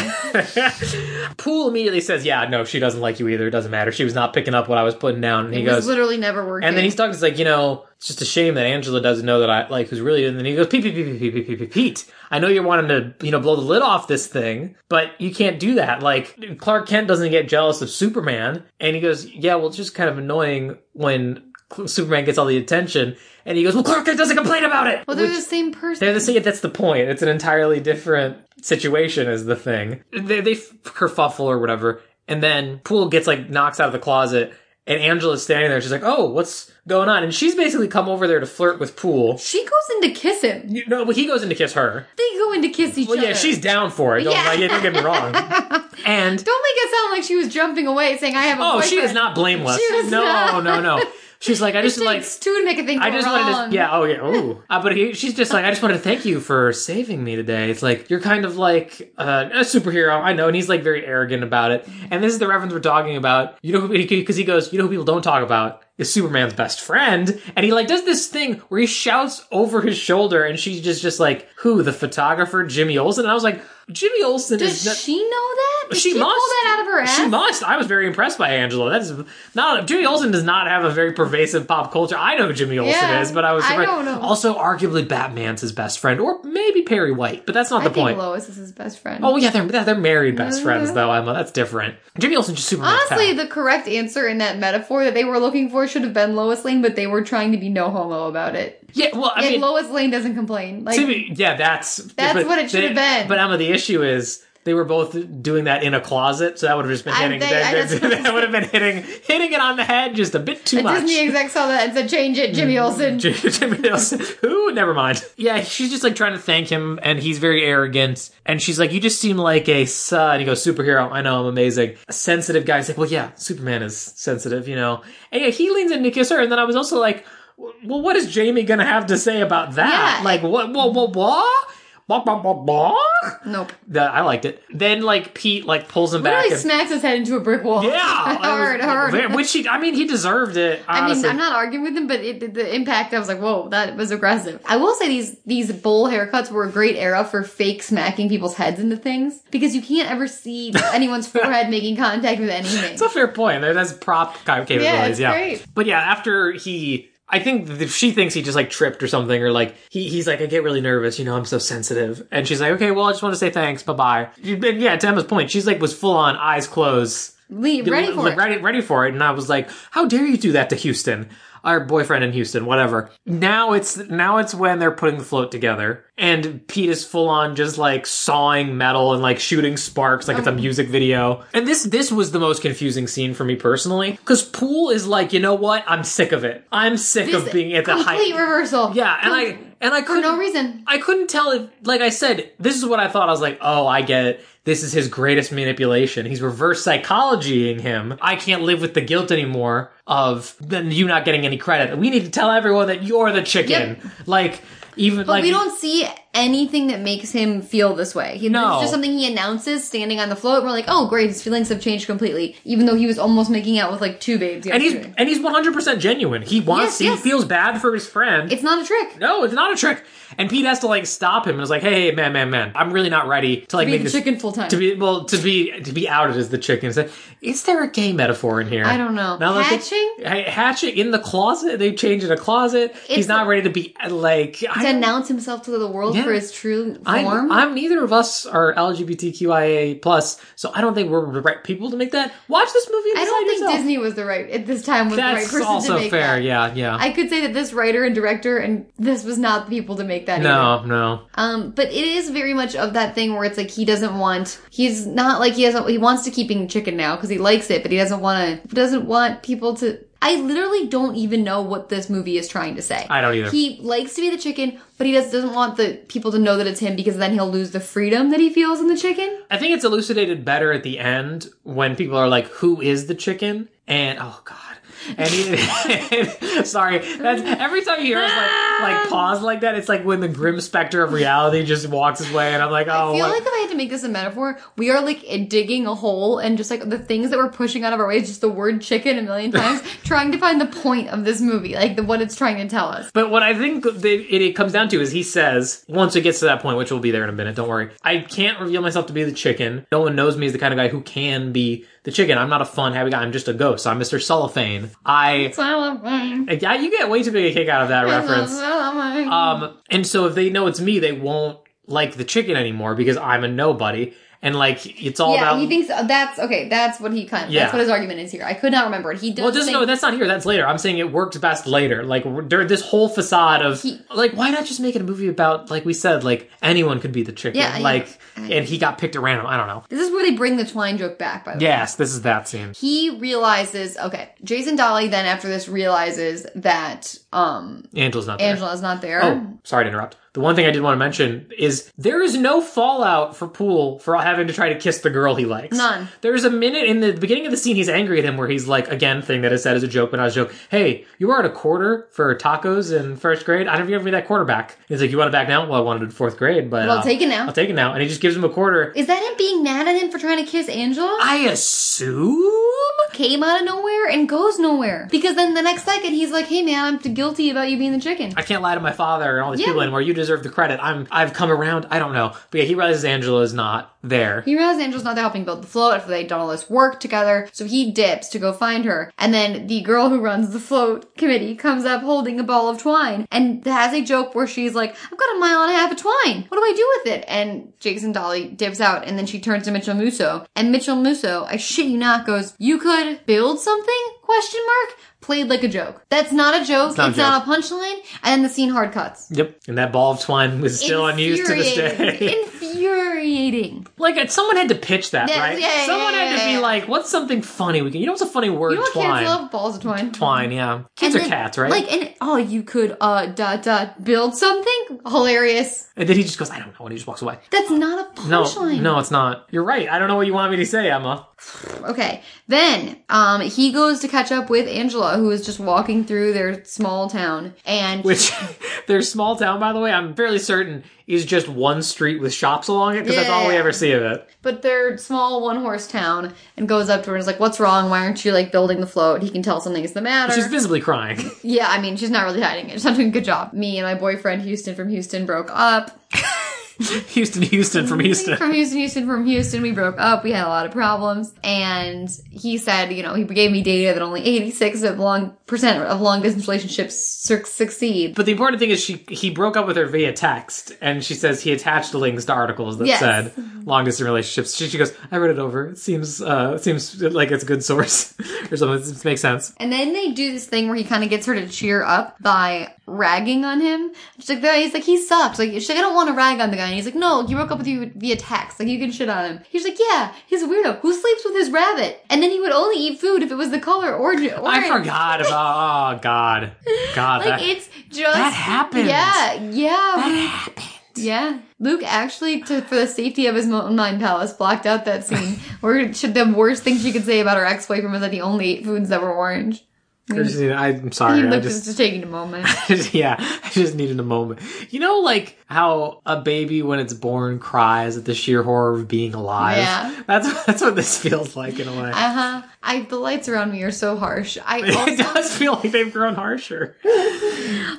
S2: Poole immediately says, Yeah, no, she doesn't like you either. It doesn't matter. She was not picking up what I was putting down. And he
S3: It
S2: goes,
S3: was literally never working.
S2: And then he's talking, he's like, you know, it's just a shame that Angela doesn't know that I, like, who's really, and then he goes, Pete, Pete, Pete, Pete, Pete, Pete, Pete, Pete, I know you're wanting to, you know, blow the lid off this thing, but you can't do that. Like, Clark Kent doesn't get jealous of Superman. And he goes, yeah, well, it's just kind of annoying when Cl- Superman gets all the attention. And he goes, well, Clark Kent doesn't complain about it.
S3: well, they're
S2: Which-
S3: the same person.
S2: they're the same. That's the point. It's an entirely different situation, is the thing. They, they f- kerfuffle or whatever, and then Poole gets like knocks out of the closet, and Angela's standing there. She's like, "Oh, what's going on?" And she's basically come over there to flirt with Poole.
S3: she goes in to kiss him.
S2: You- No, but he goes in to kiss her.
S3: They go in to kiss each
S2: Well,
S3: other.
S2: yeah, she's down for it. Don't,
S3: Yeah.
S2: like, don't get me wrong. And
S3: Don't make it sound like she was jumping away, saying, "I have a
S2: oh,
S3: boyfriend."
S2: she is not blameless.
S3: She was
S2: no,
S3: not.
S2: no, no. She's like, I just
S3: It
S2: like
S3: takes two to make a thing
S2: I
S3: go
S2: just wanted
S3: wrong.
S2: to, yeah, oh yeah, ooh. Uh, but he, she's just like, I just wanted to thank you for saving me today. It's like you're kind of like uh, a superhero, I know. And he's like very arrogant about it. And this is the reference we're talking about. You know, because he goes, you know, who people don't talk about is Superman's best friend. And he like does this thing where he shouts over his shoulder, and she's just just like, who? The photographer Jimmy Olsen. And I was like, Jimmy Olsen
S3: Does
S2: is. not-
S3: she know that? Did she, pull
S2: must.
S3: that out of her ass?
S2: She must. I was very impressed by Angela. That's not Jimmy Olsen does not have a very pervasive pop culture. I know who Jimmy Olsen
S3: Yeah,
S2: is, but I was
S3: I
S2: surprised.
S3: don't know.
S2: Also, arguably Batman's his best friend, or maybe Perry White, but that's not
S3: I
S2: the
S3: think
S2: point.
S3: Lois is his best friend.
S2: Oh yeah, they're they're married best friends though, Emma. That's different. Jimmy Olsen just super
S3: Honestly, the correct answer in that metaphor that they were looking for should have been Lois Lane, but they were trying to be no homo about it.
S2: yeah. Well, I
S3: Like
S2: mean,
S3: Lois Lane doesn't complain. Like
S2: to me- yeah, that's
S3: That's
S2: but
S3: what it should
S2: they-
S3: have been.
S2: But Emma, the issue is. They were both doing that in a closet, so that would have just been
S3: I
S2: hitting.
S3: think-
S2: that,
S3: I just-
S2: that- that would have been hitting, hitting it on the head just a bit too
S3: a
S2: much. Mm-hmm.
S3: Disney exec saw that and said, "Change it, Jimmy Olsen."
S2: Jimmy Nielsen. Who? Never mind. Yeah, she's just like trying to thank him, and he's very arrogant. And she's like, "You just seem like a s-" uh," and he goes, "Superhero. I know I'm amazing." A sensitive guy's like, "Well, yeah, Superman is sensitive, you know." And yeah, he leans in to kiss her, and then I was also like, "Well, what is Jamie gonna have to say about that?
S3: Yeah.
S2: Like, what? What? What? What?" Bonk, bonk, bonk, bonk.
S3: Nope.
S2: That I liked it. Then like Pete like pulls him
S3: Literally
S2: back. and-
S3: smacks his head into a brick wall.
S2: yeah,
S3: hard,
S2: it was-
S3: hard.
S2: Which he, I mean, he deserved it.
S3: I mean,
S2: honestly.
S3: I'm not arguing with him, but it, the impact, I was like, whoa, that was aggressive. I will say these these bowl haircuts were a great era for fake smacking people's heads into things because you can't ever see anyone's forehead making contact with anything.
S2: It's a fair point. There- That's prop kind of capabilities.
S3: it's great.
S2: But yeah, after he, I think th- she thinks he just like tripped or something, or like he, he's like, I get really nervous. You know, I'm so sensitive. And she's like, okay, well, I just want to say thanks. Bye bye. And yeah, to Emma's point, she's like, was full on eyes closed.
S3: Lee, ready for
S2: like,
S3: it.
S2: Ready, ready for it. And I was like, how dare you do that to Houston? Our boyfriend in Houston, whatever. Now it's now it's when they're putting the float together, and Pete is full on just like sawing metal and like shooting sparks like it's
S3: Um.
S2: a music video. And this this was the most confusing scene for me personally because Poole is like, you know what? I'm sick of it. I'm sick of
S3: This
S2: being at the height.
S3: complete reversal.
S2: yeah, and I and I
S3: for
S2: couldn't
S3: no reason.
S2: I couldn't tell if, like I said, this is what I thought. I was like, oh, I get it. This is his greatest manipulation. He's reverse psychologying him. I can't live with the guilt anymore of then you not getting any credit. We need to tell everyone that you're the chicken. Like, even
S3: But
S2: like
S3: we don't see anything that makes him feel this way. He,
S2: No.
S3: It's just something he announces standing on the float. We're like, oh, great, his feelings have changed completely, even though he was almost making out with like two babes
S2: and he's
S3: yesterday.
S2: and he's one hundred percent genuine. He wants.
S3: Yes,
S2: he
S3: yes.
S2: feels bad for his friend.
S3: it's not a trick.
S2: no, it's not a trick. And Pete has to like stop him and is like, "Hey, man, man, man, I'm really not ready to like
S3: Be
S2: make
S3: the
S2: this
S3: chicken full time.
S2: to be well to be to be outed as the chicken. So, Is there a gay metaphor in here?
S3: I don't know.
S2: that I
S3: Hatching?
S2: think- ha- hatching in the closet. They change in a closet. He's
S3: It's
S2: not
S3: a-
S2: ready to be uh, like.
S3: to
S2: I,
S3: announce himself to the world
S2: Yeah.
S3: for his true form.
S2: I, I'm neither of us are LGBTQIA plus, so I don't think we're the right people to make that. Watch this movie. And
S3: I don't
S2: decide
S3: think
S2: yourself.
S3: Disney was the right at this time was the right
S2: That's
S3: person
S2: also
S3: to make
S2: fair.
S3: that.
S2: Yeah, yeah.
S3: I could say that this writer and director and this was not the people to make that. either.
S2: no, no.
S3: Um, but it is very much of that thing where it's like he doesn't want. He's not like he doesn't. He wants to keep being chicken now because he likes it, but he doesn't want to. Doesn't want people to. I literally don't even know what this movie is trying to say.
S2: I don't either.
S3: He likes to be the chicken, but he does, doesn't want the people to know that it's him because then he'll lose the freedom that he feels in the chicken.
S2: I think it's elucidated better at the end when people are like, "Who is the chicken?" And oh god. And, he, sorry, that's every time you hear us like like pause like that, it's like when the grim specter of reality just walks his way, and I'm like, oh,
S3: I feel
S2: what-
S3: like if I had to make this a metaphor, we are like digging a hole and just like the things that we're pushing out of our way is just the word chicken a million times, trying to find the point of this movie, like the, what it's trying to tell us.
S2: But what I think they, it, it comes down to is he says, once it gets to that point, which will be there in a minute, don't worry, I can't reveal myself to be the chicken. No one knows me as the kind of guy who can be the chicken. I'm not a fun, happy guy. I'm just a ghost. I'm Mr. Cellophane. I.
S3: Reference.
S2: Yeah, you get way too big a kick out of that reference. Um, and so if they know it's me, they won't like the chicken anymore because I'm a nobody. And like, it's all
S3: yeah,
S2: about.
S3: he thinks uh, that's okay. That's what he kind of.
S2: Yeah.
S3: That's what his argument is here. I could not remember it. He does.
S2: well, just
S3: think,
S2: no, that's not here. That's later. I'm saying it works best later. Like, there, this whole facade of
S3: He-
S2: like, why not just make it a movie about like we said, like anyone could be the chicken.
S3: Yeah, yeah.
S2: like, and he got picked at random. I don't know.
S3: This is where they bring the twine joke back. By the way.
S2: Yes, this is that scene.
S3: He realizes, okay, Jason Dolly then after this realizes that um
S2: Angela's not there.
S3: Angela's not there.
S2: Oh, sorry to interrupt. The one thing I did want to mention is there is no fallout for Poole for having to try to kiss the girl he likes.
S3: None.
S2: There's a minute in the beginning of the scene he's angry at him where he's like, again, thing that is said as a joke, but not a joke. Hey, you were at a quarter for tacos in first grade. I never gave me that quarter back. He's like, you want it back now? Well, I wanted it in fourth grade, but
S3: Well,
S2: uh,
S3: take it now.
S2: I'll take it now. And he just gives him a quarter.
S3: Is that him being mad at him for trying to kiss Angela?
S2: I assume.
S3: Came out of nowhere and goes nowhere. Because then the next second he's like, "Hey man, I'm guilty about you being the chicken."
S2: I can't lie to my father and all these
S3: Yeah.
S2: people anymore. You deserve the credit. I'm. I've come around. I don't know, but yeah, he realizes Angela is not there.
S3: He realizes Angel's not there helping build the float after they'd done all this work together, so he dips to go find her. And then the girl who runs the float committee comes up holding a ball of twine and has a joke where she's like, I've got a mile and a half of twine. What do I do with it? And Jason Dolly dips out and then she turns to Mitchell Musso. And Mitchell Musso, I shit you not, goes, You could build something? Question mark? Played like a joke. That's not a joke. It's
S2: not a
S3: not,
S2: joke.
S3: a punchline. And then the scene hard cuts.
S2: Yep. And that ball of twine was still unused to this
S3: Infuriating.
S2: day.
S3: Infuriating.
S2: like uh, someone had to pitch that,
S3: Yeah,
S2: right?
S3: yeah, yeah,
S2: someone
S3: yeah,
S2: had to
S3: yeah,
S2: be
S3: yeah.
S2: like, what's something funny we can you know what's a funny word?
S3: You know what
S2: twine.
S3: kids love? Balls of twine.
S2: twine, yeah. Kids
S3: And
S2: are
S3: then,
S2: cats, right?
S3: Like, and oh, you could uh dot dot build something hilarious.
S2: and then he just goes, I don't know, and he just walks away.
S3: That's not a
S2: No,
S3: punchline.
S2: no, it's not. You're right. I don't know what you want me to say, Emma.
S3: Okay. Then um he goes to catch up with Angela, who is just walking through their small town, and
S2: Which their small town, by the way, I'm fairly certain is just one street with shops along it because that's all we
S3: Yeah.
S2: ever see of it.
S3: But they're small one horse town and goes up to her and is like, What's wrong? Why aren't you like building the float? He can tell something's the matter.
S2: She's visibly crying.
S3: yeah, I mean, she's not really hiding it. She's not doing a good job. Me and my boyfriend Houston from Houston broke up.
S2: Houston, Houston from Houston.
S3: From Houston, Houston, from Houston, we broke up. We had a lot of problems. And he said, you know, he gave me data that only 86 of long percent of long distance relationships suc succeed.
S2: But the important thing is she he broke up with her via text, and she says he attached links to articles that
S3: Yes. Mm-hmm.
S2: said long distance relationships. She, she goes, I read it over. It seems uh it seems like it's a good source or something. It makes sense.
S3: And then they do this thing where he kind of gets her to cheer up by ragging on him. She's like, he's like, he sucks. Like, she's like, I don't want to rag on the guy. And he's like, no, he broke up with you via text. Like, you can shit on him. He's like, yeah, he's a weirdo. Who sleeps with his rabbit? And then he would only eat food if it was the color orange. orange.
S2: I forgot about oh god, god
S3: Like,
S2: that
S3: it's just.
S2: that happens.
S3: Yeah, yeah.
S2: happened.
S3: Yeah, Luke actually, to, for the safety of his own mind palace, blocked out that scene. Where should the worst thing she could say about her ex boyfriend was that he only ate foods that were orange.
S2: Christine, I'm
S3: He
S2: sorry. I
S3: looked
S2: just
S3: just, just taking a moment.
S2: yeah, I just needed a moment. You know, like how a baby when it's born cries at the sheer horror of being alive.
S3: Yeah.
S2: that's that's what this feels like in a way.
S3: Uh huh. I the lights around me are so harsh. I
S2: it
S3: also,
S2: does feel like they've grown harsher.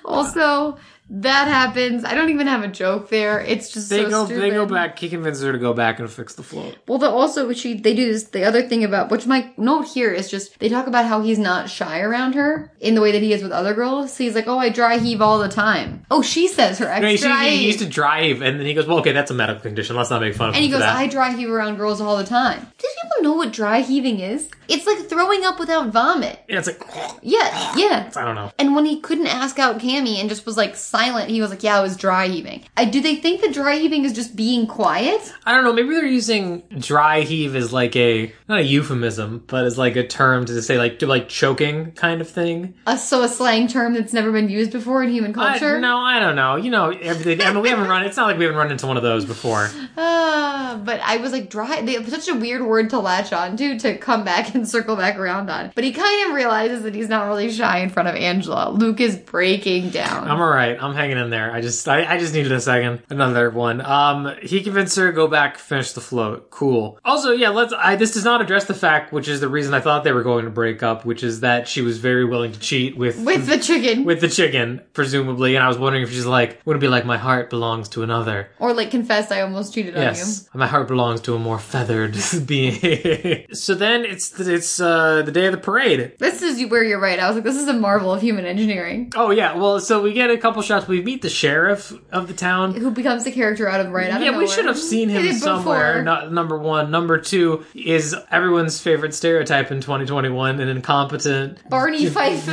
S3: also that happens. I don't even have a joke there. It's just
S2: They
S3: so
S2: go,
S3: stupid.
S2: they go back. He convinces her to go back and fix the float.
S3: Well, the, also she they do this. The other thing about which my note here is just they talk about how he's not shy around her in the way that he is with other girls. So he's like, oh, I dry heave all the time. Oh, she says her ex
S2: I mean, she,
S3: dry
S2: he
S3: heave.
S2: used to drive, and then he goes, "Well, okay, that's a medical condition. Let's not make fun of him
S3: and he goes,
S2: for that."
S3: I dry heave around girls all the time. Do people know what dry heaving is? It's like throwing up without vomit.
S2: yeah, it's like
S3: Yeah, yeah.
S2: I don't know.
S3: And when he couldn't ask out Cammy and just was like silent, he was like, "Yeah, I was dry heaving." I, do they think that dry heaving is just being quiet?
S2: I don't know. Maybe they're using dry heave as like a not a euphemism, but as like a term to say like to like choking kind of thing.
S3: A, so a slang term that's never been used before in human
S2: I-
S3: culture.
S2: no, I don't know. You know, everything. I mean, we haven't run. It's not like we haven't run into one of those before.
S3: Ah, but I was like, dry. They, such a weird word to latch on to to come back and circle back around on. But he kind of realizes that he's not really shy in front of Angela. Luke is breaking down.
S2: I'm all right. I'm hanging in there. I just, I, I just needed a second. Another one. Um, he convinced her to go back, finish the float. Cool. Also, yeah, let's. I this does not address the fact, which is the reason I thought they were going to break up, which is that she was very willing to cheat with
S3: with the chicken,
S2: with the chicken, presumably. And I was wondering if she's like, would it be like my heart belongs to another?
S3: or like confess, I almost cheated on you.
S2: Yes, my heart belongs to a more feathered being. so then it's it's uh, the day of the parade.
S3: This is where you're right. I was like, this is a marvel of human engineering.
S2: Oh yeah, well, so we get a couple shots. We meet the sheriff of the town.
S3: who becomes the character out of right out of
S2: Yeah, we
S3: nowhere.
S2: should have seen
S3: He
S2: him
S3: did
S2: somewhere.
S3: before.
S2: Not number one. Number two is everyone's favorite stereotype in 2021: an incompetent
S3: Barney Fife.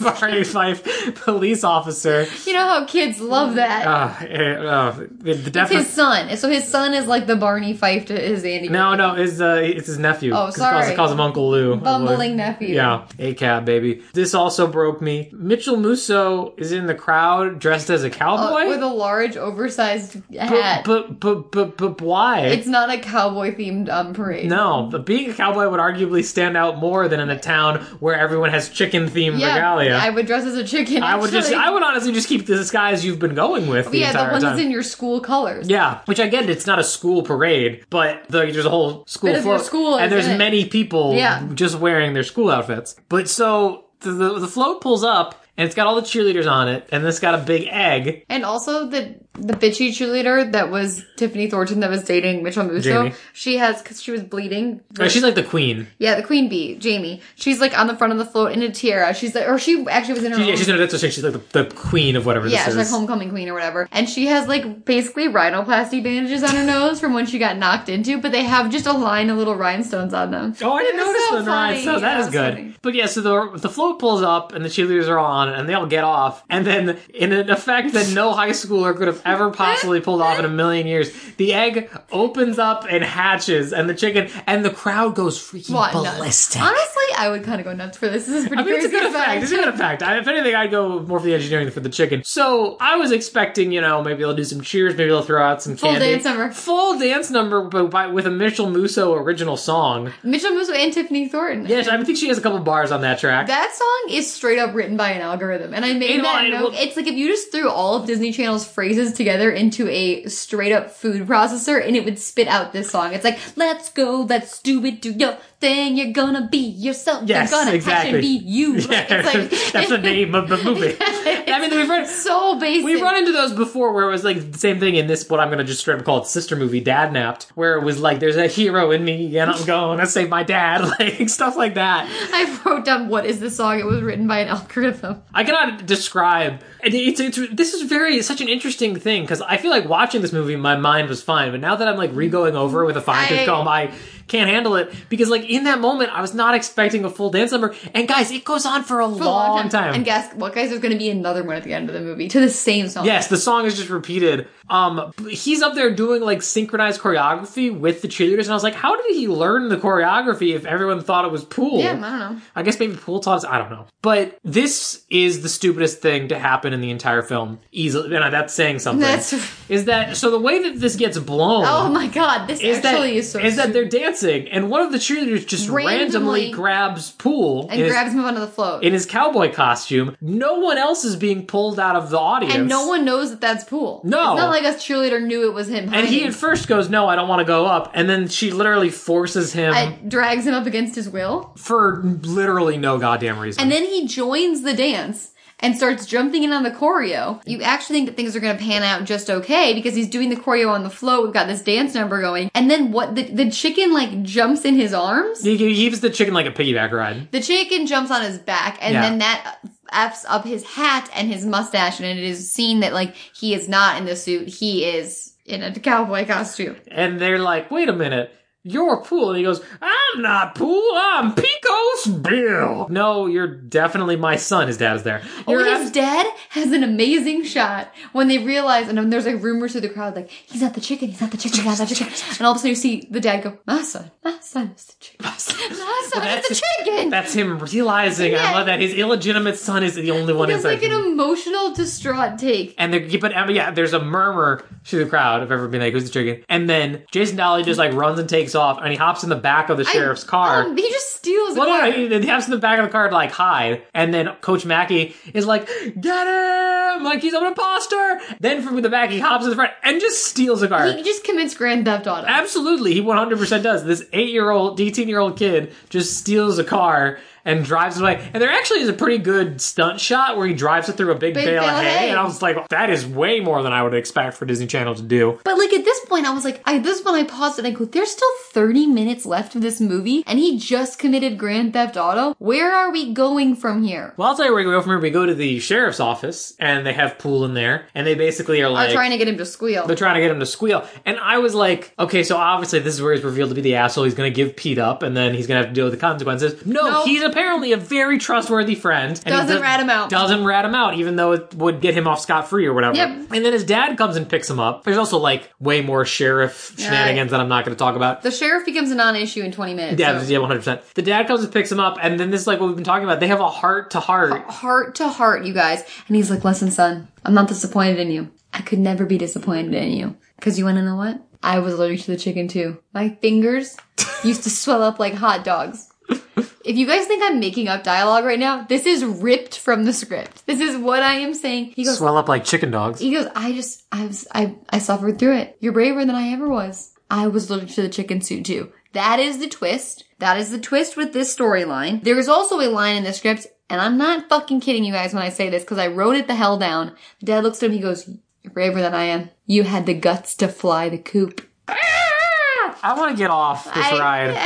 S2: Barney Fife police officer.
S3: you know how kids love that.
S2: Uh, uh, the the
S3: it's
S2: death
S3: his
S2: of,
S3: son. So his son is like the Barney Fife to his Andy.
S2: no, no, is uh, it's his nephew.
S3: Oh,
S2: 'Cause he calls-
S3: sorry.
S2: Calls him Uncle Lou.
S3: Bumbling nephew.
S2: Yeah, ACAB, baby. This also broke me. Mitchell Musso is in the crowd dressed as a
S3: Uh,
S2: cowboy?
S3: with a large, oversized
S2: but,
S3: hat.
S2: but, but, but, but why?
S3: it's not a cowboy themed um, parade.
S2: no, but being a cowboy would arguably stand out more than in a town where everyone has chicken themed
S3: Yeah,
S2: regalia.
S3: I would dress as a chicken.
S2: I would just,
S3: actually.
S2: I would honestly just keep the disguise you've been going with the
S3: yeah, the
S2: entire
S3: one
S2: time.
S3: that's in your school colors.
S2: yeah, which I get. It's not a school parade, but the, there's a whole school
S3: But if your
S2: float,
S3: school
S2: and
S3: is
S2: there's
S3: in it.
S2: many people
S3: Yeah.
S2: just wearing their school outfits. But so the, the the float pulls up, and it's got all the cheerleaders on it, and it's got a big egg.
S3: And also the the bitchy cheerleader that was Tiffany Thornton that was dating Mitchell Musso.
S2: Jamie. Oh,
S3: She has because she was bleeding.
S2: Right, she's like the queen.
S3: Yeah, the queen bee, Jamie. She's like on the front of the float in a tiara. She's like, or she actually was in her.
S2: Yeah,
S3: own-
S2: she's no, that's what she's like the, the queen of whatever
S3: yeah,
S2: this
S3: she's like
S2: is.
S3: homecoming queen or whatever. And she has like basically rhinoplasty bandages on her nose from when she got knocked into, but they have just a line of little rhinestones on them.
S2: Oh, I didn't
S3: It was
S2: notice
S3: so
S2: the ride.
S3: funny.
S2: So
S3: Yeah,
S2: that
S3: it
S2: is
S3: was
S2: good.
S3: funny.
S2: But yeah, so the the float pulls up and the cheerleaders are all on it and they all get off. And then in an effect that no high schooler could have ever possibly pulled off in a million years, the egg opens up and hatches and the chicken and the crowd goes freaking
S3: What nuts.
S2: ballistic.
S3: Honestly, I would kind of go nuts for this. This is pretty
S2: I mean, it's a
S3: crazy.
S2: good effect. It's a good effect. I, if anything, I'd go more for the engineering than for the chicken. So I was expecting, you know, maybe they'll do some cheers, maybe they'll throw out some
S3: Full
S2: candy.
S3: dance number.
S2: Full dance number, but by, with a Mitchell Musso original song.
S3: Mitchell Musso and Tiffany Thornton.
S2: Yes, I think she has a couple bars on that track.
S3: That song is straight up written by an algorithm, and I made
S2: It
S3: that
S2: will- it
S3: note.
S2: will-
S3: it's like if you just threw all of Disney Channel's phrases together into a straight up food processor and it would spit out this song. It's like, let's go, let's do it, do your thing, you're gonna be yourself,
S2: Yes,
S3: you're gonna
S2: exactly.
S3: and be you.
S2: Yeah,
S3: It's like,
S2: that's the name of the movie. I mean, we've run
S3: so basic.
S2: we've run into those before, where it was like the same thing in this. What I'm going to just straight up call it sister movie, Dad Napped, where it was like there's a hero in me and I'm going to save my dad, like stuff like that.
S3: I wrote down what is this song? It was written by an algorithm.
S2: I cannot describe. and It's, it's this is very it's such an interesting thing because I feel like watching this movie, my mind was fine, but now that I'm like re-going over with a fine tooth
S3: I-
S2: comb, I can't handle it because like in that moment, I was not expecting a full dance number. And guys, it goes on for a,
S3: For a
S2: long, time.
S3: And guess what, guys? There's going to be another one at the end of the movie to the same song.
S2: Yes, the song is just repeated. Um, he's up there doing like synchronized choreography with the cheerleaders, and I was like, how did he learn the choreography if everyone thought it was pool?
S3: Yeah, I don't know.
S2: I guess maybe pool taught us. I don't know. But this is the stupidest thing to happen in the entire film. Easily, and that's saying something.
S3: That's-
S2: is that so? The way that this gets blown.
S3: Oh my god, this
S2: is that,
S3: actually is so
S2: is that
S3: stupid.
S2: they're dancing and one of the cheerleaders just randomly,
S3: Randomly-
S2: grabs pool
S3: and
S2: in his-
S3: grabs him up onto the float.
S2: in his cowboy costume. No one else is being pulled out of the audience.
S3: and no one knows that that's Pool.
S2: No.
S3: It's not like us cheerleader knew it was him.
S2: And he
S3: hiding.
S2: at first goes, "No, I don't want to go up," and then she literally forces him
S3: I- drags him up against his will.
S2: for literally no goddamn reason.
S3: And then he joins the dance and starts jumping in on the choreo. You actually think that things are going to pan out just okay because he's doing the choreo on the float. We've got this dance number going. And then what? The, the chicken like jumps in his arms.
S2: he, he gives the chicken like a piggyback ride.
S3: The chicken jumps on his back, and
S2: Yeah.
S3: then that f's up his hat and his mustache, and it is seen that like he is not in the suit; he is in a cowboy costume.
S2: And they're like, "Wait a minute." You're Pool, and he goes, I'm not Pool, I'm Picos Bill. No, you're definitely my son, his dad is there.
S3: Or
S2: You're
S3: Oh, his
S2: abs-
S3: dad has an amazing shot when they realize, and then there's like rumors through the crowd, like he's not the chicken, he's not the chicken, he's not the chicken, and all of a sudden you see the dad go, "My son, my son is the chicken, my son
S2: that's-
S3: is the chicken."
S2: That's him realizing, I
S3: Yeah.
S2: love that, his illegitimate son is the only one
S3: it's
S2: inside.
S3: like an
S2: him.
S3: emotional, distraught take.
S2: And they're but um, yeah, there's a murmur through the crowd of everybody like who's the chicken. And then Jason Dolly just like runs and takes off, and he hops in the back of the sheriff's
S3: I-
S2: car.
S3: um, he just steals.
S2: well,
S3: a car.
S2: no, no, he hops in the back of the car to like hide, and then Coach Mackey is like, "Get him!" Like he's an imposter. Then from the back, he hops in the front and just steals a car.
S3: he just commits grand theft auto.
S2: Absolutely, he 100% does. This eight-year-old, 18-year-old kid just steals a car and drives away. And there actually is a pretty good stunt shot where he drives it through a big,
S3: Big
S2: bale of
S3: bale of
S2: hay,
S3: hay.
S2: and I was like, that is way more than I would expect for Disney Channel to do.
S3: But like at this point, I was like, I this one I paused and I go, there's still 30 minutes left of this movie, and he just committed Grand Theft Auto. Where are we going from here?
S2: Well, I'll tell you where we go from here. We go to the sheriff's office, and they have Pool in there, and they basically are
S3: Are
S2: like...
S3: trying to get him to squeal.
S2: they're trying to get him to squeal. And I was like, okay, so obviously this is where he's revealed to be the asshole. He's going to give Pete up and then he's going to have to deal with the consequences. No,
S3: Nope.
S2: he's apparently a very trustworthy friend. And he
S3: Doesn't
S2: does-
S3: rat him out.
S2: Doesn't rat him out, even though it would get him off scot free or whatever.
S3: Yep.
S2: And then his dad comes and picks him up. There's also like way more sheriff shenanigans that I'm not going to talk about.
S3: the sheriff becomes a non-issue in 20 minutes.
S2: Yeah,
S3: so
S2: yeah, 100%. The dad comes and picks him up, and then this is like what we've been talking about. They have a heart to heart.
S3: Heart to heart, you guys. And he's like, listen, son, I'm not disappointed in you. I could never be disappointed in you. Cause you wanna know what? I was allergic to the chicken too. My fingers used to swell up like hot dogs. If you guys think I'm making up dialogue right now, this is ripped from the script. This is what I am saying. He goes,
S2: Swell up like chicken dogs.
S3: He goes, I just, I was, I, I suffered through it. You're braver than I ever was. I was allergic to the chicken suit too. That is the twist. That is the twist with this storyline. There is also a line in the script, and I'm not fucking kidding you guys when I say this because I wrote it the hell down. The dad looks at him. He goes, "You're braver than I am. You had the guts to fly the coop."
S2: I want to get off this ride.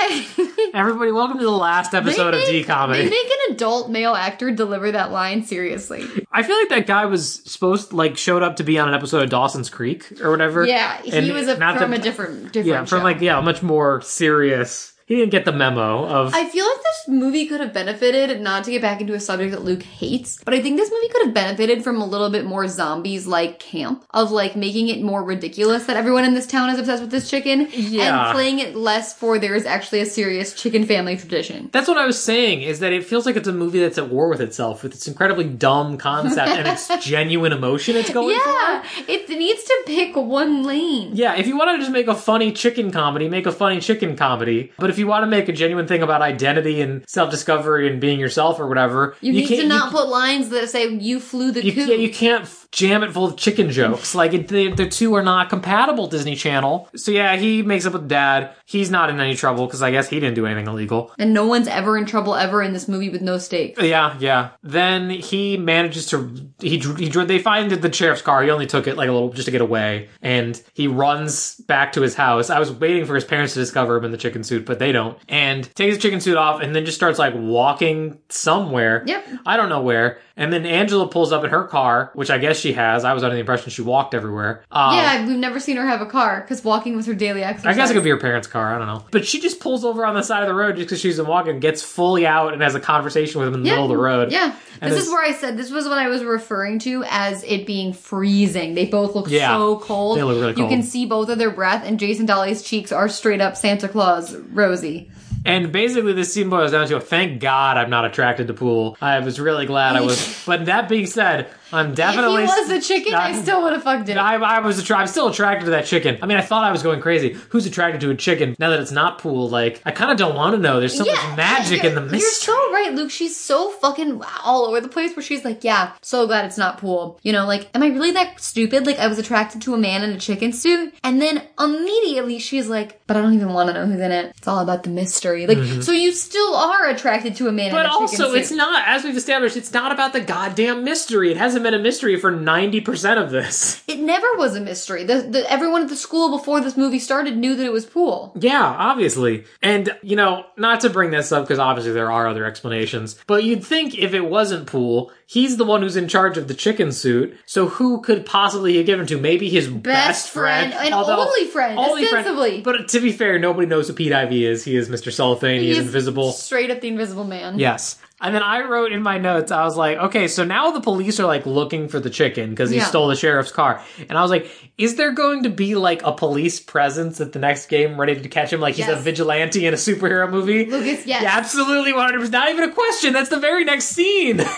S2: Everybody, welcome to the last episode of D Comedy.
S3: They make an adult male actor deliver that line seriously.
S2: I feel like that guy was supposed like showed up to be on an episode of Dawson's Creek or whatever.
S3: Yeah, he
S2: And
S3: was a,
S2: not
S3: from
S2: the-
S3: a different, different.
S2: yeah from
S3: show.
S2: like yeah a much more serious. He didn't get the memo of
S3: I feel like this movie could have benefited, not to get back into a subject that Luke hates, but I think this movie could have benefited from a little bit more zombies like camp, of like making it more ridiculous that everyone in this town is obsessed with this chicken,
S2: Yeah.
S3: and playing it less for there is actually a serious chicken family tradition.
S2: That's what I was saying is that it feels like it's a movie that's at war with itself with its incredibly dumb concept and its genuine emotion it's going for.
S3: Yeah, it needs to pick one lane.
S2: Yeah, if you want to just make a funny chicken comedy, make a funny chicken comedy. But if you want to make a genuine thing about identity and self-discovery and being yourself or whatever,
S3: You, need
S2: can't
S3: to
S2: you
S3: not put lines that say you flew the
S2: You,
S3: coop.
S2: yeah, you can't f- jam it full of chicken jokes. Like it, they, the two are not compatible. Disney Channel. So yeah, he makes up with dad. He's not in any trouble because I guess he didn't do anything illegal.
S3: And no one's ever in trouble ever in this movie with no stakes.
S2: Yeah, yeah. Then he manages to he dr- he dr- they find the sheriff's car. He only took it like a little just to get away, and he runs back to his house. I was waiting for his parents to discover him in the chicken suit, but they don't. And takes his chicken suit off, and then just starts like walking somewhere.
S3: Yep.
S2: I don't know where. And then Angela pulls up in her car, which I guess she has. I was under the impression she walked everywhere. Um,
S3: yeah, we've never seen her have a car because walking was her daily
S2: I
S3: exercise.
S2: guess it could be her parents' car. I don't know. But she just pulls over on the side of the road just because she's been walking, gets fully out, and has a conversation with him in the middle of the road.
S3: Yeah.
S2: And
S3: this
S2: it's-
S3: is where I said this was what I was referring to as it being freezing. They both look
S2: Yeah.
S3: so cold.
S2: They look really
S3: You can
S2: cold.
S3: see both of their breath, and Jason Dolly's cheeks are straight up Santa Claus rosy.
S2: And basically, this scene boils down to thank God I'm not attracted to Pool. I was really glad I was. But that being said, I'm definitely.
S3: if he was the chicken, I
S2: I'm-
S3: still would have fucked it.
S2: I, I was attra- I'm still attracted to that chicken. I mean, I thought I was going crazy. Who's attracted to a chicken now that it's not pool? Like, I kind of don't want to know. There's so much magic
S3: you're-
S2: in the
S3: You're
S2: mystery.
S3: so right, Luke. She's so fucking all over the place where she's like, yeah, so glad it's not pool. You know, like, am I really that stupid? Like, I was attracted to a man in a chicken suit. And then immediately she's like, but I don't even want to know who's in it. It's all about the mystery. Like, so you still are attracted to a man in
S2: Mm-hmm. But
S3: a chicken suit.
S2: also, it's not, as we've established, it's not about the goddamn mystery. It hasn't been a mystery for 90% of this.
S3: It never was a mystery. The, the, everyone at the school before this movie started knew that it was pool.
S2: Yeah, obviously. And, you know, not to bring this up because obviously there are other explanations, but you'd think if it wasn't Pool, he's the one who's in charge of the chicken suit. So who could possibly have given to? Maybe his best, friend.
S3: friend and only friend, ostensibly.
S2: But to be fair, nobody knows who Pete Ivy is. He is Mr. Cellophane. He, is,
S3: He's
S2: invisible.
S3: Straight up the invisible man.
S2: Yes. And then I wrote in my notes, I was like, okay, so now the police are like looking for the chicken because he
S3: Yeah.
S2: stole the sheriff's car. And I was like, is there going to be like a police presence at the next game ready to catch him? Like he's
S3: Yes.
S2: a vigilante in a superhero movie?
S3: Lucas, yes.
S2: Yeah, absolutely 100%. Not even a question. That's the very next scene.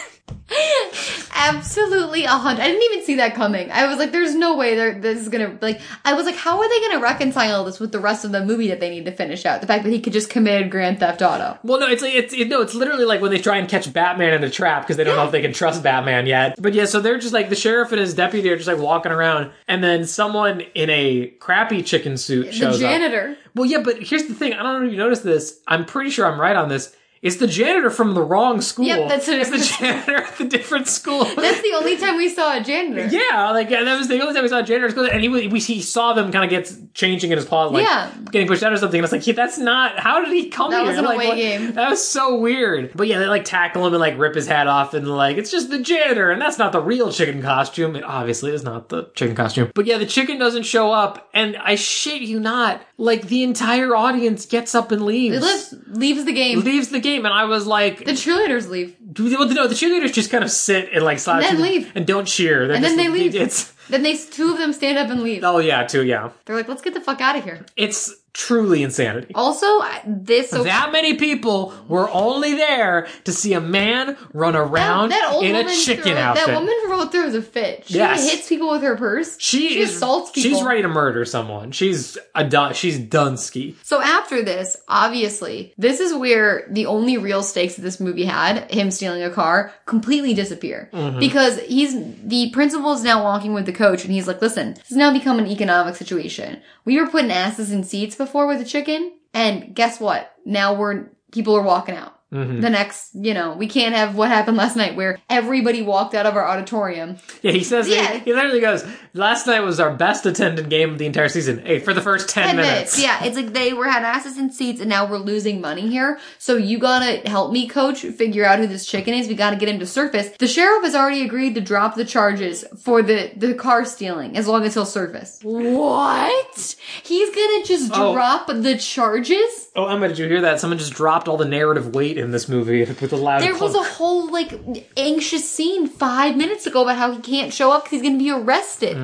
S3: Absolutely a hundred. I didn't even see that coming. I was like, "There's no way they're, this is gonna like." I was like, "How are they gonna reconcile this with the rest of the movie that they need to finish out? The fact that he could just commit Grand Theft Auto."
S2: well, no, it's like, it's, it, no, it's literally like when they try and catch Batman in a trap because they don't know if they can trust Batman yet. But yeah, so they're just like, the sheriff and his deputy are just like walking around and then someone in a crappy chicken suit
S3: The
S2: shows up.
S3: janitor.
S2: Well, yeah, but here's the thing. I don't know if you noticed this. I'm pretty sure I'm right on this. It's the janitor from the wrong school.
S3: Yep, that's what it
S2: it's the
S3: was.
S2: janitor at the different school.
S3: That's the only time we saw a janitor.
S2: yeah, like yeah, that was the only time we saw a janitor at school, and he was- we he saw them kind of get changing in his closet, like
S3: Yeah.
S2: getting pushed out or something. And it's like, yeah, that's not how did he come
S3: That
S2: here?
S3: was an
S2: like,
S3: away
S2: what-
S3: game.
S2: That was so weird. But yeah, they like tackle him and like rip his hat off, and like it's just the janitor, and that's not the real chicken costume. It obviously is not the chicken costume. But yeah, the chicken doesn't show up, and I shit you not, like the entire audience gets up and leaves.
S3: It lives, leaves the game.
S2: Leaves the game, and I was like,
S3: the cheerleaders leave.
S2: well, no, the cheerleaders just kind of sit and like slide through
S3: then
S2: the-
S3: leave.
S2: and don't cheer, They're
S3: And then
S2: just-
S3: they leave.
S2: It's
S3: Then they two of them stand up and leave.
S2: oh yeah, too yeah.
S3: They're like, "Let's get the fuck out of here."
S2: It's truly insanity.
S3: Also, I- this so
S2: That many people were only there to see a man run around in a chicken
S3: through,
S2: outfit.
S3: That woman who rolled through is a fit. She
S2: Yes.
S3: hits people with her purse.
S2: she,
S3: she
S2: is
S3: assaults people.
S2: She's ready to murder someone. She's a dun- she's Dunsky.
S3: So after this, obviously, this is where the only real stakes that this movie had, him stealing a car, completely disappear. Because he's, the principal is now walking with the coach and he's like, listen, this has now become an economic situation. We were putting asses in seats before with the chicken, and guess what? Now we're, people are walking out. The next, you know, we can't have what happened last night where everybody walked out of our auditorium.
S2: Yeah, he says
S3: Yeah.
S2: He, he literally goes, "Last night was our best attended game of the entire season. Hey, for the first 10,
S3: 10 minutes. Yeah, it's like they were had asses in seats and now we're losing money here. So you gotta help me, coach, figure out who this chicken is. We gotta get him to surface. The sheriff has already agreed to drop the charges for the, the car stealing as long as he'll surface. What? He's gonna just
S2: Oh.
S3: drop the charges?
S2: Oh, Emma, did you hear that? Someone just dropped all the narrative weight in this movie with a loud.
S3: There was a
S2: clunk.
S3: whole like anxious scene five minutes ago about how he can't show up because he's gonna be arrested.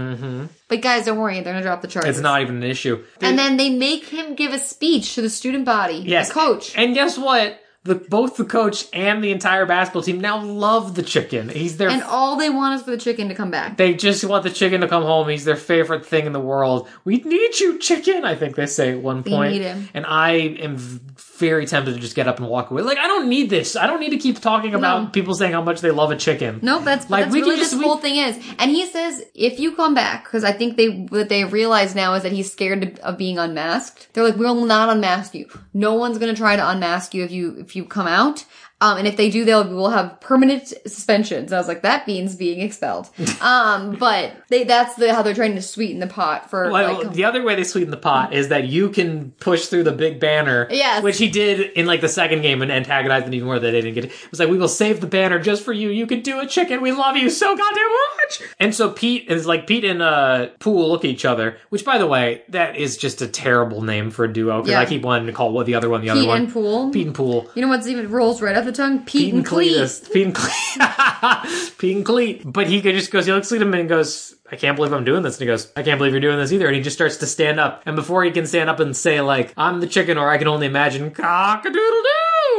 S3: But guys, don't worry, they're gonna drop the charges.
S2: Mm-hmm. It's not even an issue.
S3: And then they make him give a speech to the student body.
S2: Yes.
S3: the coach.
S2: And guess what? the both the coach and the entire basketball team now love the chicken. He's their
S3: And all they want is for the chicken to come back.
S2: they just want the chicken to come home. He's their favorite thing in the world. We need you, chicken. I think they say at one point.
S3: need him.
S2: And I am v- very tempted to just get up and walk away. Like I don't need this. I don't need to keep talking about
S3: No.
S2: people saying how much they love a chicken.
S3: No, that's
S2: Like,
S3: that's
S2: we can
S3: really
S2: just-
S3: this
S2: we-
S3: whole thing is. And he says, if you come back, because I think they what they realize now is that he's scared of being unmasked. They're like, we will not unmask you. No one's gonna try to unmask you if you if you come out. Um, and if they do, they'll we'll have permanent suspensions. I was like, that means being expelled. um, but they that's the how they're trying to sweeten the pot for
S2: Well,
S3: like, oh.
S2: the other way they sweeten the pot is that you can push through the big banner,
S3: Yes.
S2: which he did in like the second game and antagonized them even more. That they didn't get it. It was like we will save the banner just for you. You can do it, chicken. We love you so goddamn much. And so Pete is like Pete and uh, Pool look at each other. Which, by the way, that is just a terrible name for a duo because
S3: Yeah.
S2: I keep wanting to call what the other one the
S3: Pete
S2: other one
S3: and Pool.
S2: Pete and Pool.
S3: You know what's even rolls right off the tongue? Pete,
S2: Pete
S3: and
S2: and
S3: Cleet.
S2: Cletus. Pete and Cleet. Pete and Cleet. But he just goes, he looks at him and goes, I can't believe I'm doing this. And he goes, I can't believe you're doing this either. And he just starts to stand up. And before he can stand up and say, like, I'm the chicken or I can only imagine cock a doodle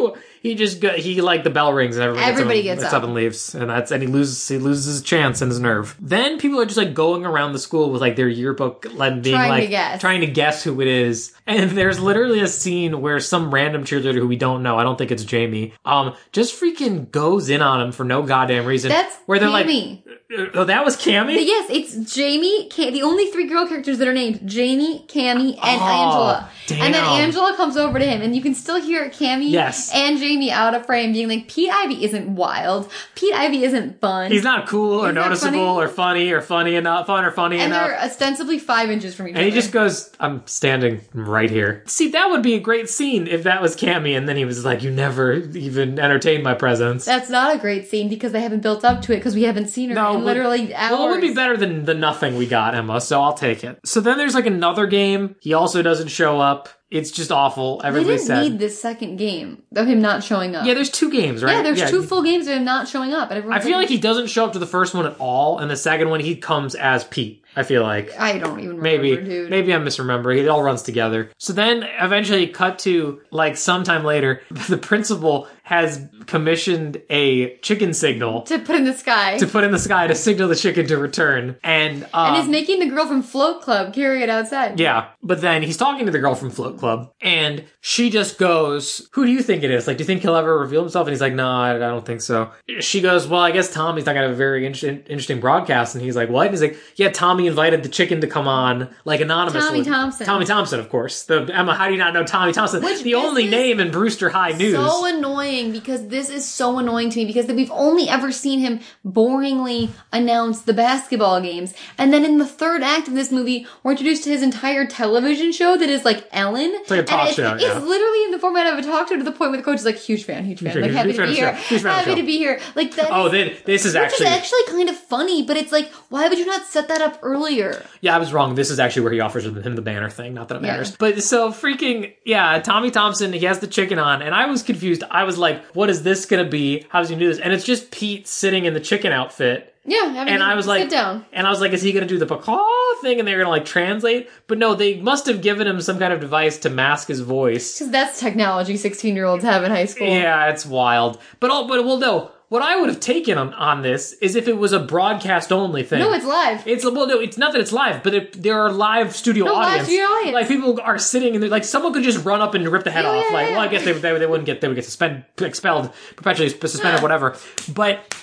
S2: doo, he just, go, he like the bell rings and everybody,
S3: Everybody
S2: gets, up, and-
S3: gets
S2: gets
S3: up.
S2: up and leaves. And that's, and he loses, he loses his chance and his nerve. Then people are just like going around the school with like their yearbook and being
S3: Trying to
S2: like,
S3: guess.
S2: trying to guess who it is. And there's literally a scene where some random cheerleader who we don't know, I don't think it's Jamie, um, just freaking goes in on him for no goddamn reason.
S3: That's
S2: where they're
S3: Jamie.
S2: like, "Oh, that was Cammy."
S3: Yes, it's Jamie. Ca- the only three girl characters that are named Jamie, Cammy, and
S2: Oh,
S3: Angela. And then
S2: damn.
S3: Angela comes over to him, and you can still hear Cammy
S2: Yes.
S3: and Jamie out of frame, being like, "Pete Ivy isn't wild. Pete Ivy isn't fun."
S2: He's not cool or
S3: He's not
S2: noticeable
S3: funny.
S2: or funny or funny enough, fun or funny
S3: and
S2: enough.
S3: they're ostensibly five inches from each other.
S2: And he just goes, I'm standing right here. See, that would be a great scene if that was Cammy, and then he was like, You never even entertained my presence.
S3: That's not a great scene because they haven't built up to it because we haven't seen her in
S2: but-
S3: literally hours.
S2: Well, it would be better than the nothing we got, Emma. So I'll take it. So then there's like another game. He also doesn't show up. It's just awful.
S3: They
S2: Everybody
S3: didn't
S2: said.
S3: need this second game of him not showing up.
S2: yeah, there's two games, right?
S3: Yeah, there's two full games of him not showing up, and everyone's
S2: I feel like he doesn't show up to the first one at all, and the second one he comes as Pete. I feel like.
S3: I don't even remember,
S2: Maybe,
S3: dude.
S2: maybe I'm misremembering. It all runs together. So then, eventually, cut to like sometime later. The principal has commissioned a chicken signal
S3: to put in the sky
S2: to put in the sky to signal the chicken to return, and uh,
S3: and is making the girl from Float Club carry it outside.
S2: Yeah, but then he's talking to the girl from Float Club, and she just goes, "Who do you think it is? Like, do you think he'll ever reveal himself?" And he's like, "No, I, I don't think so." She goes, "Well, I guess Tommy's not gonna have a very interesting, interesting broadcast." And he's like, "What?" And he's like, "Yeah, Tommy invited the chicken to come on, like anonymously."
S3: Tommy Thompson.
S2: Tommy Thompson, of course. The Emma, how do you not know Tommy Thompson?
S3: Which
S2: the only
S3: is
S2: name in Brewster High News.
S3: So annoying because this is so annoying to me because we've only ever seen him boringly announce the basketball games. And then in the third act of this movie, we're introduced to his entire television show that is like Ellen. It's
S2: like a talk
S3: and it's,
S2: show,
S3: It's
S2: yeah.
S3: literally in the format of a talk show to the point where the coach is like, huge fan, huge fan.
S2: fan,
S3: like, happy
S2: huge
S3: to
S2: fan
S3: be
S2: of the
S3: here.
S2: show, huge fan of the
S3: Happy to
S2: show."
S3: be here. Like that.
S2: Oh,
S3: is-
S2: then this is
S3: which
S2: actually,
S3: is actually kind of funny, but it's like, why would you not set that up earlier?
S2: Yeah, I was wrong. This is actually where he offers him the banner thing. Not that it
S3: Yeah.
S2: matters. But so freaking, yeah, Tommy Thompson, he has the chicken on. And I was confused. I was like, what is this going to be? How's he going to do this? And it's just Pete sitting in the chicken outfit.
S3: Yeah, I mean,
S2: And I was
S3: sit
S2: like,
S3: down.
S2: and I was like, is he going to do the pacaw thing? And they're going to like translate? But no, they must have given him some kind of device to mask his voice.
S3: Because that's technology 16 year olds have in high school.
S2: Yeah, it's wild. But all, but well, no. What I would have taken on, on this is if it was a broadcast only thing.
S3: No, it's live.
S2: It's well, no, it's not that it's live, but it, there are live studio
S3: live
S2: audience.
S3: studio audience.
S2: Like people are sitting and they're- like someone could just run up and rip the head
S3: Yeah,
S2: off.
S3: yeah,
S2: like,
S3: yeah.
S2: well, I guess they, they they wouldn't get they would get suspended, expelled, perpetually suspended, whatever. But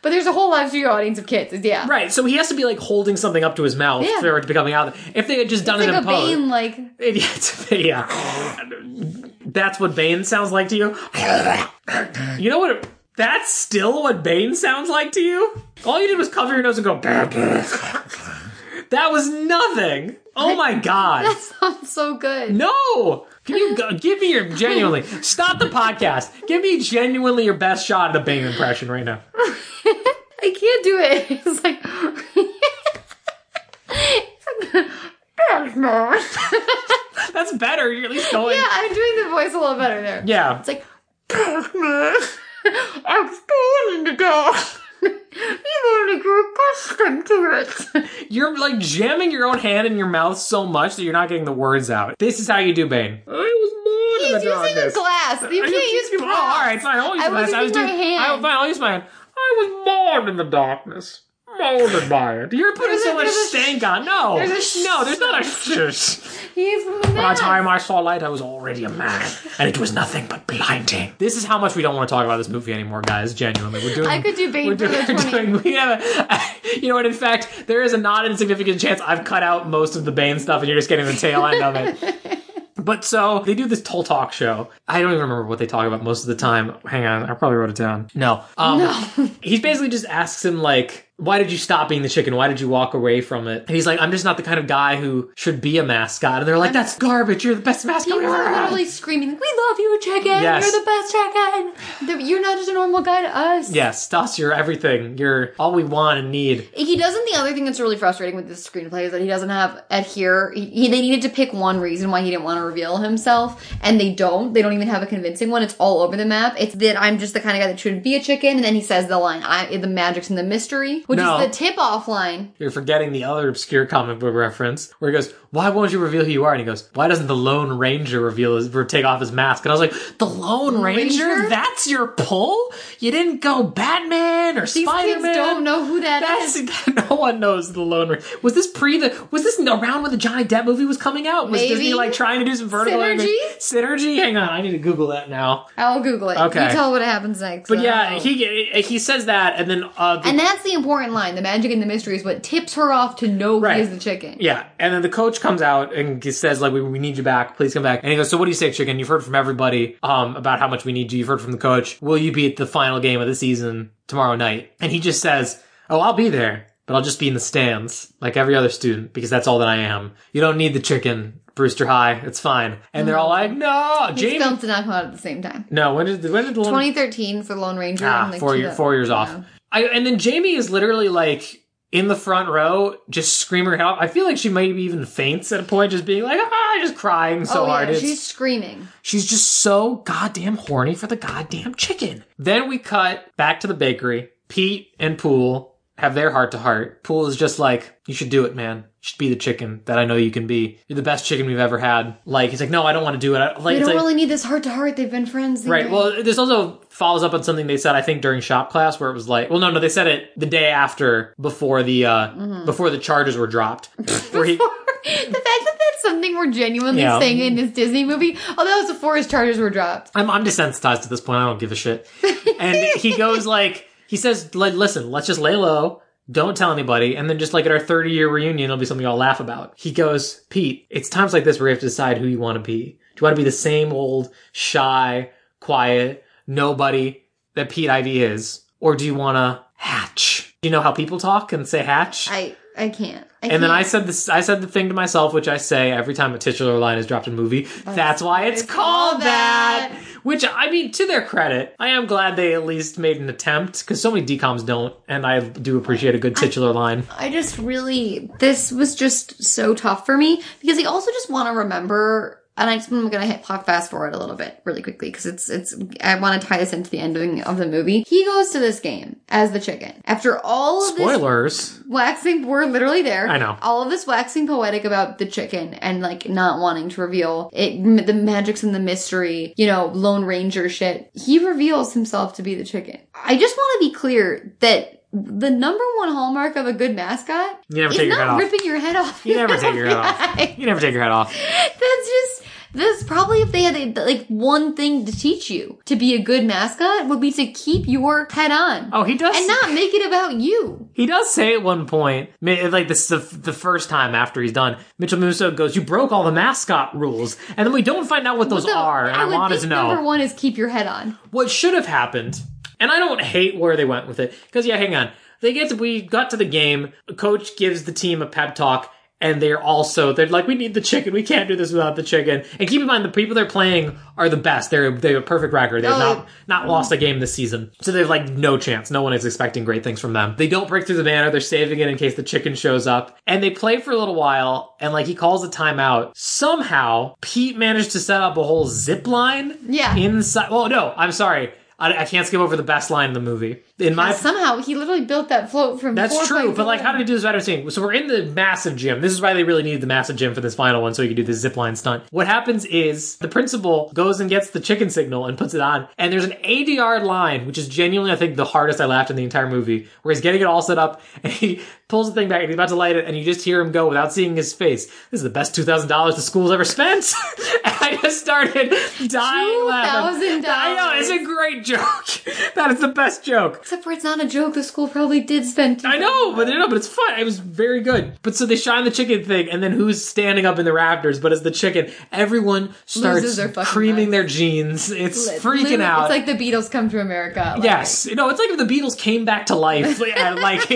S3: But there's a whole live studio audience of kids. Yeah.
S2: right, so he has to be like holding something up to his mouth
S3: Yeah.
S2: for it to be coming out. If they had just done
S3: It's
S2: it
S3: like
S2: in
S3: a
S2: post,
S3: Bane, like,
S2: It- it's- yeah, that's what Bane sounds like to you. you know what? That's still what Bane sounds like to you. All you did was cover your nose and go. that was nothing. Oh my god.
S3: that sounds so good.
S2: No! Can you go, give me your genuinely stop the podcast? Give me genuinely your best shot at a Bane impression right now.
S3: I can't do it. It's like.
S2: That's better. You're at least going.
S3: yeah, I'm doing the voice a little better there.
S2: Yeah.
S3: It's like. I'm stolen to death. You only grew accustomed to it.
S2: You're like jamming your own hand in your mouth so much that you're not getting the words out. This is how you do Bane. I was
S3: he's
S2: measurements are on
S3: using a
S2: this.
S3: glass. You
S2: Are
S3: can't use
S2: kidding me? Oh, all right,
S3: props.
S2: fine. I'll use
S3: I
S2: glass.
S3: was
S2: I was
S3: using my
S2: doing-
S3: hand.
S2: I, fine, I'll use mine. I was born in the darkness. Molded by it. You're putting
S3: There's a-
S2: so much
S3: there's a
S2: stank on. No,
S3: there's a sh-
S2: no, there's not a sh.
S3: He's mad.
S2: By the time I saw light, I was already a man, and it was nothing but blinding. This is how much we don't want to talk about this movie anymore, guys. Genuinely, we're doing.
S3: I could do Bane
S2: we're
S3: for the
S2: doing-
S3: 20
S2: doing- we have a, you know what? In fact, there is a not insignificant chance I've cut out most of the Bane stuff, and you're just getting the tail end of it. But so they do this toll talk show. I don't even remember what they talk about most of the time. Hang on, I probably wrote it down. No, um, he basically just asks him like why did you stop being the chicken why did you walk away from it and he's like i'm just not the kind of guy who should be a mascot and they're like that's garbage you're the best mascot
S3: He
S2: we've
S3: was
S2: ever had."
S3: literally screaming, like, "We love you, Chicken!
S2: Yes.
S3: You're the best Chicken! The- You're not just a normal guy to us."
S2: yes to us you're everything you're all we want and need
S3: He doesn't. The other thing that's really frustrating with this screenplay is that he doesn't have adhere. He, they needed to pick one reason why he didn't want to reveal himself, and they don't. They don't even have a convincing one. It's all over the map. It's that I'm just the kind of guy that shouldn't be a chicken, and then he says the line, "I the magic's in the mystery," which
S2: No.
S3: is the tip off line.
S2: you're forgetting the other obscure comic book reference where he goes why won't you reveal who you are and he goes why doesn't the lone ranger reveal his or take off his mask and i was like the lone ranger,
S3: Ranger?
S2: that's your pull you didn't go batman or
S3: These
S2: spider-man
S3: kids don't know who that
S2: That's
S3: is.
S2: no one knows the Lone Ranger. Was this pre the? Was this around when the Johnny Depp movie was coming out? Was
S3: Maybe.
S2: Disney like trying to do some vertical
S3: Synergy?
S2: animation- Synergy. Hang on, I need to Google that now.
S3: I'll Google it.
S2: Okay.
S3: You tell what happens next.
S2: But
S3: I don't
S2: yeah,
S3: know.
S2: he he says that, and then uh, the,
S3: And that's the important line. The magic and the mystery is what tips her off to know
S2: Right.
S3: he is the chicken.
S2: yeah, and then the coach comes out and he says like, we, "We need you back. Please come back." And he goes, "So what do you say, chicken? You've heard from everybody um about how much we need you. You've heard from the coach. Will you be at the final game of the season tomorrow night?" And he just says, "Oh, I'll be there." But I'll just be in the stands, like every other student, because that's all that I am. You don't need the chicken, Brewster High. It's fine. And they're all like, no,
S3: These
S2: Jamie.
S3: films did not come out at the same time.
S2: no, when did, when did the Lone-
S3: 2013 for Lone Ranger.
S2: Ah,
S3: and like
S2: four,
S3: two
S2: year,
S3: other-
S2: four years off.
S3: Yeah.
S2: I, and then Jamie is literally like in the front row, just screaming her head off. I feel like she maybe even faints at a point, just being like, ah, just crying so
S3: oh, yeah,
S2: hard. It's-
S3: she's screaming.
S2: She's just so goddamn horny for the goddamn chicken. Then we cut back to the bakery. Pete and Pool have their heart to heart. Pool is just like, you should do it, man. You should be the chicken that I know you can be. You're the best chicken we've ever had. Like, he's like, no, I don't want to do it. I, like,
S3: They
S2: it's
S3: don't
S2: like,
S3: really need this heart to heart. They've been friends. the
S2: Right.
S3: entire-
S2: Well, this also follows up on something they said, I think, during shop class, where it was like, well, no, no, they said it the day after, before the uh, before the charges were dropped. where he,
S3: the fact that that's something we're genuinely
S2: Yeah.
S3: saying in this Disney movie, oh, that was before his charges were dropped.
S2: I'm, I'm desensitized at this point. I don't give a shit. And he goes like, he says, like, listen, let's just lay low. Don't tell anybody. And then just like at our 30 year reunion, it'll be something I'll laugh about. He goes, Pete, it's times like this where you have to decide who you want to be. Do you want to be the same old, shy, quiet, nobody that Pete Ivy is? Or do you want to hatch? Do you know how people talk and say hatch?
S3: I I can't. I
S2: and then I
S3: can't.
S2: said this. I said the thing to myself, which I say every time a titular line is dropped in a movie. That's, why it's, called
S3: called
S2: that.
S3: that.
S2: Which I mean, to their credit, I am glad they at least made an attempt because so many decoms don't, and I do appreciate a good titular line.
S3: I just really this was just so tough for me because I also just want to remember and I just, I'm gonna hit pop fast forward a little bit really quickly because it's it's I want to tie this into the ending of the movie. He goes to this game as the chicken after all of this
S2: Spoilers.
S3: waxing we're literally there
S2: I know.
S3: all of this waxing poetic about the chicken and like not wanting to reveal it m- the magics and the mystery you know lone ranger shit he reveals himself to be the chicken i just want to be clear that the number one hallmark of a good mascot
S2: You never
S3: is
S2: take your
S3: not
S2: head off.
S3: ripping your head off
S2: You never take your head off.
S3: Right.
S2: You never take your head off.
S3: that's just that's probably if they had a, like one thing to teach you to be a good mascot would be to keep your head on
S2: Oh, he does.
S3: and not make it about you
S2: He does say at one point, ma- like this is the, the first time after he's done, Mitchell Musso goes, "You broke all the mascot rules," and then we don't find out what those
S3: So,
S2: are. And I,
S3: would
S2: wanted
S3: think
S2: to know.
S3: Number one is keep your head on.
S2: what should have happened, and I don't hate where they went with it, because yeah, hang on. They get to, we got to the game, coach gives the team a pep talk, and they're also, they're like, we need the chicken, we can't do this without the chicken. And keep in mind, the people they're playing are the best. They're, they have a perfect record. They've
S3: Oh,
S2: not, not lost a game this season. So they've like no chance. No one is expecting great things from them. They don't break through the banner. They're saving it in case the chicken shows up. And they play for a little while, and like he calls a timeout. Somehow, Pete managed to set up a whole zip line
S3: Yeah.
S2: inside. Well, no, I'm sorry. I, I can't skip over the best line in the movie. In my
S3: Somehow he literally built that float from.
S2: That's true,
S3: 4.0.
S2: but like, how did he do this without saying? So we're in the massive gym. This is why they really needed the massive gym for this final one, so he could do this zip line stunt. What happens is the principal goes and gets the chicken signal and puts it on, and there's an ADR line, which is genuinely, I think, the hardest I laughed in the entire movie, where he's getting it all set up and he pulls the thing back and he's about to light it, and you just hear him go without seeing his face. This is the best two thousand dollars the school's ever spent. and I just started dying laughing.
S3: $2,000.
S2: I know it's a great joke. that is the best joke.
S3: Except for it's not a joke. The school probably did spend.
S2: I know, but no, but it's fun. It was very good. But so they shine the chicken thing, and then who's standing up in the rafters? But it's the chicken. Everyone starts
S3: Loses their fucking
S2: creaming
S3: minds.
S2: their jeans. It's
S3: It's
S2: freaking
S3: literally-
S2: out.
S3: It's like the Beatles come to America. like,
S2: yes, no, it's like if the Beatles came back to life, and, like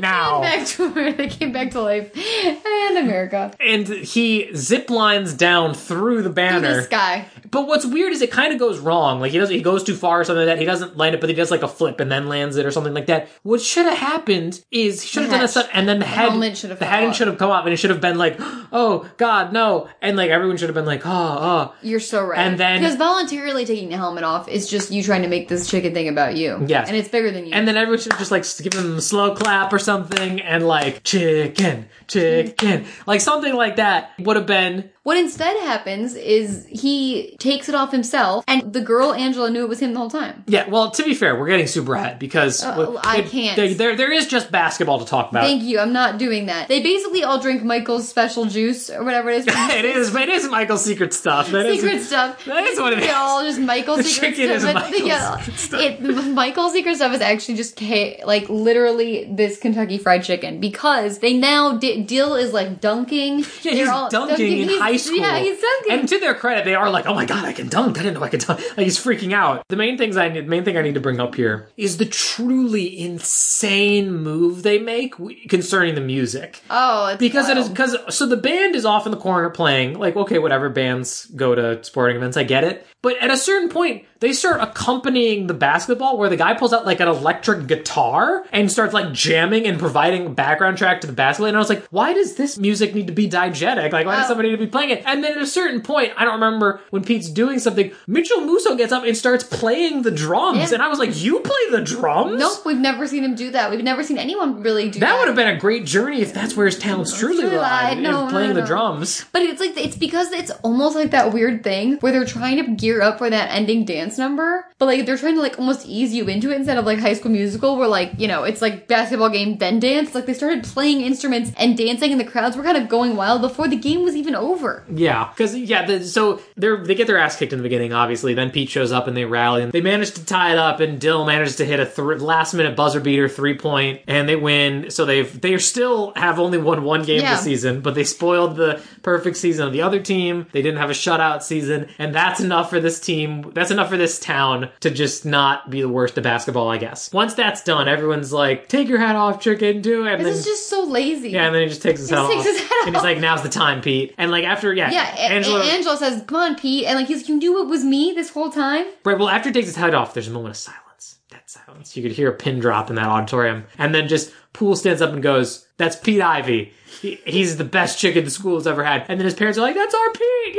S2: now.
S3: Back to America. They came back to life and America.
S2: And he zip lines down through the
S3: Through
S2: banner.
S3: the sky.
S2: But what's weird is it kind of goes wrong. Like he does, he goes too far or something like that. He doesn't land it, but he does like a flip and then lands it or something like that. What should have happened is he should have
S3: The
S2: done that
S3: hatch.
S2: stuff, and then the, head,
S3: helmet should have
S2: the
S3: fell
S2: head
S3: off.
S2: should have come up, and it should have been like, oh God, no, and like everyone should have been like, oh, oh,
S3: You're so right.
S2: And then-
S3: because voluntarily taking the helmet off is just you trying to make this chicken thing about you.
S2: Yes.
S3: and it's bigger than you.
S2: and then everyone should have just like given him a slow clap or something, and like chicken, chicken, like something like that would have been
S3: what instead happens is he takes it off himself, and the girl Angela knew it was him the whole time.
S2: yeah. Well, to be fair, we're getting super ahead because
S3: well, Oh, I
S2: there-
S3: can't.
S2: There, there, there is just basketball to talk about.
S3: Thank you. I'm not doing that. They basically all drink Michael's special juice or whatever it is.
S2: it is, it is Michael's secret stuff. That is-
S3: secret stuff.
S2: that is what it
S3: They
S2: is.
S3: all just Michael's
S2: The
S3: secret
S2: chicken is
S3: stuff. but
S2: Michael's
S3: yeah,
S2: secret stuff.
S3: It, Michael's secret stuff is actually just ca- like literally this Kentucky Fried Chicken because they now D- Dill is like dunking.
S2: Yeah, he's
S3: They're all
S2: dunking, in
S3: He's-
S2: high school.
S3: Yeah, he's dunking.
S2: And to their credit, they are like, "Oh my god, I can dunk! I didn't know I could dunk!" Like he's freaking out. The main things I need, the main thing I need to bring up here is the truly insane move they make w- concerning the music.
S3: oh, it's
S2: because it is
S3: wild.
S2: because so the band is off in the corner playing like okay whatever bands go to sporting events I get it but at a certain point they start accompanying the basketball where the guy pulls out like an electric guitar and starts like jamming and providing a background track to the basketball and I was like why does this music need to be diegetic like why does
S3: Oh.
S2: somebody need to be playing it and then at a certain point I don't remember when Pete's doing something Mitchell Musso gets up and starts playing the drums
S3: Yeah.
S2: and I was like you play the drums
S3: Nope, we've never seen him do that. We've never seen anyone really do that.
S2: That would have been a great journey if that's where his talents truly
S3: Truly
S2: lie,
S3: lied. No,
S2: in playing
S3: no,
S2: the
S3: no.
S2: drums.
S3: But it's like it's because it's almost like that weird thing where they're trying to gear up for that ending dance number, but like they're trying to like almost ease you into it instead of like High School Musical, where like you know it's like basketball game then dance. Like they started playing instruments and dancing, and the crowds were kind of going wild before the game was even over.
S2: Yeah, because yeah, the, so they're they get their ass kicked in the beginning, obviously. Then Pete shows up and they rally, and they manage to tie it up. And Dill manages to hit a th- last minute buzzer beater three point, and they win. So they've they still have only won one game
S3: Yeah.
S2: this season, but they spoiled the perfect season of the other team. They didn't have a shutout season, and that's enough for this team. That's enough for this town to just not be the worst at basketball, I guess. Once that's done, everyone's like, "Take your hat off, chicken, do it." And
S3: This
S2: then-
S3: is just so lazy.
S2: yeah, and then he just takes his head
S3: just
S2: off.
S3: takes his head
S2: and he's
S3: off.
S2: like, now's the time, Pete. And like after, yeah,
S3: Yeah, A- A- Angela, says, "Come on, Pete," and like he's, you knew it was me this whole time.
S2: Right, well, after he takes his head off, there's a moment of silence. Dead silence. You could hear a pin drop in that auditorium. And then just Poole stands up and goes, That's Pete Ivy. He, he's the best chicken the school's ever had. And then his parents are like, That's our Pete! Yeah!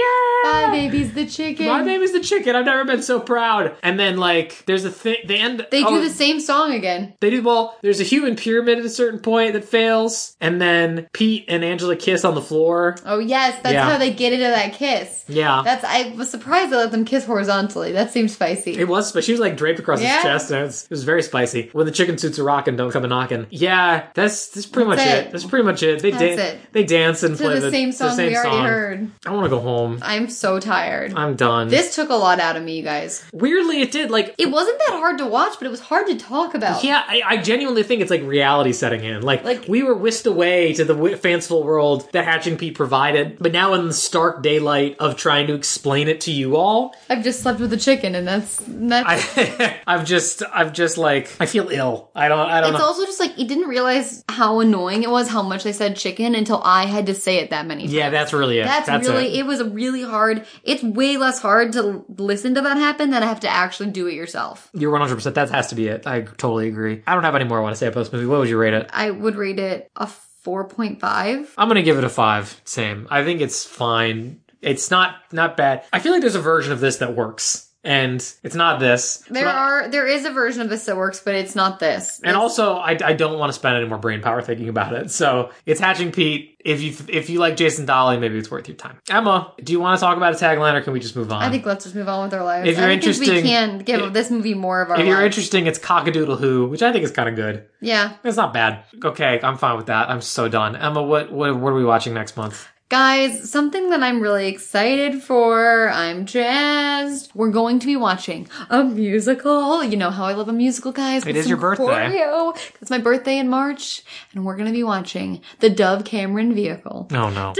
S3: Bye, baby's the chicken.
S2: My name is the chicken. I've never been so proud. And then, like, there's a thing. They end.
S3: They
S2: oh,
S3: do the same song again.
S2: They do well. There's a human pyramid at a certain point that fails, and then Pete and Angela kiss on the floor.
S3: Oh yes, that's
S2: Yeah.
S3: how they get into that kiss.
S2: Yeah,
S3: That's I was surprised they let them kiss horizontally. That seemed spicy.
S2: It was, but she was like draped across
S3: Yeah.
S2: his chest, and it was, it was very spicy. When the chicken suits are rocking, don't come a knocking. Yeah, that's that's pretty
S3: That's
S2: much
S3: it.
S2: it. That's pretty much it. They
S3: That's
S2: dance.
S3: it.
S2: They dance and
S3: to
S2: play
S3: the, same song we already
S2: song.
S3: heard.
S2: I want to go home.
S3: I'm so tired.
S2: I'm done.
S3: this took a lot out of me, you guys.
S2: weirdly, it did. Like,
S3: It wasn't that hard to watch, but it was hard to talk about.
S2: yeah, I, I genuinely think it's like reality setting in. Like,
S3: Like-
S2: we were whisked away to the w- fanciful world that Hatching Pete provided, but now in the stark daylight of trying to explain it to you all,
S3: I've just slept with a chicken, and that's that's.
S2: I, I've just, I've just like, I feel ill. I don't, I don't
S3: it's
S2: know.
S3: also just like it didn't realize how annoying it was how much they said chicken until I had to say it that many times.
S2: yeah, that's really it.
S3: That's,
S2: it.
S3: really it. was really hard. It's way less hard to listen to that happen than I have to actually do it yourself.
S2: You're 100. percent That has to be it. I totally agree. I don't have any more I want to say about this movie. What would you rate it?
S3: I would rate it a 4.5.
S2: I'm gonna give it a five. Same. I think it's fine. It's not not bad. I feel like there's a version of this that works. and it's not this.
S3: There
S2: But I-
S3: are there is a version of this that works, but it's not this.
S2: and also, I, I don't want to spend any more brain power thinking about it. So it's Hatching Pete. If you if you like Jason Dolly, maybe it's worth your time. Emma, do you want to talk about a tagline, or can we just move on?
S3: I think let's just move on with our lives.
S2: If you're
S3: I think we
S2: interesting-
S3: can give
S2: if-
S3: this movie more of our.
S2: if you're
S3: lives.
S2: interesting, it's Cockadoodle Who, which I think is kind of good.
S3: yeah,
S2: It's not bad. Okay, I'm fine with that. I'm so done. Emma, what what, what are we watching next month?
S3: guys, something that I'm really excited for. I'm jazzed. We're going to be watching a musical. You know how I love a musical, guys. It
S2: is your birthday.
S3: It's my birthday in March, and we're going to be watching the Dove Cameron vehicle.
S2: Oh no.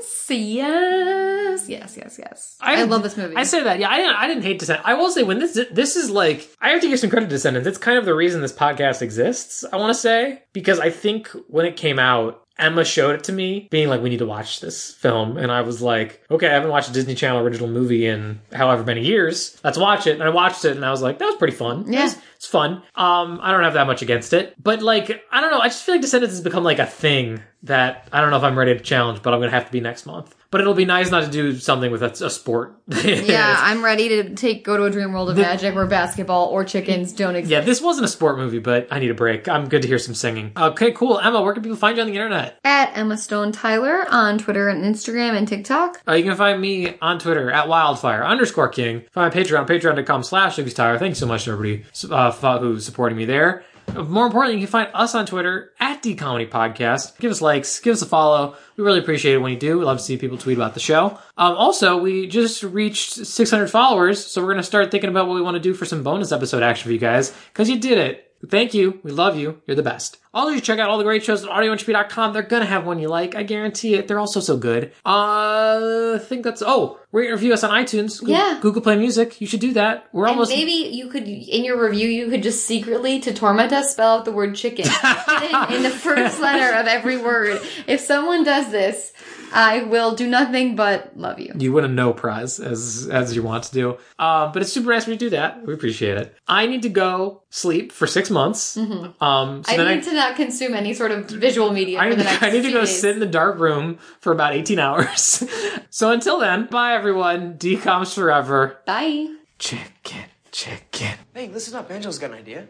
S3: Descendants. Yes, yes, yes, yes. I, love this movie.
S2: I say that. Yeah, I didn't. I didn't hate Descendants. I will say when this this is like, I have to give some credit to Descendants. It's kind of the reason this podcast exists. I want to say because I think when it came out, Emma showed it to me, being like, "We need to watch this film," and I was like, "Okay, I haven't watched a Disney Channel original movie in however many years. Let's watch it." And I watched it, and I was like, "That was pretty fun.
S3: Yeah.
S2: It's- it's fun. Um, I don't have that much against it, but like, I don't know. I just feel like Descendants has become like a thing that I don't know if I'm ready to challenge, but I'm gonna have to be next month. But it'll be nice not to do something with a, a sport.
S3: yeah, I'm ready to take go to a dream world of magic where basketball or chickens don't exist.
S2: yeah. This wasn't a sport movie, but I need a break. I'm good to hear some singing. Okay, cool. Emma, where can people find you on the internet?
S3: At Emma Stone Tyler on Twitter and Instagram and TikTok.
S2: Uh, you can find me on Twitter at wildfire underscore king. Find my Patreon, patreon.com slash Lucas Tyler. Thanks so much to everybody uh, f- who's supporting me there. More importantly, you can find us on Twitter at D Comedy Podcast. Give us likes, give us a follow. We really appreciate it when you do. We love to see people tweet about the show. Um, also, we just reached 600 followers, so we're going to start thinking about what we want to do for some bonus episode action for you guys because you did it. Thank you. We love you. You're the best. Also, you check out all the great shows at audioentropy.com. They're going to have one you like. I guarantee it. They're also so good. Uh, I think that's, oh, rate and review us on iTunes. Goo-
S3: Yeah.
S2: Google Play Music. You should do that. We're almost.
S3: Maybe you could, in your review, you could just secretly to torment us spell out the word chicken hidden in the first letter of every word. If someone does this, I will do nothing but love you.
S2: you win a no prize as as you want to do. Uh, but it's super nice when you do that. We appreciate it. I need to go sleep for six months. Um, so
S3: Mm-hmm. I
S2: then
S3: need to not consume any sort of visual media
S2: I
S3: for
S2: need,
S3: the
S2: to,
S3: next
S2: I need to
S3: few
S2: go
S3: days.
S2: sit in the dark room for about 18 hours. so until then, bye everyone. DComs forever.
S3: Bye.
S2: Chicken, chicken.
S5: Hey, listen up. Angelo's got an idea.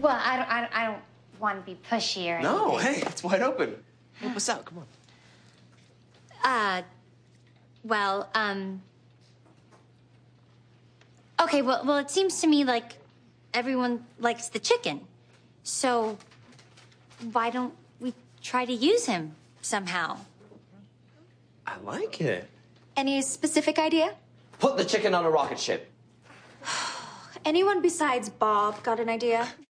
S6: Well, I don't, I don't, I don't want to be pushy or anything.
S5: No, hey, it's wide open. Help us out. Come on.
S6: Uh, well, um. Okay, well, well, it seems to me like everyone likes the chicken, so why don't we try to use him somehow?
S5: I like it.
S6: Any specific idea?
S5: Put the chicken on a rocket ship.
S6: Anyone besides Bob got an idea?